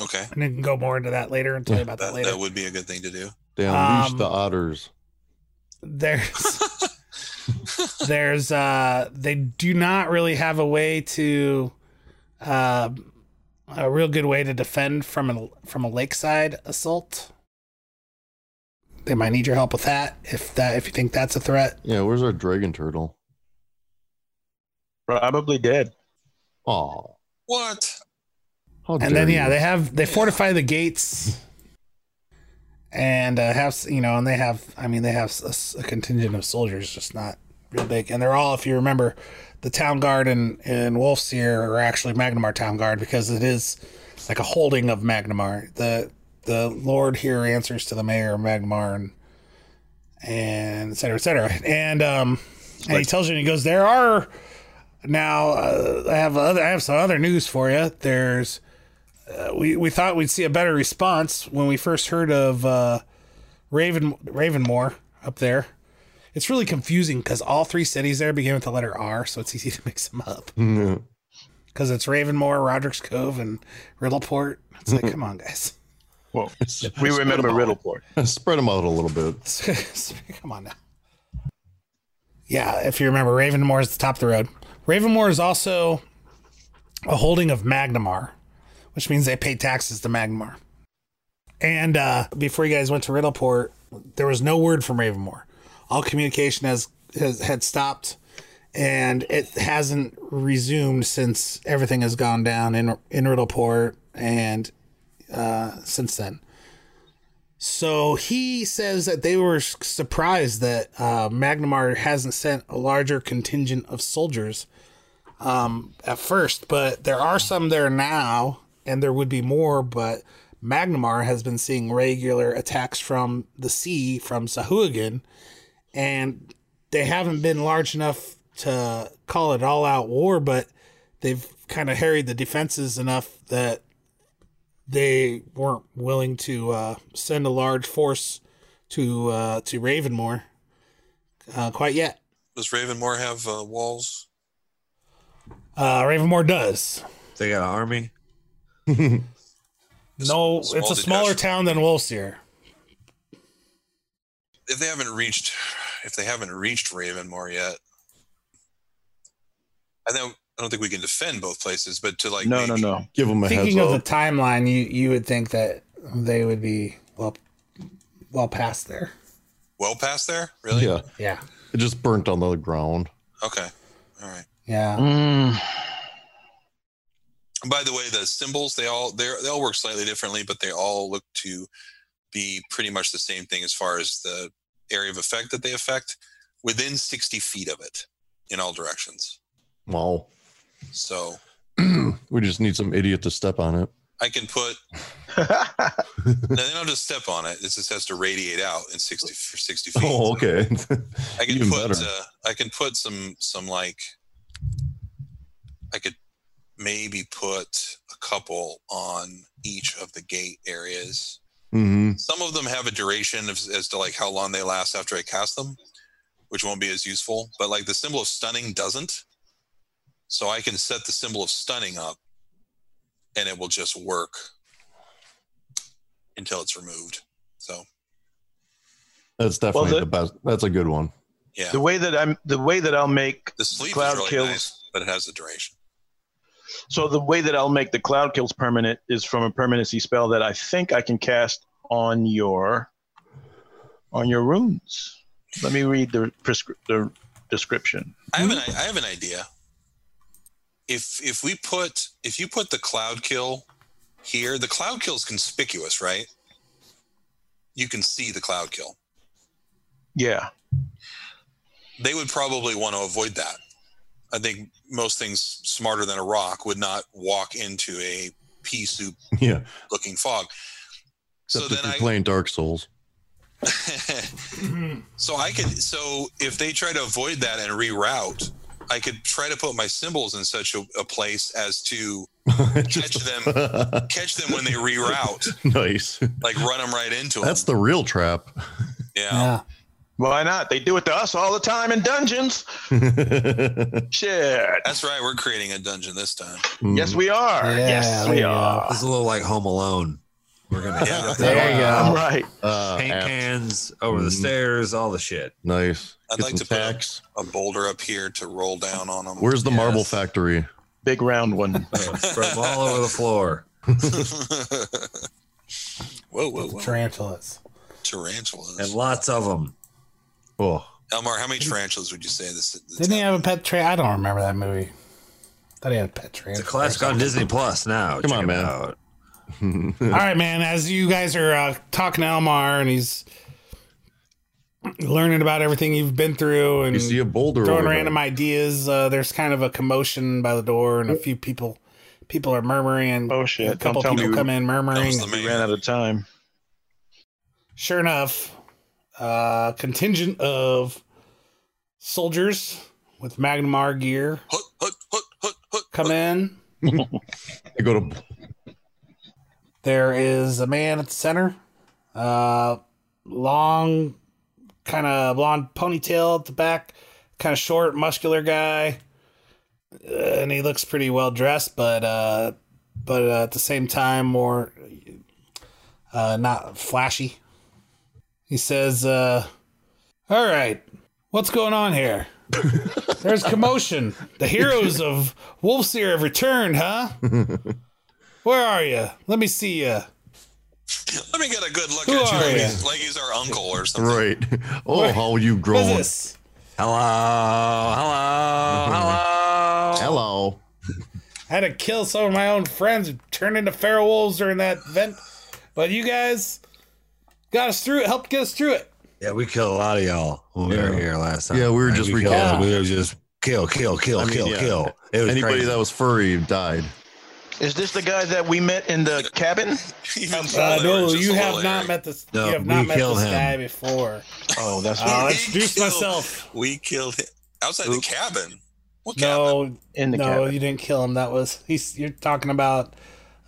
[SPEAKER 5] Okay.
[SPEAKER 9] and you can go more into that later and tell you about that
[SPEAKER 5] That,
[SPEAKER 9] later.
[SPEAKER 5] that would be a good thing to do.
[SPEAKER 8] They unleash
[SPEAKER 9] Um,
[SPEAKER 8] the otters.
[SPEAKER 9] there's there's uh they do not really have a way to uh a real good way to defend from a from a lakeside assault they might need your help with that if that if you think that's a threat
[SPEAKER 8] Yeah, where's our dragon turtle?
[SPEAKER 6] Probably dead.
[SPEAKER 8] Oh,
[SPEAKER 5] What?
[SPEAKER 9] and then yeah they have they fortify the gates and uh, have you know and they have i mean they have a, s- a contingent of soldiers just not real big and they're all if you remember the town guard and and wolfseer are actually magnamar town guard because it is like a holding of magnamar the the lord here answers to the mayor of magnamar and and et cetera, et cetera. And um, and he tells you, and he goes, there are now. Uh, I have other, I have some other news for you. There's, uh, we we thought we'd see a better response when we first heard of uh, Raven Ravenmore up there. It's really confusing because all three cities there begin with the letter R, so it's easy to mix them up.
[SPEAKER 8] Yeah.
[SPEAKER 9] Because it's Ravenmore, Roderick's Cove, and Riddleport. It's like, come on, guys.
[SPEAKER 6] Well, we
[SPEAKER 8] Spread
[SPEAKER 6] remember
[SPEAKER 8] them out.
[SPEAKER 6] Riddleport.
[SPEAKER 8] Spread them out a little bit.
[SPEAKER 9] Come on now. Yeah, if you remember, Ravenmore is the top of the road. Ravenmore is also a holding of Magnamar, which means they pay taxes to Magnamar. And uh, before you guys went to Riddleport, there was no word from Ravenmore. All communication has, has had stopped, and it hasn't resumed since everything has gone down in in Riddleport and uh, since then. So he says that they were s- surprised that uh, Magnamar hasn't sent a larger contingent of soldiers um, at first, but there are some there now, and there would be more. But Magnamar has been seeing regular attacks from the sea from Sahuagin, and they haven't been large enough to call it all out war, but they've kind of harried the defenses enough that they weren't willing to uh, send a large force to uh, to Ravenmore uh, quite yet.
[SPEAKER 5] Does Ravenmore have uh, walls?
[SPEAKER 9] Uh, Ravenmore does.
[SPEAKER 10] They got an army.
[SPEAKER 9] No,
[SPEAKER 5] small
[SPEAKER 9] it's a smaller town than Wolfseer.
[SPEAKER 5] If they haven't reached, if they haven't reached Ravenmore yet, I don't. I don't think we can defend both places, but to like
[SPEAKER 6] No, no, no.
[SPEAKER 8] Give them
[SPEAKER 9] Thinking of the timeline, you you would think that they would be well well past there.
[SPEAKER 5] well past there, really?
[SPEAKER 8] Yeah.
[SPEAKER 9] Yeah.
[SPEAKER 8] It just burnt on the ground.
[SPEAKER 5] Okay. All right.
[SPEAKER 9] Yeah.
[SPEAKER 12] Mm.
[SPEAKER 5] And by the way, the symbols they all they they all work slightly differently, but they all look to be pretty much the same thing as far as the area of effect that they affect within 60 feet of it in all directions.
[SPEAKER 8] Wow.
[SPEAKER 5] So
[SPEAKER 8] we just need some idiot to step on it.
[SPEAKER 5] I can put. no, they don't just step on it. It just has to radiate out in 60 for 60 feet.
[SPEAKER 8] Oh, okay.
[SPEAKER 5] I can
[SPEAKER 8] Even
[SPEAKER 5] put
[SPEAKER 8] better.
[SPEAKER 5] uh, I can put some some like I could maybe put a couple on each of the gate areas.
[SPEAKER 8] hmm
[SPEAKER 5] Some of them have a duration of, as to like how long they last after I cast them, which won't be as useful. But like the symbol of stunning doesn't, so I can set the symbol of stunning up, and it will just work until it's removed. So
[SPEAKER 8] That's definitely
[SPEAKER 6] the-
[SPEAKER 8] the best. That's a good one.
[SPEAKER 5] yeah,
[SPEAKER 6] The way that I'm, the way that I'll make
[SPEAKER 5] the sleep
[SPEAKER 6] cloud
[SPEAKER 5] is really
[SPEAKER 6] kills.
[SPEAKER 5] nice, but it has a duration.
[SPEAKER 6] So the way that I'll make the cloud kills permanent is from a permanency spell that I think I can cast on your on your runes. Let me read the prescri- the description.
[SPEAKER 5] I have an I have an idea. if if we put if you put the cloud kill here, the cloud kill is conspicuous, right? You can see the cloud kill.
[SPEAKER 6] Yeah.
[SPEAKER 5] They would probably want to avoid that. I think most things smarter than a rock would not walk into a pea soup
[SPEAKER 8] Yeah.
[SPEAKER 5] looking fog.
[SPEAKER 8] Except
[SPEAKER 5] so
[SPEAKER 8] if
[SPEAKER 5] then
[SPEAKER 8] you're
[SPEAKER 5] I
[SPEAKER 8] playing Dark Souls.
[SPEAKER 5] so I could so if they try to avoid that and reroute, I could try to put my symbols in such a, a place as to catch them catch them when they reroute,
[SPEAKER 8] nice.
[SPEAKER 5] like run them right into
[SPEAKER 8] That's the real trap.
[SPEAKER 5] Yeah.
[SPEAKER 6] Why not? They do it to us all the time in dungeons. Shit.
[SPEAKER 5] That's right. We're creating a dungeon this time.
[SPEAKER 9] Mm.
[SPEAKER 6] Yes,
[SPEAKER 8] Mm,
[SPEAKER 6] we are. yes, we are.
[SPEAKER 10] It's a little like Home Alone. We're gonna
[SPEAKER 5] Yeah.
[SPEAKER 10] there
[SPEAKER 8] you go.
[SPEAKER 6] Right.
[SPEAKER 8] Uh,
[SPEAKER 10] paint
[SPEAKER 8] apt.
[SPEAKER 10] cans over
[SPEAKER 5] Mm-hmm.
[SPEAKER 10] the
[SPEAKER 8] Mhm.
[SPEAKER 10] stairs, all the shit.
[SPEAKER 8] Nice.
[SPEAKER 5] I'd
[SPEAKER 8] Get
[SPEAKER 5] like
[SPEAKER 8] some
[SPEAKER 5] to put a,
[SPEAKER 8] tacks.
[SPEAKER 5] a boulder up here to roll down on them.
[SPEAKER 8] Where's the marble factory?
[SPEAKER 6] Big round one.
[SPEAKER 10] Spread them all over the floor.
[SPEAKER 5] whoa, whoa, whoa!
[SPEAKER 9] Tarantulas.
[SPEAKER 5] Tarantulas.
[SPEAKER 10] And lots of them.
[SPEAKER 8] Oh.
[SPEAKER 5] Elmar, how many tarantulas would you say this?
[SPEAKER 9] Didn't he have a pet tra I don't remember that movie. Thought he had a pet
[SPEAKER 10] It's a
[SPEAKER 9] tarantula.
[SPEAKER 10] classic on Disney Plus now.
[SPEAKER 8] Come
[SPEAKER 10] Check
[SPEAKER 8] on,
[SPEAKER 10] it
[SPEAKER 8] man.
[SPEAKER 10] out.
[SPEAKER 9] All right, man. As you guys are uh, talking to Elmar and he's learning about everything you've been through and
[SPEAKER 8] You see a boulder
[SPEAKER 9] throwing
[SPEAKER 8] over there.
[SPEAKER 9] random ideas, uh, there's kind of a commotion by the door and a few people people are murmuring.
[SPEAKER 6] Oh shit!
[SPEAKER 9] A couple
[SPEAKER 6] Don't tell
[SPEAKER 9] people
[SPEAKER 6] me
[SPEAKER 9] come in murmuring.
[SPEAKER 6] We ran out of time.
[SPEAKER 9] sure enough, uh, contingent of soldiers with Magnamar gear come in.
[SPEAKER 8] I go to
[SPEAKER 9] There is a man at the center, uh, long, kind of blonde ponytail at the back, kind of short, muscular guy, uh, and he looks pretty well dressed, but uh, but uh, at the same time more uh, not flashy. He says, uh, "All right, what's going on here? There's commotion. The heroes of Wolfseer have returned, huh? Where are you? Let me see you.
[SPEAKER 5] Let me get a good look
[SPEAKER 9] Who
[SPEAKER 5] at you,
[SPEAKER 9] are
[SPEAKER 5] like
[SPEAKER 9] you?
[SPEAKER 5] he's, like he's our uncle or something.
[SPEAKER 8] right. Oh,
[SPEAKER 9] Where-
[SPEAKER 8] how you growing?
[SPEAKER 9] this?
[SPEAKER 10] Hello, hello, hello.
[SPEAKER 9] Oh.
[SPEAKER 8] Hello.
[SPEAKER 9] I had to kill some of my own friends who turned into feral wolves during that event, but you guys got us through it. Helped get us through it.
[SPEAKER 10] Yeah, we killed a lot of y'all when we
[SPEAKER 8] Yeah.
[SPEAKER 10] were here last time.
[SPEAKER 8] Yeah, we were
[SPEAKER 10] Like,
[SPEAKER 8] just
[SPEAKER 10] killed-
[SPEAKER 9] Ah.
[SPEAKER 8] recapping.
[SPEAKER 9] Uh,
[SPEAKER 10] We were just kill, kill, kill,
[SPEAKER 8] I mean,
[SPEAKER 10] kill,
[SPEAKER 8] yeah.
[SPEAKER 10] kill. It was
[SPEAKER 8] Anybody
[SPEAKER 10] crazy.
[SPEAKER 8] that was furry died.
[SPEAKER 6] Is this the guy that we met in the cabin?
[SPEAKER 5] Even
[SPEAKER 9] Uh,
[SPEAKER 5] though they were
[SPEAKER 9] no,
[SPEAKER 5] just
[SPEAKER 9] you
[SPEAKER 5] a
[SPEAKER 9] have
[SPEAKER 5] little
[SPEAKER 9] not
[SPEAKER 5] hairy.
[SPEAKER 9] met this.
[SPEAKER 10] No,
[SPEAKER 9] you have
[SPEAKER 10] we
[SPEAKER 9] not met
[SPEAKER 10] killed
[SPEAKER 9] this
[SPEAKER 10] him.
[SPEAKER 9] guy before.
[SPEAKER 6] Oh, that's
[SPEAKER 9] Uh, I'll
[SPEAKER 5] We
[SPEAKER 9] introduce
[SPEAKER 5] killed-
[SPEAKER 9] myself.
[SPEAKER 5] We killed him outside the cabin. What cabin?
[SPEAKER 9] No,
[SPEAKER 6] in the
[SPEAKER 9] no,
[SPEAKER 6] cabin.
[SPEAKER 9] you didn't kill him. That was he's. You're talking about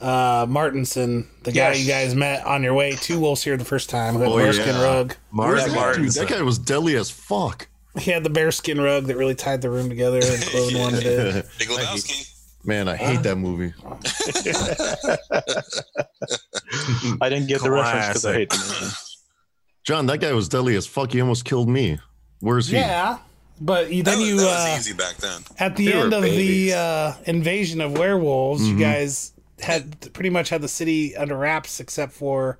[SPEAKER 9] uh Martinson, the guy
[SPEAKER 6] Yes.
[SPEAKER 9] you guys met on your way to Wolves here the first time. Who had
[SPEAKER 8] Oh,
[SPEAKER 9] the bearskin
[SPEAKER 8] yeah.
[SPEAKER 9] rug.
[SPEAKER 10] Mars
[SPEAKER 8] That guy, dude,
[SPEAKER 10] Martinson.
[SPEAKER 8] that guy was deadly as fuck.
[SPEAKER 9] He had the bearskin rug that really tied the room together and closed one it in.
[SPEAKER 5] Big Lebowski.
[SPEAKER 8] Man, I hate that movie.
[SPEAKER 6] I didn't get the reference because I hate the movie.
[SPEAKER 8] John, that guy was deadly as fuck. He almost killed me. Where's he?
[SPEAKER 9] Yeah, but you,
[SPEAKER 5] That,
[SPEAKER 9] then
[SPEAKER 5] was,
[SPEAKER 9] you
[SPEAKER 5] that
[SPEAKER 9] uh,
[SPEAKER 5] was easy back then.
[SPEAKER 9] at the
[SPEAKER 8] They
[SPEAKER 9] end
[SPEAKER 8] were
[SPEAKER 9] of
[SPEAKER 8] babies.
[SPEAKER 9] the uh, invasion of werewolves,
[SPEAKER 8] Mhm.
[SPEAKER 9] you guys had pretty much had the city under wraps except for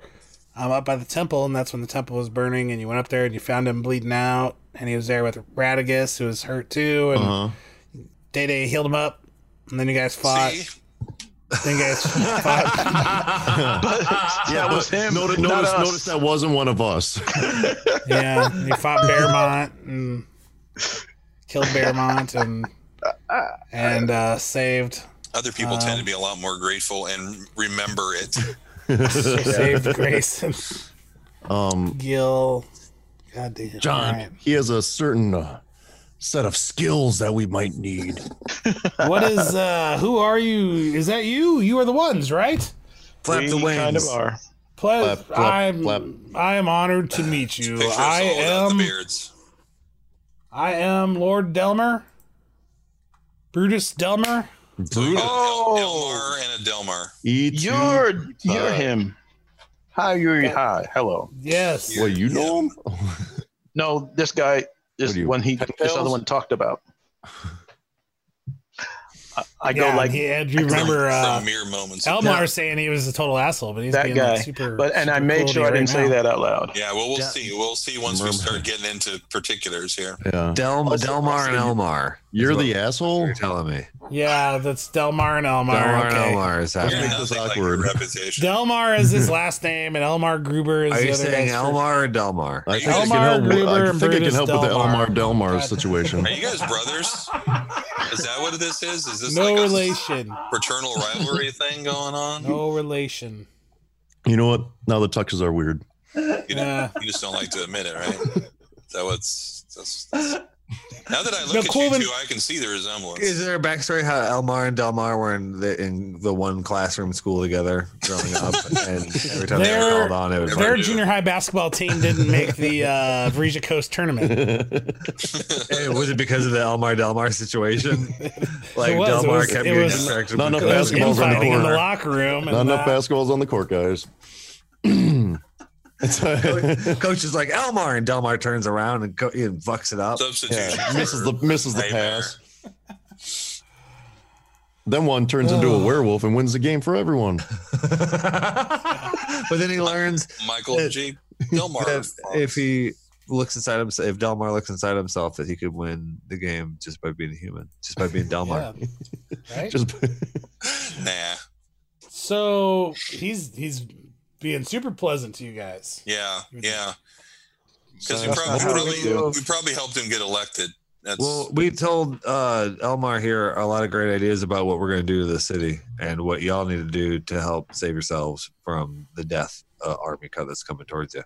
[SPEAKER 9] um, up by the temple, and that's when the temple was burning. And you went up there and you found him bleeding out, and he was there with Radigus, who was hurt too, and
[SPEAKER 8] Uh-huh.
[SPEAKER 9] Day Day healed him up. And then you guys fought.
[SPEAKER 5] See,
[SPEAKER 9] Then you guys fought.
[SPEAKER 6] But
[SPEAKER 8] Yeah,
[SPEAKER 6] that
[SPEAKER 8] but
[SPEAKER 6] was him.
[SPEAKER 8] Notice,
[SPEAKER 6] not
[SPEAKER 8] notice,
[SPEAKER 6] us.
[SPEAKER 8] notice that wasn't one of us.
[SPEAKER 9] Yeah, and you fought Bearmont and killed Bearmont and and uh, saved
[SPEAKER 5] other people
[SPEAKER 9] um,
[SPEAKER 5] tend to be a lot more grateful and remember it.
[SPEAKER 9] saved Grayson.
[SPEAKER 8] Um,
[SPEAKER 9] Gil. God damn.
[SPEAKER 8] John,
[SPEAKER 9] All right.
[SPEAKER 8] he has a certain uh, set of skills that we might need.
[SPEAKER 9] What is uh who are you? Is that you? You are the ones, right?
[SPEAKER 10] Flap the
[SPEAKER 6] We
[SPEAKER 10] wings.
[SPEAKER 6] kind of are.
[SPEAKER 9] Ple-
[SPEAKER 8] Flap, flap,
[SPEAKER 9] I'm
[SPEAKER 8] flap.
[SPEAKER 9] I am honored to meet you.
[SPEAKER 5] Picture us
[SPEAKER 9] I
[SPEAKER 5] all without the
[SPEAKER 9] am
[SPEAKER 5] beards.
[SPEAKER 9] I am Lord Delmer. Brutus Delmer.
[SPEAKER 5] Oh. Elmar and a Delmar.
[SPEAKER 8] Eat
[SPEAKER 6] You're you're
[SPEAKER 8] Uh,
[SPEAKER 6] him. Hi, you. Hi, hello.
[SPEAKER 9] Yes.
[SPEAKER 8] Well, you know him?
[SPEAKER 6] No, this guy
[SPEAKER 8] What
[SPEAKER 6] is
[SPEAKER 8] are you,
[SPEAKER 6] one he
[SPEAKER 8] pen
[SPEAKER 6] this
[SPEAKER 8] pals?
[SPEAKER 6] other one talked about. I go like-
[SPEAKER 9] yeah, do you remember
[SPEAKER 6] For
[SPEAKER 9] uh,
[SPEAKER 6] mere moments.
[SPEAKER 9] Elmar
[SPEAKER 6] Yeah.
[SPEAKER 9] saying he was a total asshole, but he's
[SPEAKER 6] that
[SPEAKER 9] being
[SPEAKER 6] guy.
[SPEAKER 9] Like super.
[SPEAKER 6] but and I
[SPEAKER 9] super
[SPEAKER 6] made
[SPEAKER 9] cool
[SPEAKER 6] sure I
[SPEAKER 9] right
[SPEAKER 6] didn't say
[SPEAKER 9] now.
[SPEAKER 6] that out loud.
[SPEAKER 5] Yeah, well, we'll see. We'll see once we start getting into particulars here.
[SPEAKER 8] Yeah.
[SPEAKER 10] Del- Delmar and Elmar.
[SPEAKER 8] You're the asshole. You're
[SPEAKER 10] telling me.
[SPEAKER 9] Yeah, that's Delmar and Elmar.
[SPEAKER 10] Delmar
[SPEAKER 9] okay.
[SPEAKER 10] and Elmar is
[SPEAKER 8] Let's make this awkward.
[SPEAKER 9] Delmar is his last name, and Elmar Gruber is
[SPEAKER 10] Are
[SPEAKER 9] the
[SPEAKER 10] you
[SPEAKER 9] other
[SPEAKER 10] saying
[SPEAKER 9] guy's
[SPEAKER 10] Elmar or Delmar?
[SPEAKER 8] I think I can help. I think I can help with the Elmar Delmar situation.
[SPEAKER 5] Are you guys brothers? Is that what this is? Is this
[SPEAKER 9] No
[SPEAKER 5] like
[SPEAKER 9] relation.
[SPEAKER 5] a fraternal rivalry thing going on?
[SPEAKER 9] No relation.
[SPEAKER 8] You know what? Now the tuxes are weird.
[SPEAKER 5] You, know, you just don't like to admit it, right? That what's that's, that's- now that I look at you two, I can see the resemblance.
[SPEAKER 10] Is there a backstory how Elmar and Delmar were in the, in the one classroom school together growing up? and every time they were
[SPEAKER 9] Their,
[SPEAKER 10] called on, it was
[SPEAKER 9] their
[SPEAKER 10] like,
[SPEAKER 9] junior high basketball team didn't make the uh, Varisia Coast tournament.
[SPEAKER 10] Hey, Eh, was it because of the Elmar Delmar situation? Like
[SPEAKER 9] was, it
[SPEAKER 10] Delmar
[SPEAKER 9] was-
[SPEAKER 10] kept
[SPEAKER 9] it
[SPEAKER 10] getting
[SPEAKER 9] was-
[SPEAKER 10] distracted.
[SPEAKER 8] Not enough
[SPEAKER 10] because of
[SPEAKER 8] basketballs on the
[SPEAKER 10] Elmar.
[SPEAKER 8] court.
[SPEAKER 9] locker room
[SPEAKER 8] Not
[SPEAKER 10] and,
[SPEAKER 8] enough
[SPEAKER 10] uh,
[SPEAKER 8] basketballs on the court, guys.
[SPEAKER 10] Coach- Coach is like Elmar, and Delmar turns around and, co- and fucks it up.
[SPEAKER 5] Substitution
[SPEAKER 8] Yeah, misses the misses the pass. Then one turns into a werewolf and wins the game for everyone.
[SPEAKER 10] But then he learns
[SPEAKER 5] Michael G. Delmar.
[SPEAKER 10] that if he looks inside himself, if Delmar looks inside himself, that he could win the game just by being human, just by being Delmar.
[SPEAKER 9] Right?
[SPEAKER 10] Just-
[SPEAKER 5] nah.
[SPEAKER 9] So he's he's being super pleasant to you guys.
[SPEAKER 5] Yeah, yeah. Because
[SPEAKER 10] So
[SPEAKER 5] we,
[SPEAKER 10] that's
[SPEAKER 5] prob-
[SPEAKER 10] not how
[SPEAKER 5] probably,
[SPEAKER 10] we do.
[SPEAKER 5] we probably helped him get elected. That's
[SPEAKER 10] well, we told uh, Elmar here a lot of great ideas about what we're going to do to the city and what y'all need to do to help save yourselves from the death uh, army cut that's coming towards you.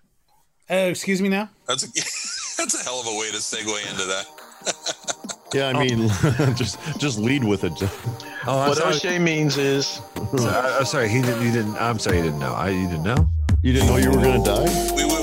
[SPEAKER 9] Uh, excuse me now.
[SPEAKER 5] that's a, that's a hell of a way to segue into that.
[SPEAKER 8] Yeah, I mean, just just lead with it.
[SPEAKER 10] Oh,
[SPEAKER 6] what O'Shea means is
[SPEAKER 10] So, I, am sorry, he didn't. You didn't. I'm sorry, you didn't know. I you didn't know.
[SPEAKER 8] You didn't know you were gonna die.
[SPEAKER 5] We, we,